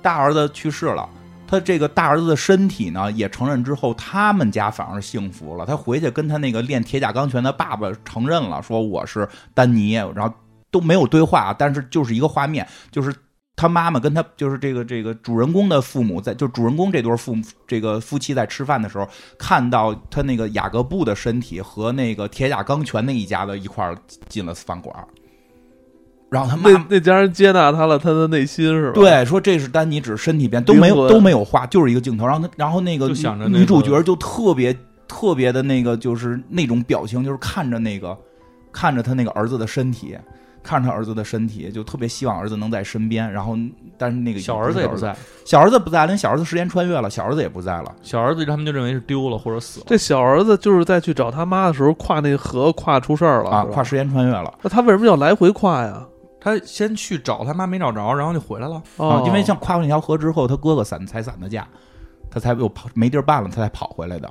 Speaker 2: 大儿子去世了，他这个大儿子的身体呢也承认之后，他们家反而幸福了。他回去跟他那个练铁甲钢拳的爸爸承认了，说我是丹尼，然后都没有对话，但是就是一个画面，就是他妈妈跟他就是这个这个主人公的父母在，就主人公这对父母这个夫妻在吃饭的时候，看到他那个雅各布的身体和那个铁甲钢拳那一家子一块儿进了饭馆儿，然后他妈
Speaker 1: 那那家人接纳他了，他的内心是吧？，
Speaker 2: 对，说这是丹尼只身体变，都
Speaker 1: 灵
Speaker 2: 没有
Speaker 1: 魂
Speaker 2: 都没有画，就是一个镜头。然后他，然后那个
Speaker 3: 就想着
Speaker 2: 女
Speaker 3: 那
Speaker 2: 女主
Speaker 3: 个
Speaker 2: 角就特别特别的那个，就是那种表情，就是看着那个看着他那个儿子的身体，看着他儿子的身体，就特别希望儿子能在身边。然后，但是那个
Speaker 3: 小儿子也不，在，
Speaker 2: 小儿子不在，连小儿子时间穿越了，小儿子也不在了。
Speaker 3: 小儿子他们就认为是丢了或者死了。
Speaker 1: 这小儿子就是在去找他妈的时候跨那河跨出事儿了
Speaker 2: 啊，
Speaker 1: 是吧
Speaker 2: 跨时间穿越了
Speaker 1: 那他为什么要来回跨呀？
Speaker 3: 他先去找他妈没找着，然后就回来了。
Speaker 1: 哦
Speaker 2: 啊，，因为像跨过那条河之后，他哥哥散才散的架，他才又跑没地儿办了，他才跑回来的。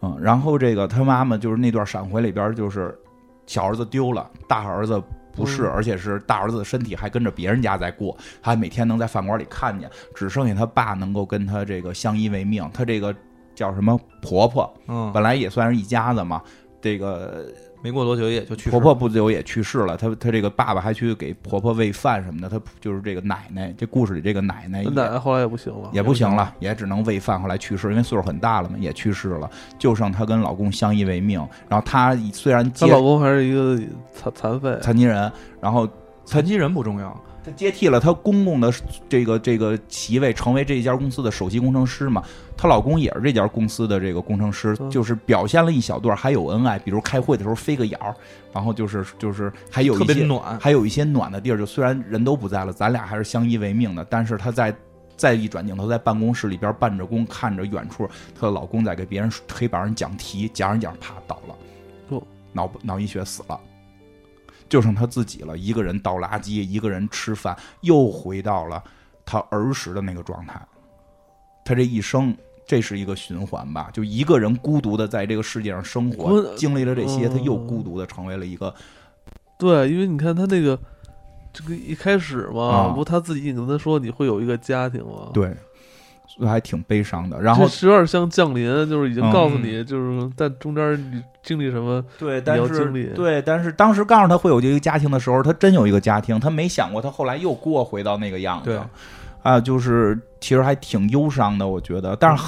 Speaker 2: 嗯，然后这个他妈妈就是那段闪回里边就是小儿子丢了，大儿子不是，
Speaker 1: 嗯
Speaker 2: 而且是大儿子的身体还跟着别人家在过，他还每天能在饭馆里看见，只剩下他爸能够跟他这个相依为命，他这个叫什么婆婆，
Speaker 3: 嗯，
Speaker 2: 本来也算是一家子嘛。这个
Speaker 3: 没过多久也就去世
Speaker 2: 婆婆不久也去世了，她她这个爸爸还去给婆婆喂饭什么的，她就是这个奶奶，这故事里这个奶奶也
Speaker 1: 奶奶后来也不行了，
Speaker 2: 也不行了，也只能喂饭。后来去世，因为岁数很大了嘛，也去世了，就剩她跟老公相依为命。然后她虽然
Speaker 1: 她
Speaker 2: 接
Speaker 1: 老公还是一个残残废，
Speaker 2: 残疾人，然后
Speaker 3: 残疾人不重要，
Speaker 2: 她接替了她公公的这个这个席位，成为这家公司的首席工程师嘛。她老公也是这家公司的这个工程师，
Speaker 1: 嗯
Speaker 2: 就是表现了一小段还有恩爱，比如开会的时候飞个眼儿，然后就是就是还有
Speaker 3: 特
Speaker 2: 一些
Speaker 3: 别暖。
Speaker 2: 还有一些暖的地儿，就虽然人都不在了，咱俩还是相依为命的。但是她在再一转镜头，在办公室里边办着工，看着远处她的老公在给别人黑板上讲题，讲着讲着啪倒了，
Speaker 1: 哦
Speaker 2: 脑脑溢血死了，就剩她自己了，一个人倒垃圾，一个人吃饭，又回到了她儿时的那个状态。她这一生。这是一个循环吧，就一个人孤独的在这个世界上生活
Speaker 1: 我，
Speaker 2: 经历了这些，她又
Speaker 1: 嗯
Speaker 2: 孤独的成为了一个
Speaker 1: 对，因为你看他那个这个一开始嘛，
Speaker 2: 啊
Speaker 1: 不他自己跟他说你会有一个家庭吗？，
Speaker 2: 对，所以还挺悲伤的。然后
Speaker 1: 是有点像降临，就是已经
Speaker 2: 嗯
Speaker 1: 告诉你，就是但中间你经历什么，
Speaker 2: 对，
Speaker 1: 要
Speaker 2: 但
Speaker 1: 经历
Speaker 2: 是对，但是当时告诉他会有这个家庭的时候，他真有一个家庭，他没想过他后来又过回到那个样子。
Speaker 3: 对
Speaker 2: 啊，就是其实还挺忧伤的，我觉得。但是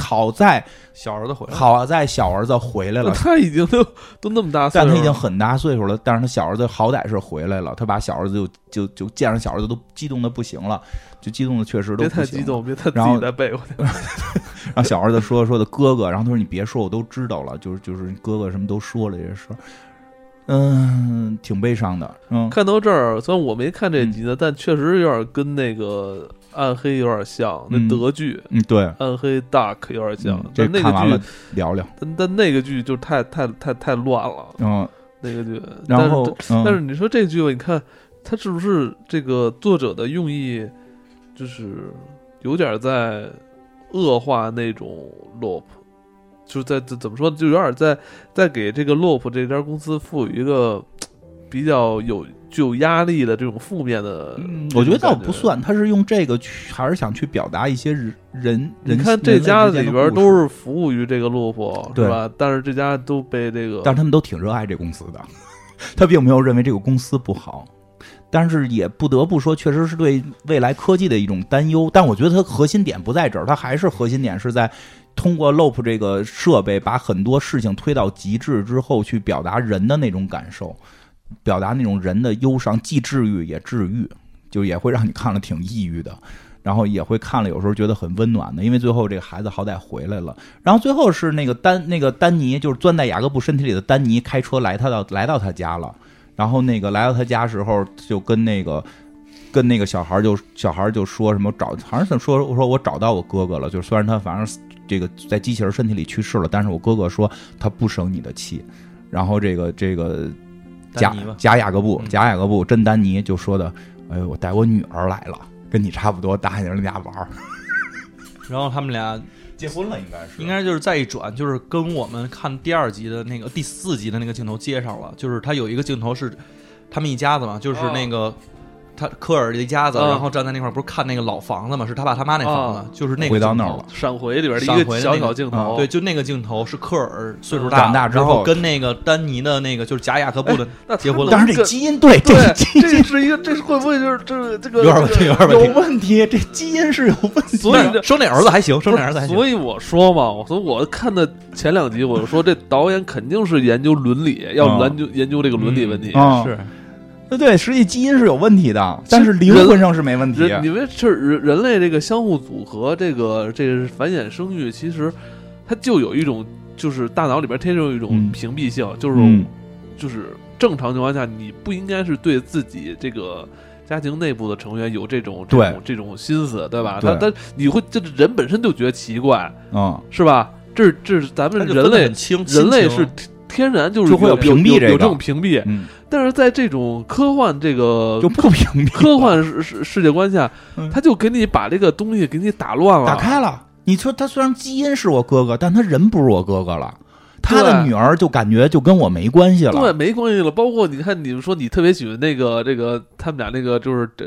Speaker 2: 好在
Speaker 3: 小儿子回来了，
Speaker 2: 好在小儿子回来
Speaker 1: 那
Speaker 2: 了，
Speaker 1: 他已经都都那么大岁
Speaker 2: 但
Speaker 1: 数
Speaker 2: 呃他
Speaker 1: 了，
Speaker 2: 已经很大岁数了，但是他小儿子好歹是回来了，他把小儿子就就就见着小儿子都激动的不行了，就激动的确实都
Speaker 1: 别
Speaker 2: 不行
Speaker 1: 太
Speaker 2: 了
Speaker 1: 激动，别太自
Speaker 2: 然后
Speaker 1: 己再背过去。
Speaker 2: 让小儿子说说的哥哥，然后他说你别说，我都知道了，就是就是哥哥什么都说了这些事儿，嗯，挺悲伤的，嗯，
Speaker 1: 看到这儿，虽然我没看这集呢，但确实有点跟那个暗黑有点像，那
Speaker 2: 嗯
Speaker 1: 德剧。
Speaker 2: 嗯，对，
Speaker 1: 暗黑 Dark 有点像
Speaker 2: 嗯，这
Speaker 1: 但那
Speaker 2: 看完
Speaker 1: 个
Speaker 2: 了
Speaker 1: 剧，
Speaker 2: 聊聊，
Speaker 1: 但但那个剧就太太太太乱了，
Speaker 2: 嗯，
Speaker 1: 那个剧。但
Speaker 2: 然
Speaker 1: 是
Speaker 2: 后嗯
Speaker 1: 但是你说这句吧，你看他是不是这个作者的用意，就是有点在恶化那种 LOP，就是在怎怎么说，就有点在在给这个 LOP 这家公司赋予一个比较有具有压力的这种负面的这种感。
Speaker 2: 嗯我觉得倒不算，他是用这个去，还是想去表达一些人人，
Speaker 1: 你
Speaker 2: 人
Speaker 1: 看这家里边都，
Speaker 2: 人类之间的故事
Speaker 1: 是服务于这个洛普，
Speaker 2: 对
Speaker 1: 是吧？但是这家都被这个
Speaker 2: 但是他们都挺热爱这公司的， (laughs) 他并没有认为这个公司不好。但是也不得不说，确实是对未来科技的一种担忧。但我觉得它核心点不在这儿，它还是核心点是在通过 LOP 这个设备，把很多事情推到极致之后，去表达人的那种感受，表达那种人的忧伤，既治愈也治愈，就也会让你看了挺抑郁的，然后也会看了有时候觉得很温暖的，因为最后这个孩子好歹回来了。然后最后是那个丹那个丹尼，就是钻在雅各布身体里的丹尼，开车来他到来到他家了。然后那个来到他家时候，就跟那个跟那个小孩儿就小孩儿就说什么找，好像是说我说我找到我哥哥了，就是虽然他反正这个在机器人身体里去世了，但是我哥哥说他不生你的气。然后这个这个
Speaker 3: 丹
Speaker 2: 贾
Speaker 3: 尼吧，
Speaker 2: 贾雅各布
Speaker 3: 嗯，
Speaker 2: 贾雅各布，真丹尼就说的，哎呦，我带我女儿来了，跟你差不多大，你们俩玩儿，
Speaker 3: 然后他们俩
Speaker 2: 结婚了应该是
Speaker 3: 应该就是再一转，就是跟我们看第二集的那个第
Speaker 1: 哦
Speaker 3: 四集的那个镜头接上了，就是他有一个镜头是他们一家子嘛，就是那个他科尔的一家子，
Speaker 1: 啊
Speaker 3: 然后站在那块儿不是看那个老房子嘛，是他爸他妈那房子，
Speaker 1: 啊
Speaker 3: 就是那个
Speaker 2: 回到
Speaker 3: 镜
Speaker 2: 那
Speaker 3: 头
Speaker 2: 儿了。
Speaker 1: 闪回里边的
Speaker 3: 闪
Speaker 1: 一
Speaker 3: 回
Speaker 1: 个
Speaker 3: 的
Speaker 1: 小
Speaker 3: 那个啊
Speaker 1: 小镜头，
Speaker 3: 对，，就那个镜头是科尔岁数
Speaker 1: 嗯
Speaker 3: 大了，
Speaker 2: 长大之
Speaker 3: 然
Speaker 2: 后
Speaker 3: 跟那个丹尼的那个就是贾雅各布的
Speaker 1: 那
Speaker 3: 结婚了
Speaker 2: 当然，这
Speaker 1: 个
Speaker 2: 基因对，这个
Speaker 1: (laughs)
Speaker 2: 基
Speaker 1: 对，这
Speaker 2: 因
Speaker 1: 是一个，这是会不会就是这这个
Speaker 3: 有点问题
Speaker 1: 这个
Speaker 3: 有点问题
Speaker 2: 有问题，这基因是有问题。
Speaker 1: 所以这
Speaker 3: 生那儿子还行，生
Speaker 1: 不
Speaker 3: 那
Speaker 1: 是
Speaker 3: 儿子还行。
Speaker 1: 所以我说嘛，我说我看的前两集，我就说这导演肯定是研究伦理，要
Speaker 2: 嗯
Speaker 3: 啊
Speaker 1: 研究研究这个伦理问题。
Speaker 2: 啊，
Speaker 3: 是
Speaker 2: 对对，实际基因是有问题的，但是灵魂上是没问题。
Speaker 3: 啊
Speaker 2: 啊
Speaker 1: 人，你们是人人类这个相互组合，这个这个繁衍生育，其实它就有一种，就是大脑里边天生有一种
Speaker 2: 嗯
Speaker 1: 屏蔽性，就是、
Speaker 2: 嗯，
Speaker 1: 就是正常情况下，你不应该是对自己这个。家庭内部的成员有这种这
Speaker 2: 对
Speaker 1: 种这种心思，对吧？
Speaker 2: 对
Speaker 1: 他他你会这人本身就觉得奇怪，
Speaker 2: 嗯，
Speaker 1: 是吧？这是这是咱
Speaker 3: 他
Speaker 1: 们
Speaker 3: 就
Speaker 1: 人
Speaker 3: 分得
Speaker 1: 类
Speaker 3: 很清，
Speaker 1: 人类
Speaker 3: 亲
Speaker 1: 是
Speaker 3: 情
Speaker 1: 天天然就是
Speaker 2: 就会
Speaker 1: 有
Speaker 2: 有屏蔽
Speaker 1: 有
Speaker 2: 这
Speaker 1: 有
Speaker 2: 个
Speaker 1: 这种屏蔽，
Speaker 2: 嗯
Speaker 1: 但是在这种科幻这个
Speaker 2: 就不屏蔽，
Speaker 1: 科幻世世世界观下
Speaker 2: 嗯，
Speaker 1: 他就给你把这个东西给你打乱了，
Speaker 2: 打开了。你说他虽然基因是我哥哥，但他人不是我哥哥了，他的
Speaker 1: 对
Speaker 2: 女儿就感觉就跟我没关系了。
Speaker 1: 对，没关系了。包括你看，你们说你特别喜欢那个这个他们俩那个就是这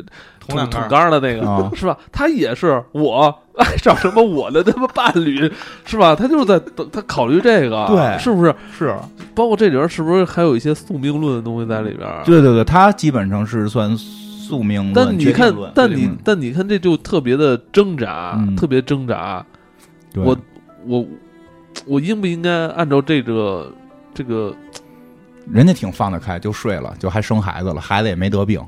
Speaker 1: 捅
Speaker 3: 同两
Speaker 1: 捅
Speaker 3: 杆
Speaker 1: 缸
Speaker 3: 儿
Speaker 1: 的那个、
Speaker 2: 啊
Speaker 1: 是吧？他也是我爱上什么我的他妈伴侣是吧？他就是在他考虑这个，
Speaker 2: 对
Speaker 1: 是不是？
Speaker 2: 是，
Speaker 1: 包括这里边是不是还有一些宿命论的东西在里边？
Speaker 2: 对对对，他基本上是算宿命论
Speaker 1: 但你
Speaker 2: 决定
Speaker 1: 看
Speaker 2: 论，嗯
Speaker 1: 但
Speaker 2: 决
Speaker 1: 你
Speaker 2: 定论
Speaker 1: 但你看，这就特别的挣扎，
Speaker 2: 嗯
Speaker 1: 特别挣扎。
Speaker 2: 对
Speaker 1: 我我我应不应该按照这个这个？
Speaker 2: 人家挺放得开，就睡了，就还生孩子了，孩子也没得病。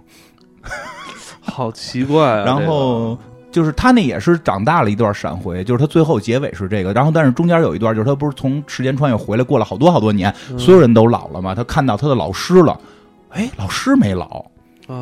Speaker 1: 好奇怪啊！
Speaker 2: 然后就是他那也是长大了一段闪回，就是他最后结尾是这个，然后但是中间有一段就是他不是从时间穿越回来过了好多好多年，
Speaker 3: 嗯
Speaker 1: 这个、
Speaker 2: 所有人都老了嘛，他看到他的老师了，哎，老师没老，
Speaker 1: 嗯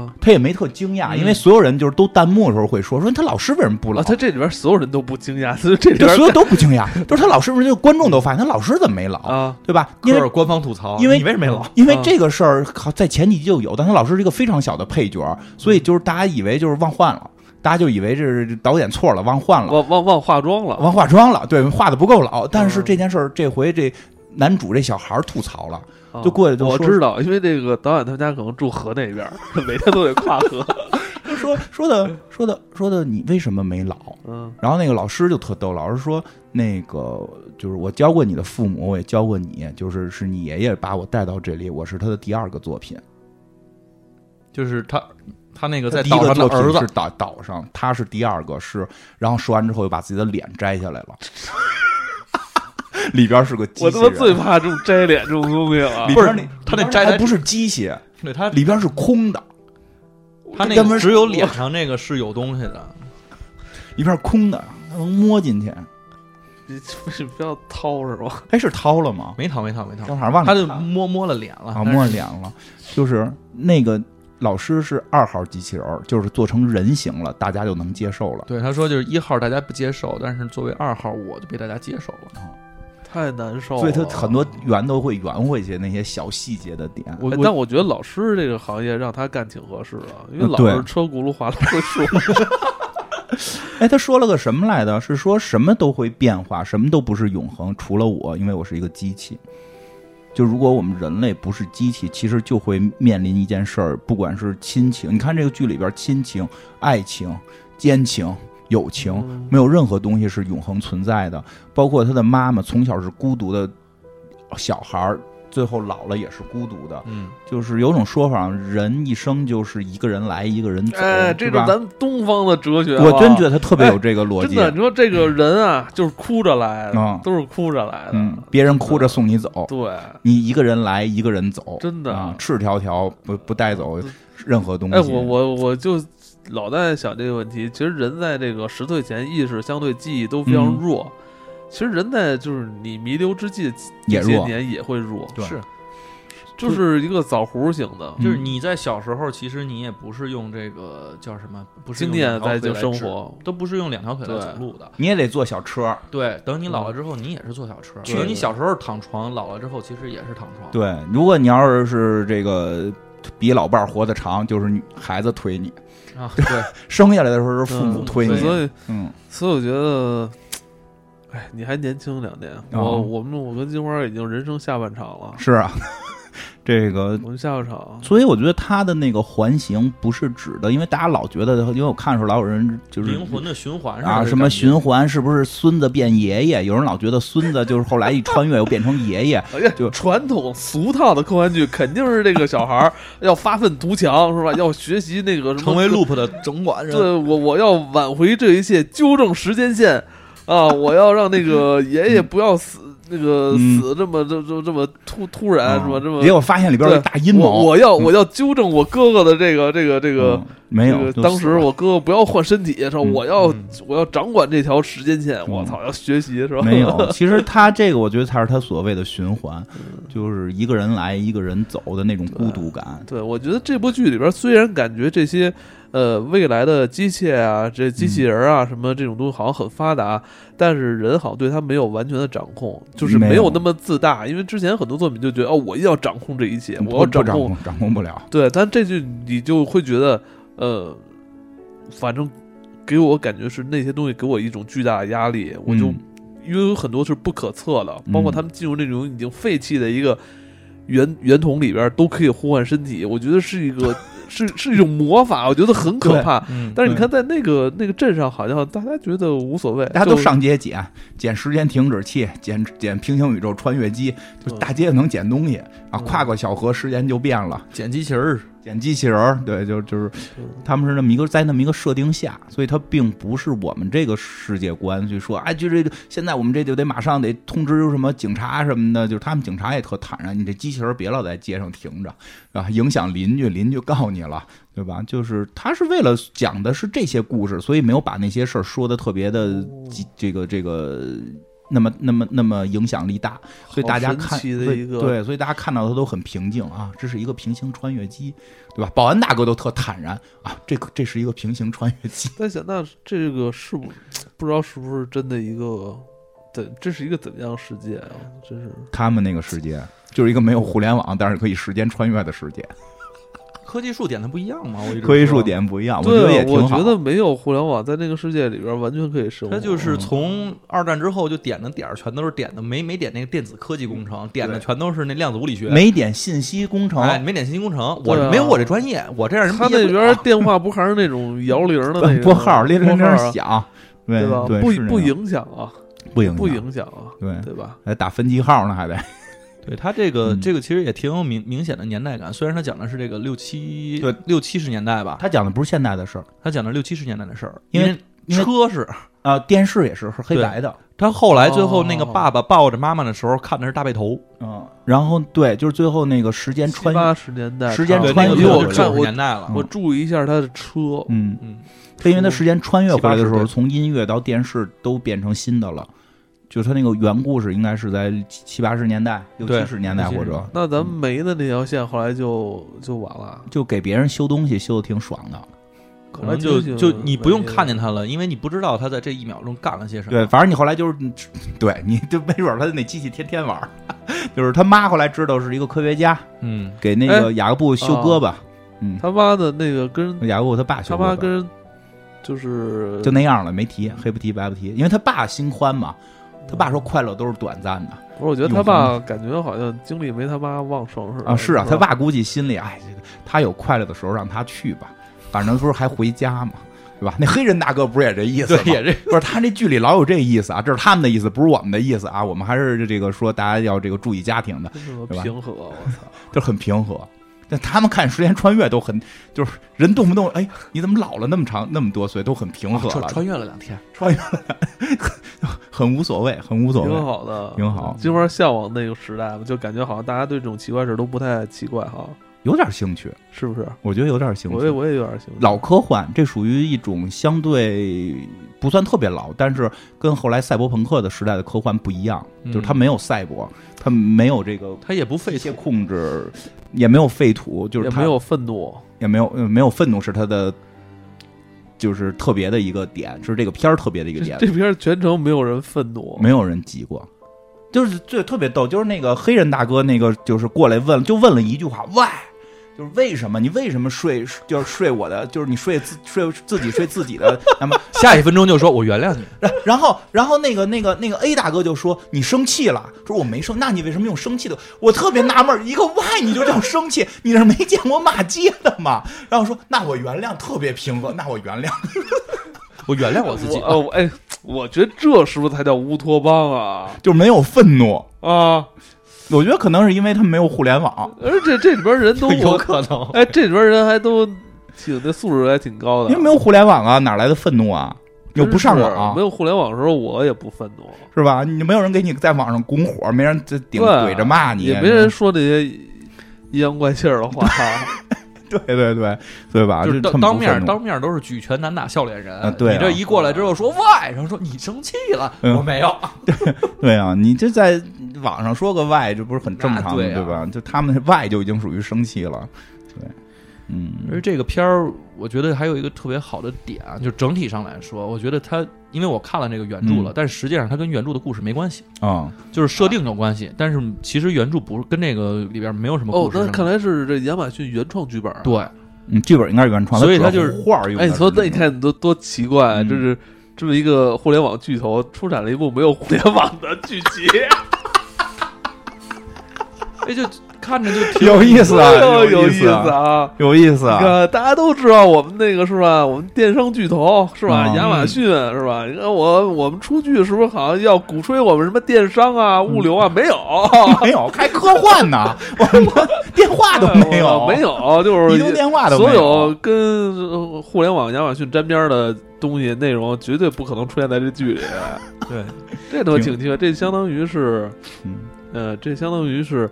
Speaker 1: 啊
Speaker 2: 他也没特惊讶，
Speaker 3: 嗯
Speaker 2: 因为所有人就是都弹幕的时候会说说他老师为什么不老
Speaker 3: 哦
Speaker 1: 啊，，他这里边所有人都不惊讶，所以这里
Speaker 2: 就
Speaker 1: 边
Speaker 2: 所有都不惊讶，
Speaker 3: (laughs)
Speaker 2: 就是他老师就观众都发现他老师怎么没
Speaker 3: 哦
Speaker 2: 老，
Speaker 1: 啊，
Speaker 2: 对吧？因
Speaker 3: 科
Speaker 2: 为
Speaker 3: 尔官方吐槽，
Speaker 2: 因为
Speaker 3: 哦你为什么没老？嗯
Speaker 2: 因为
Speaker 1: 啊
Speaker 2: 这个事儿靠在前几集就有，但他老师是一个非常小的配角，所以就是大家以为就是忘换了，大家就以为这是导演错了，忘换了。
Speaker 1: 忘忘忘化妆了，
Speaker 2: 忘化妆了，对，化的不够老。但是
Speaker 1: 嗯
Speaker 2: 这件事儿，这回这男主这小孩儿吐槽
Speaker 3: (laughs)
Speaker 2: 了，
Speaker 1: 啊
Speaker 2: 就过去就
Speaker 1: 我
Speaker 2: 说
Speaker 1: 知道，因为这个导演他们家可能住河那边儿， (laughs) 每天都得跨
Speaker 2: (laughs)
Speaker 1: 河。
Speaker 2: 就说说的说的说的你为什么没老？
Speaker 1: 嗯
Speaker 2: 然后那个老师就特逗，老师说那个就是我教过你的父母，我也教过你，就是是你爷爷把我带到这里，我是他的第二个作品。
Speaker 3: 就是他他那个
Speaker 2: 他
Speaker 3: 在
Speaker 2: 第一
Speaker 3: 岛
Speaker 2: 个
Speaker 3: 上的
Speaker 2: 作品
Speaker 3: 儿
Speaker 2: 是
Speaker 3: 子，
Speaker 2: 岛岛上，他是第二个是，然后说完之后又把自己的脸摘下来了， (laughs) 里边是个机
Speaker 1: 我
Speaker 2: 器
Speaker 1: 他妈
Speaker 2: 人，
Speaker 1: 最怕这种摘脸这种东西了
Speaker 2: 里。
Speaker 3: 不
Speaker 2: 边
Speaker 3: 是
Speaker 2: 那
Speaker 3: 他那摘
Speaker 2: 还不是机器，
Speaker 3: 对他
Speaker 2: 里边是空的，
Speaker 3: 他那
Speaker 2: 根本
Speaker 3: 个
Speaker 2: 是
Speaker 3: 只有脸上那个是有东西的，
Speaker 2: 里边是空的，能摸进去。
Speaker 1: (laughs) 你你不要掏是吧？ (laughs)
Speaker 2: 哎，是掏了吗？
Speaker 3: 没逃没逃没逃，
Speaker 2: 正好忘
Speaker 3: 他
Speaker 2: 了
Speaker 3: 就
Speaker 2: 掏
Speaker 3: 摸摸了脸了
Speaker 2: 啊，摸脸了，就是那个老师是二号机器人儿，就是做成人形了，大家就能接受了。
Speaker 3: 对，他说就是一号大家不接受，但是作为二号我就被大家接受了。
Speaker 1: 太难受了。
Speaker 2: 所以他
Speaker 3: 哦
Speaker 2: 很多圆都会圆回去那些小细节的点。
Speaker 3: 我
Speaker 1: 哎
Speaker 3: 我
Speaker 1: 但我觉得老师这个行业让他干挺合适的，因为
Speaker 2: 呃
Speaker 1: 老
Speaker 2: 对
Speaker 1: 师车轱辘话都会说。
Speaker 2: 哎，他说了个什么来的？是说什么都会变化，什么都不是永恒，除了我，因为我是一个机器。就如果我们人类不是机器，其实就会面临一件事儿，不管是亲情，你看这个剧里边，亲情、爱情、奸情、友情， (laughs)
Speaker 1: 嗯
Speaker 2: 没有任何东西是永恒存在的，包括他的妈妈从小是孤独的小孩儿，最后老了也是孤独的。
Speaker 3: 嗯，
Speaker 2: 就是有种说法，人一生就是一个人来，一个人走，
Speaker 1: 哎，这
Speaker 2: 是
Speaker 1: 是咱
Speaker 2: 吧？
Speaker 1: 们东方的哲学。
Speaker 2: 我真觉
Speaker 1: 得
Speaker 2: 得他特别有这个逻
Speaker 1: 真
Speaker 2: 辑。
Speaker 1: 的，你说这个人啊，就是哭着来的
Speaker 2: 嗯，
Speaker 1: 都是哭着来的。
Speaker 2: 嗯，别人哭着送你走，
Speaker 1: 对，
Speaker 2: 你一个人来，一个人走，
Speaker 1: 真的
Speaker 2: 啊，赤条条不不带走
Speaker 1: 嗯
Speaker 2: 任何东西。
Speaker 1: 哎，我我我就老在想这个问题。其实人在这个十岁前，意识相对记忆都非常
Speaker 2: 嗯
Speaker 1: 弱。其实人在就是你弥留之际
Speaker 2: 也
Speaker 1: 这些
Speaker 2: 弱，
Speaker 1: 年也会弱，
Speaker 2: 对
Speaker 3: 是，
Speaker 1: 就是一个枣核型的。
Speaker 2: 嗯
Speaker 3: 就是你在小时候，其实你也不是用这个叫什么，不是
Speaker 1: 经
Speaker 3: 用
Speaker 1: 验
Speaker 3: 两条
Speaker 1: 在
Speaker 3: 腿
Speaker 1: 就
Speaker 3: 来
Speaker 1: 生
Speaker 3: 指，
Speaker 1: 活，
Speaker 3: 都不是用两条腿来
Speaker 1: 对嗯
Speaker 3: 走路的。
Speaker 2: 你也得坐小车。
Speaker 3: 对，等你老了之后，你也是坐小车。
Speaker 1: 对
Speaker 3: 其实你小时候躺床，老了之后其实也是躺床。
Speaker 2: 对，如果你要是是这个比老伴儿活得长，就是你孩子推你，
Speaker 3: 啊，对，
Speaker 2: 生下来的时候是父母
Speaker 1: 嗯
Speaker 2: 推
Speaker 1: 所
Speaker 2: 你。
Speaker 1: 以
Speaker 2: 嗯，
Speaker 1: 所以我觉得，哎，你还年轻两年，
Speaker 2: 哦
Speaker 1: 我我们我跟金花已经人生下半场了，
Speaker 2: 是啊， (laughs) 这个。
Speaker 1: 我们下个场，
Speaker 2: 所以我觉得它的那个环形不是指的，因为大家老觉得，因为我看的时候老有人 (laughs) 就是
Speaker 3: 灵魂的循环
Speaker 2: 啊，什么循环是不是孙子变爷爷？有人老觉得孙子就是后来一穿越又变成爷爷，
Speaker 1: 哎呀，
Speaker 2: 就
Speaker 1: 传统俗套的科幻剧肯定是这个小孩儿要发愤图强，是吧？要学习那个什么
Speaker 3: 成为 loop 的总管人，
Speaker 1: 对我，我要挽回这一切，纠正时间线啊！我要让那
Speaker 2: (laughs)
Speaker 1: 个爷爷不要死，那个
Speaker 2: 嗯
Speaker 1: 死这么这这这么突突然是吧？这么
Speaker 2: 结果发现里边啊嗯有一大阴
Speaker 1: 我
Speaker 2: 谋。
Speaker 1: 我要我要纠正我哥哥的这个这个这个
Speaker 2: 嗯。没
Speaker 1: 这
Speaker 2: 有
Speaker 1: 个，
Speaker 2: 就
Speaker 1: 当
Speaker 2: 死
Speaker 1: 时
Speaker 2: 了
Speaker 1: 我哥哥不要换身体，说
Speaker 2: 嗯
Speaker 1: 我要
Speaker 3: 嗯
Speaker 1: 我要掌管这条时间线，我操，要学习是吧？
Speaker 2: 没
Speaker 1: (laughs)
Speaker 2: 有，其实他这个我觉得才是他所谓的循环，
Speaker 1: 嗯
Speaker 2: 就是一个人来一个人走的那种孤独感。
Speaker 1: 对，我觉得这部剧里边虽然感觉这些呃未来的机械啊、这机器人啊、什么这种东西好像很发达，但是人好像对它没有完全的掌控，就是
Speaker 2: 没有
Speaker 1: 没有那么自大。因为之前很多作品就觉得哦，我一定要掌控这一切，
Speaker 2: 嗯不
Speaker 1: 我要
Speaker 2: 不掌
Speaker 1: 控。
Speaker 2: 控掌控不了，
Speaker 1: 对，但这剧你就会觉得呃，反正给我感觉是那些东西给我一种巨大的压力，我就、
Speaker 2: 嗯
Speaker 1: 因为有很多是不可测的，
Speaker 2: 嗯
Speaker 1: 包括他们进入那种已经废弃的一个圆圆筒里边儿都可以互换身体，我觉得是一个是是一种魔法，我觉得很可怕。
Speaker 3: 嗯，
Speaker 1: 但是你看，在那个那个镇上，好像大家觉得无所谓，
Speaker 2: 大家都
Speaker 1: 就
Speaker 2: 上街捡捡时间停止器，捡捡平行宇宙穿越机，就
Speaker 1: 嗯
Speaker 2: 大街能捡东西啊，
Speaker 1: 嗯
Speaker 2: 跨过小河时间就变了，
Speaker 3: 捡机器人儿，
Speaker 2: 捡机器人儿，对，就就是
Speaker 1: 嗯
Speaker 2: 他们是那么一个在那么一个设定下，所以它并不是我们这个世界观就说，哎，就这个现在我们这就得马上得通知什么警察什么的，就是他们警察也特坦然，你这机器人别老在街上停着啊，影响邻居，邻居告你了，对吧？就是他是为了讲的是这些故事，所以没有把那些事儿说的特别的几这个这个。那么，那么，那么影响力大，所以大家
Speaker 1: 好神
Speaker 2: 看
Speaker 1: 奇的
Speaker 2: 对
Speaker 1: 一个
Speaker 2: 对，所以大家看到它都很平静啊，这是一个平行穿越机，对吧？保安大哥都特坦然啊，这个这是一个平行穿越机，
Speaker 1: 在想，那这个是不不知道是不是真的一个怎这是一个怎么样的世界啊？真是
Speaker 2: 他们那个世界就是一个没有互联网，但是可以时间穿越的世界，
Speaker 3: 科技树点的不一样嘛，我一直
Speaker 2: 科技
Speaker 3: 说
Speaker 2: 数点不一样，觉得
Speaker 1: 对
Speaker 2: 也
Speaker 1: 啊，我
Speaker 2: 挺好。
Speaker 1: 觉得没有互联网，在那个世界里边完全可以生活。
Speaker 3: 它就是从二战之后就点的点儿全都是点的，没没点那个电子科技工程，点的
Speaker 2: 对
Speaker 3: 全都是那量子物理学。
Speaker 2: 没点信息工程， (laughs)
Speaker 3: 哎，没点信息工程，我
Speaker 1: 对啊
Speaker 3: 没有我这专业，我这样人
Speaker 1: 他
Speaker 3: 毕业
Speaker 1: 那
Speaker 3: 不
Speaker 1: 边
Speaker 3: 了
Speaker 1: 儿电话不还是那种摇铃儿的那个
Speaker 2: 拨号铃铃
Speaker 1: 拨号啊
Speaker 2: 铃响，对
Speaker 1: 对吧？
Speaker 2: 对
Speaker 1: 不
Speaker 2: 是这
Speaker 1: 不
Speaker 2: 样
Speaker 1: 影响啊，
Speaker 2: 不影
Speaker 1: 不
Speaker 2: 响，嗯
Speaker 1: 影响啊，
Speaker 2: 对
Speaker 1: 对吧？
Speaker 2: 还打分机号呢，还得
Speaker 3: 对他这个、
Speaker 2: 嗯
Speaker 3: 这个其实也挺有明明显的年代感，虽然他讲的是这个六七
Speaker 2: 对
Speaker 3: 六七十年代吧，
Speaker 2: 他讲的不是现代的事儿
Speaker 3: 他讲的六七十年代的事儿，
Speaker 2: 因为因为
Speaker 3: 车是
Speaker 2: 啊，电视也是是黑
Speaker 3: 对
Speaker 2: 白的，
Speaker 3: 他后来最后那个
Speaker 1: 哦
Speaker 3: 爸爸抱着妈妈的时候看的是大背头，
Speaker 2: 嗯，然后对，就是最后那个时间
Speaker 1: 七
Speaker 2: 穿越，
Speaker 1: 八十年代，
Speaker 2: 时间
Speaker 3: 对，
Speaker 2: 穿
Speaker 3: 那
Speaker 2: 越
Speaker 3: 个
Speaker 1: 我
Speaker 3: 就
Speaker 1: 看
Speaker 3: 九十
Speaker 1: 我
Speaker 3: 年代了，
Speaker 1: 我注意一下他的车，
Speaker 2: 嗯，
Speaker 3: 嗯，
Speaker 2: 他因为他时间穿越回来的时
Speaker 3: 七八
Speaker 2: 候，
Speaker 3: 十
Speaker 2: 从音乐到电视都变成新的了。就是他那个原故事应该是在七七八十年代、六
Speaker 3: 对
Speaker 2: 七十年代
Speaker 3: 六七十
Speaker 2: 或者
Speaker 1: 那咱
Speaker 2: 嗯
Speaker 1: 们没的那条线后来就就完了，
Speaker 2: 就给别人修东西修的挺爽的。
Speaker 3: 可能就
Speaker 1: 挺
Speaker 3: 就你不用看见
Speaker 1: 没
Speaker 3: 他了，因为你不知道他在这一秒钟干了些什么。
Speaker 2: 对，反正你后来就是，对，你就没准儿他那机器天天玩儿， (laughs) 就是他妈后来知道是一个科学家，
Speaker 3: 嗯，
Speaker 2: 给那个雅各布修胳膊，嗯，
Speaker 1: 他妈的那个跟
Speaker 2: 雅各布他爸修
Speaker 1: 他
Speaker 2: 胳
Speaker 1: 妈
Speaker 2: 膊，
Speaker 1: 跟就是
Speaker 2: 就那样了，没提，黑不提白不提，因为他爸心宽嘛，他爸说快乐都是短暂的，
Speaker 1: 不是，我觉得他爸感觉好像精力没他妈旺盛似的
Speaker 2: 啊，是啊，
Speaker 1: 吧
Speaker 2: 他爸估计心里，哎，这个他有快乐的时候让他去吧，反正不是还回家嘛，对吧？那黑人大哥不是也这意思吗？
Speaker 3: 也这
Speaker 2: 不是他这剧里老有这意思啊，这是他们的意思，不是我们的意思啊。我们还是这个说大家要这个注意家庭的，
Speaker 1: 真他妈
Speaker 2: 对吧
Speaker 1: 平和，
Speaker 2: (laughs)
Speaker 1: 我操！
Speaker 2: 就是很平和。但他们看时间穿越都很，就是人动不动哎，你怎么老了那么长那么多岁，都很 (laughs) 平和
Speaker 3: 穿
Speaker 2: 了，
Speaker 3: 啊穿越了两天，
Speaker 2: 很无所谓，很无所
Speaker 1: 挺
Speaker 2: 谓，
Speaker 1: 好的，
Speaker 2: 挺好
Speaker 1: 金花向往那个时代嘛，就感觉好像大家对这种奇怪事儿都不太奇怪哈，
Speaker 2: 有点兴趣，
Speaker 1: 是不是？
Speaker 2: 我觉得有点兴趣。
Speaker 1: 我也我也有点兴趣。
Speaker 2: 老科幻，这属于一种相对不算特别老，但是跟后来赛博朋克的时代的科幻不一样，
Speaker 3: 嗯
Speaker 2: 就是它没有赛博，它没有这个
Speaker 3: (laughs) 他也不
Speaker 2: 一
Speaker 3: 费
Speaker 2: (laughs) 些
Speaker 3: 劲。
Speaker 2: 控制，也没有废土，就是
Speaker 1: 也
Speaker 2: 它
Speaker 1: 没有愤怒，
Speaker 2: 也没有呃没有愤怒是它的。就是特别的一个点，是这个片儿特别的一个
Speaker 1: 这
Speaker 2: 点，
Speaker 1: 这片全程没有人愤怒，
Speaker 2: 没有人急过，就是最特别逗，就是那个黑人大哥那个就是过来问，就问了一句话 “why”，就是为什么你为什么睡就是睡我的，就是你睡自睡自己睡自己的，那么 (laughs)
Speaker 3: 下一分钟就说我原谅你，
Speaker 2: 然然后然后那个那个那个 A 大哥就说你生气了，说我没生，那你为什么用生气的？我特别纳闷儿，一个 Y 你就这样生气，你是没见过骂街的吗？然后说那我原谅，特别平和，那我原谅。
Speaker 3: 我原谅我自己。
Speaker 1: 哦，我哎，我觉得这是不是才叫乌托邦啊
Speaker 2: 就没有愤怒。
Speaker 1: 啊！
Speaker 2: 我觉得可能是因为他们没有互联网，
Speaker 1: 而且这里边人
Speaker 2: (laughs)
Speaker 1: 都
Speaker 3: 有可能，
Speaker 1: 哎，这里边人还都挺那素质还挺高的，
Speaker 2: 因为没有互联网啊，哪来的愤怒啊？又不上
Speaker 1: 真是
Speaker 2: 网啊
Speaker 1: 没，有互联网的时候我也不愤怒，
Speaker 2: 是吧？你没有人给你在网上拱火，没人在顶
Speaker 1: 对啊
Speaker 2: 怼着骂你，
Speaker 1: 也没人说那些阴阳怪气儿的话，
Speaker 2: (laughs) 对对对对吧？
Speaker 3: 就是
Speaker 2: 他
Speaker 3: 当
Speaker 2: 们
Speaker 3: 当
Speaker 2: 不愤
Speaker 3: 面
Speaker 2: 怒
Speaker 3: 当面都是举拳难打笑脸人。
Speaker 2: 啊对啊
Speaker 3: 你这一过来之后说 why，然后说你生气了，
Speaker 2: 嗯
Speaker 3: 我没有。 (laughs)
Speaker 2: 对啊，你这在网上说个 Y，这不是很正常的
Speaker 3: 那对啊
Speaker 2: 吧？就他们 Y 就已经属于生气了，对，
Speaker 3: 而
Speaker 2: 嗯
Speaker 3: 且这个片儿，我觉得还有一个特别好的点啊，就整体上来说，我觉得它，因为我看了那个原著了，
Speaker 2: 嗯
Speaker 3: 但实际上它跟原著的故事没关系，
Speaker 2: 啊，
Speaker 3: 就是设定有关系，但是其实原著不是跟那个里边没有什么
Speaker 1: 哦
Speaker 3: 故，事。
Speaker 1: 那看来是这亚马逊原创剧本啊，
Speaker 3: 对，
Speaker 2: 嗯，剧本应该是原创，
Speaker 3: 所以
Speaker 2: 它
Speaker 3: 它就是
Speaker 2: 主要画儿用的
Speaker 1: 哎，
Speaker 2: 是
Speaker 1: 你
Speaker 2: 那
Speaker 1: 说
Speaker 2: 种。
Speaker 1: 那你看你多多奇怪啊，
Speaker 2: 嗯
Speaker 1: 就是这么一个互联网巨头出产了一部没有互联网的剧集，
Speaker 2: (laughs)
Speaker 3: 哎，就看着就
Speaker 2: (laughs) (laughs)
Speaker 3: 挺
Speaker 2: 有意思啊，
Speaker 1: 哎呦 (laughs) 有
Speaker 2: 意
Speaker 1: 意
Speaker 2: 啊，
Speaker 1: 啊！
Speaker 2: 有意思
Speaker 1: 你
Speaker 2: 啊，
Speaker 1: 看，大家都知道我们那个是吧？我们电商巨头是吧？
Speaker 2: 嗯
Speaker 1: 亚马逊是吧？你看我我们出剧是不是好像要鼓吹我们什么电商啊、物流啊？没有，
Speaker 2: 没有，还科幻呢，我
Speaker 1: (laughs)
Speaker 2: 我电话 (laughs) 都没有，
Speaker 1: 哎没，有，就是
Speaker 2: 移动电话都
Speaker 1: 所
Speaker 2: 没
Speaker 1: 有跟呃互联网亚马逊沾边儿的东西内容，绝对不可能出现在这
Speaker 2: (laughs)
Speaker 1: 剧里。
Speaker 3: 对，
Speaker 1: 这他妈
Speaker 2: 挺
Speaker 1: 挺奇怪，这相当于是，
Speaker 2: 嗯
Speaker 1: 呃，这相当于是，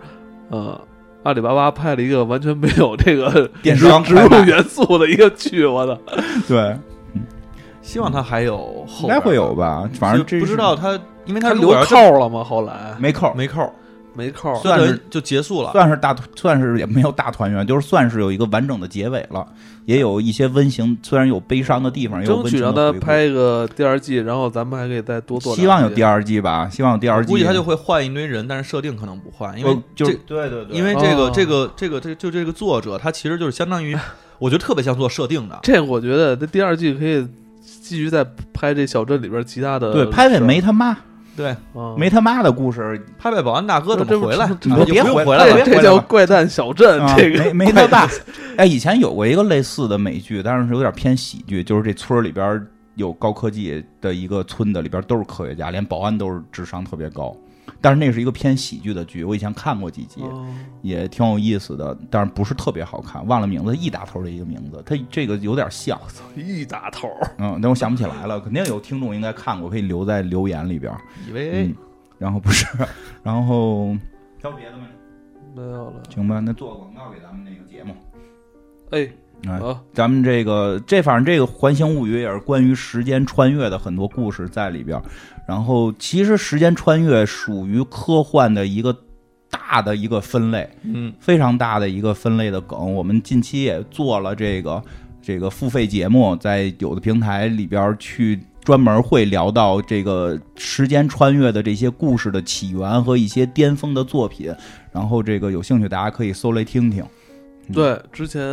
Speaker 1: 呃，阿里巴巴拍了一个完全没有这个
Speaker 2: 电商
Speaker 1: 植植入
Speaker 2: 快卖
Speaker 1: 元素的一个剧，我的，
Speaker 2: 对，
Speaker 3: 希望它还有后
Speaker 2: 应
Speaker 3: 边
Speaker 2: 该
Speaker 3: 儿
Speaker 2: 会有吧，反正这
Speaker 3: 不知
Speaker 2: 是
Speaker 3: 道它，因为它
Speaker 1: 他
Speaker 3: 如
Speaker 1: 留
Speaker 3: 果要真
Speaker 1: 扣了吗？后来
Speaker 2: 没扣，
Speaker 3: 没扣，
Speaker 1: 没扣，
Speaker 3: 所以
Speaker 2: 算是
Speaker 3: 它哦就结束了。
Speaker 2: 算是大，算是也没有大团圆，就是算是有一个完整的结尾了，也有一些温情，虽然有悲伤的地方，也有
Speaker 1: 争
Speaker 2: 温
Speaker 1: 取
Speaker 2: 情
Speaker 1: 让
Speaker 2: 的
Speaker 1: 他
Speaker 2: 回
Speaker 1: 拍个第二季，然后咱们还可以再多做两
Speaker 2: 顾。
Speaker 1: 集。
Speaker 2: 希望有第二季吧，希望有第二季。
Speaker 3: 估计他就会换一堆人，但是设定可能不换，因为
Speaker 2: 呃就是
Speaker 3: 这
Speaker 2: 对对对
Speaker 3: 因为这个、
Speaker 1: 哦
Speaker 3: 这个这个这就这个作者，他其实就是相当于，我觉得特别像做设定的。
Speaker 1: 这我觉得这第二季可以继续再拍这小镇里边其他的
Speaker 3: 呃
Speaker 1: 事儿。
Speaker 2: 对拍
Speaker 3: 啊
Speaker 2: 拍没他妈
Speaker 3: 对，
Speaker 1: 啊
Speaker 2: 没他妈的故事，
Speaker 3: 拍拍保安大哥怎
Speaker 1: 这
Speaker 3: 么
Speaker 1: 不
Speaker 3: 回来，
Speaker 1: 这
Speaker 3: 啊
Speaker 2: 你
Speaker 3: 就
Speaker 2: 别
Speaker 3: 不
Speaker 2: 回
Speaker 3: 用回
Speaker 2: 来
Speaker 3: 来
Speaker 2: 了
Speaker 3: 了
Speaker 1: 哎这。这叫怪诞小
Speaker 2: (laughs)
Speaker 1: 镇，
Speaker 2: 啊
Speaker 1: 这个
Speaker 2: 没没他爸。哎，以前有过一个类似的美剧，但是有点偏喜剧，就是这村儿里边儿有高科技的一个村子，里边儿都是科学家，连保安都是智商特别高。但是那是一个偏喜剧的剧，我以前看过几集，
Speaker 1: 哦
Speaker 2: 也挺有意思的，但是不是特别好看，忘了名字，一打头的一个名字，它这个有点像，
Speaker 1: 一打头儿，
Speaker 2: 嗯，但我想不起来了，肯定有听众应该看过，可以留在留言里边儿。
Speaker 3: 以为
Speaker 2: 嗯，然后不是，然后挑别的吗？
Speaker 1: 没有了。
Speaker 2: 行吧，那做个广告给咱们那个节目。
Speaker 1: 哎，
Speaker 2: 哎
Speaker 1: 啊，
Speaker 2: 咱们这个这反正这个《环形物语》也是关于时间穿越的很多故事在里边儿。然后其实时间穿越属于科幻的一个大的一个分类，
Speaker 3: 嗯，
Speaker 2: 非常大的一个分类的梗。我们近期也做了这个这个付费节目，在有的平台里边儿去专门会聊到这个时间穿越的这些故事的起源和一些巅峰的作品。然后这个有兴趣大家可以搜来听听。嗯
Speaker 1: 对，之前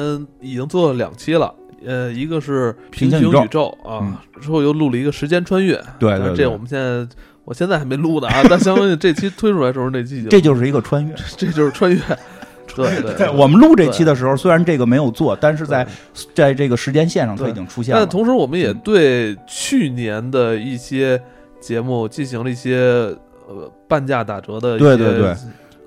Speaker 1: 已经做了两期了。呃，一个是
Speaker 2: 平
Speaker 1: 平行
Speaker 2: 行宇宙嗯
Speaker 1: 宇宙啊，之后又录了一个时间穿越。
Speaker 2: 对
Speaker 1: 但
Speaker 2: 对
Speaker 1: 是
Speaker 2: 对，
Speaker 1: 这我们现在，我现在还没录呢啊，但相信这期推出来的时候，那
Speaker 2: (laughs)
Speaker 1: 期已经
Speaker 2: 这就是一个穿越。
Speaker 1: 这就是穿
Speaker 2: (laughs)
Speaker 1: 越。对对
Speaker 2: 对，我们录这期的时候，虽然这个没有做，但是在在这个时间线上它
Speaker 1: 对
Speaker 2: 已经出现了
Speaker 1: 但。同时，我们也
Speaker 2: 嗯
Speaker 1: 对去年的一些节目进行了一些呃半价打折的一
Speaker 2: 对
Speaker 1: 些
Speaker 2: 对对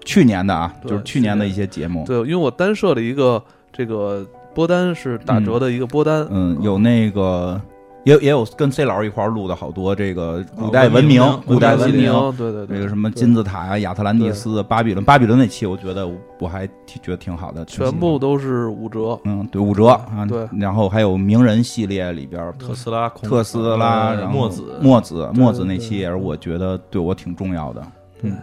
Speaker 2: 去年的啊，
Speaker 1: 对
Speaker 2: 就是去年的一些节目，
Speaker 1: 对，因为我单设了一个这个播单是打折的一个播单，
Speaker 2: 嗯，有那个也也有跟 C 老师一块儿录的好多这个古代文明
Speaker 3: 文明、
Speaker 2: 古代文
Speaker 1: 哦明
Speaker 2: 明，，
Speaker 1: 对对对，
Speaker 2: 那个什么金字塔呀、亚特兰蒂斯、巴比伦、巴比伦那期，我觉得我我还挺觉得挺好的，挺
Speaker 1: 全
Speaker 2: 喜欢
Speaker 1: 部。都是五折。
Speaker 2: 嗯，对，五折啊，
Speaker 1: 对，
Speaker 2: 然后还有名人系列里边儿
Speaker 3: 特斯拉、孔
Speaker 2: 特斯拉、
Speaker 3: 呃
Speaker 2: 然后
Speaker 3: 墨子、
Speaker 2: 墨子、墨子
Speaker 1: 对
Speaker 2: 那期也是我觉得对我挺重要的，嗯，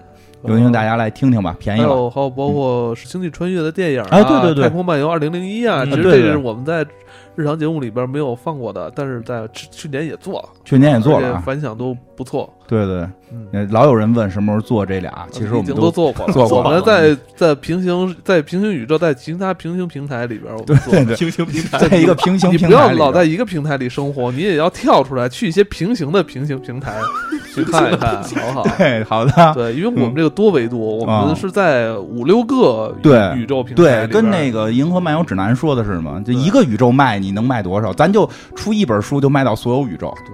Speaker 2: 有兴大家来听听吧，便宜
Speaker 1: 还
Speaker 2: 了。嗯
Speaker 1: 有还有包括《星际穿越》的电影
Speaker 2: 啊对对对
Speaker 1: 太空漫游二零零一》啊，
Speaker 3: 嗯
Speaker 1: 其实这
Speaker 2: 对对
Speaker 1: 是我们在日常节目里边没有放过的，但是在去去年也做了，
Speaker 2: 去年也做了
Speaker 1: 而且
Speaker 2: 啊，
Speaker 1: 反响都不错。
Speaker 2: 对对
Speaker 1: 嗯，呃
Speaker 2: 对，老有人问什么时候做这俩，其实
Speaker 1: 已
Speaker 2: 我们
Speaker 1: 经都
Speaker 2: (laughs)
Speaker 1: 做过了，
Speaker 2: 做过了
Speaker 1: 我们在在平行在平行宇宙，在其他平行平台里边，我们做。
Speaker 2: 对对，
Speaker 3: 平行平台
Speaker 2: 在一个平行
Speaker 1: 你
Speaker 2: 平
Speaker 1: 不要
Speaker 2: 台里
Speaker 1: 老在
Speaker 2: 边，
Speaker 1: 一个平台里生活，你也要跳出来，去一些平行的平行平台去看一看，好不好？
Speaker 2: 对，哎好的，
Speaker 1: 对，因为我们这个多维度，我
Speaker 2: 嗯啊
Speaker 1: 们是在五六个宇
Speaker 2: 对
Speaker 1: 宇宙平台
Speaker 2: 对，
Speaker 1: 里边
Speaker 2: 跟那个《银河漫游指南》说的是嘛，就一个宇宙卖你能卖多少，咱就出一本书就卖到所有宇宙，
Speaker 1: 对，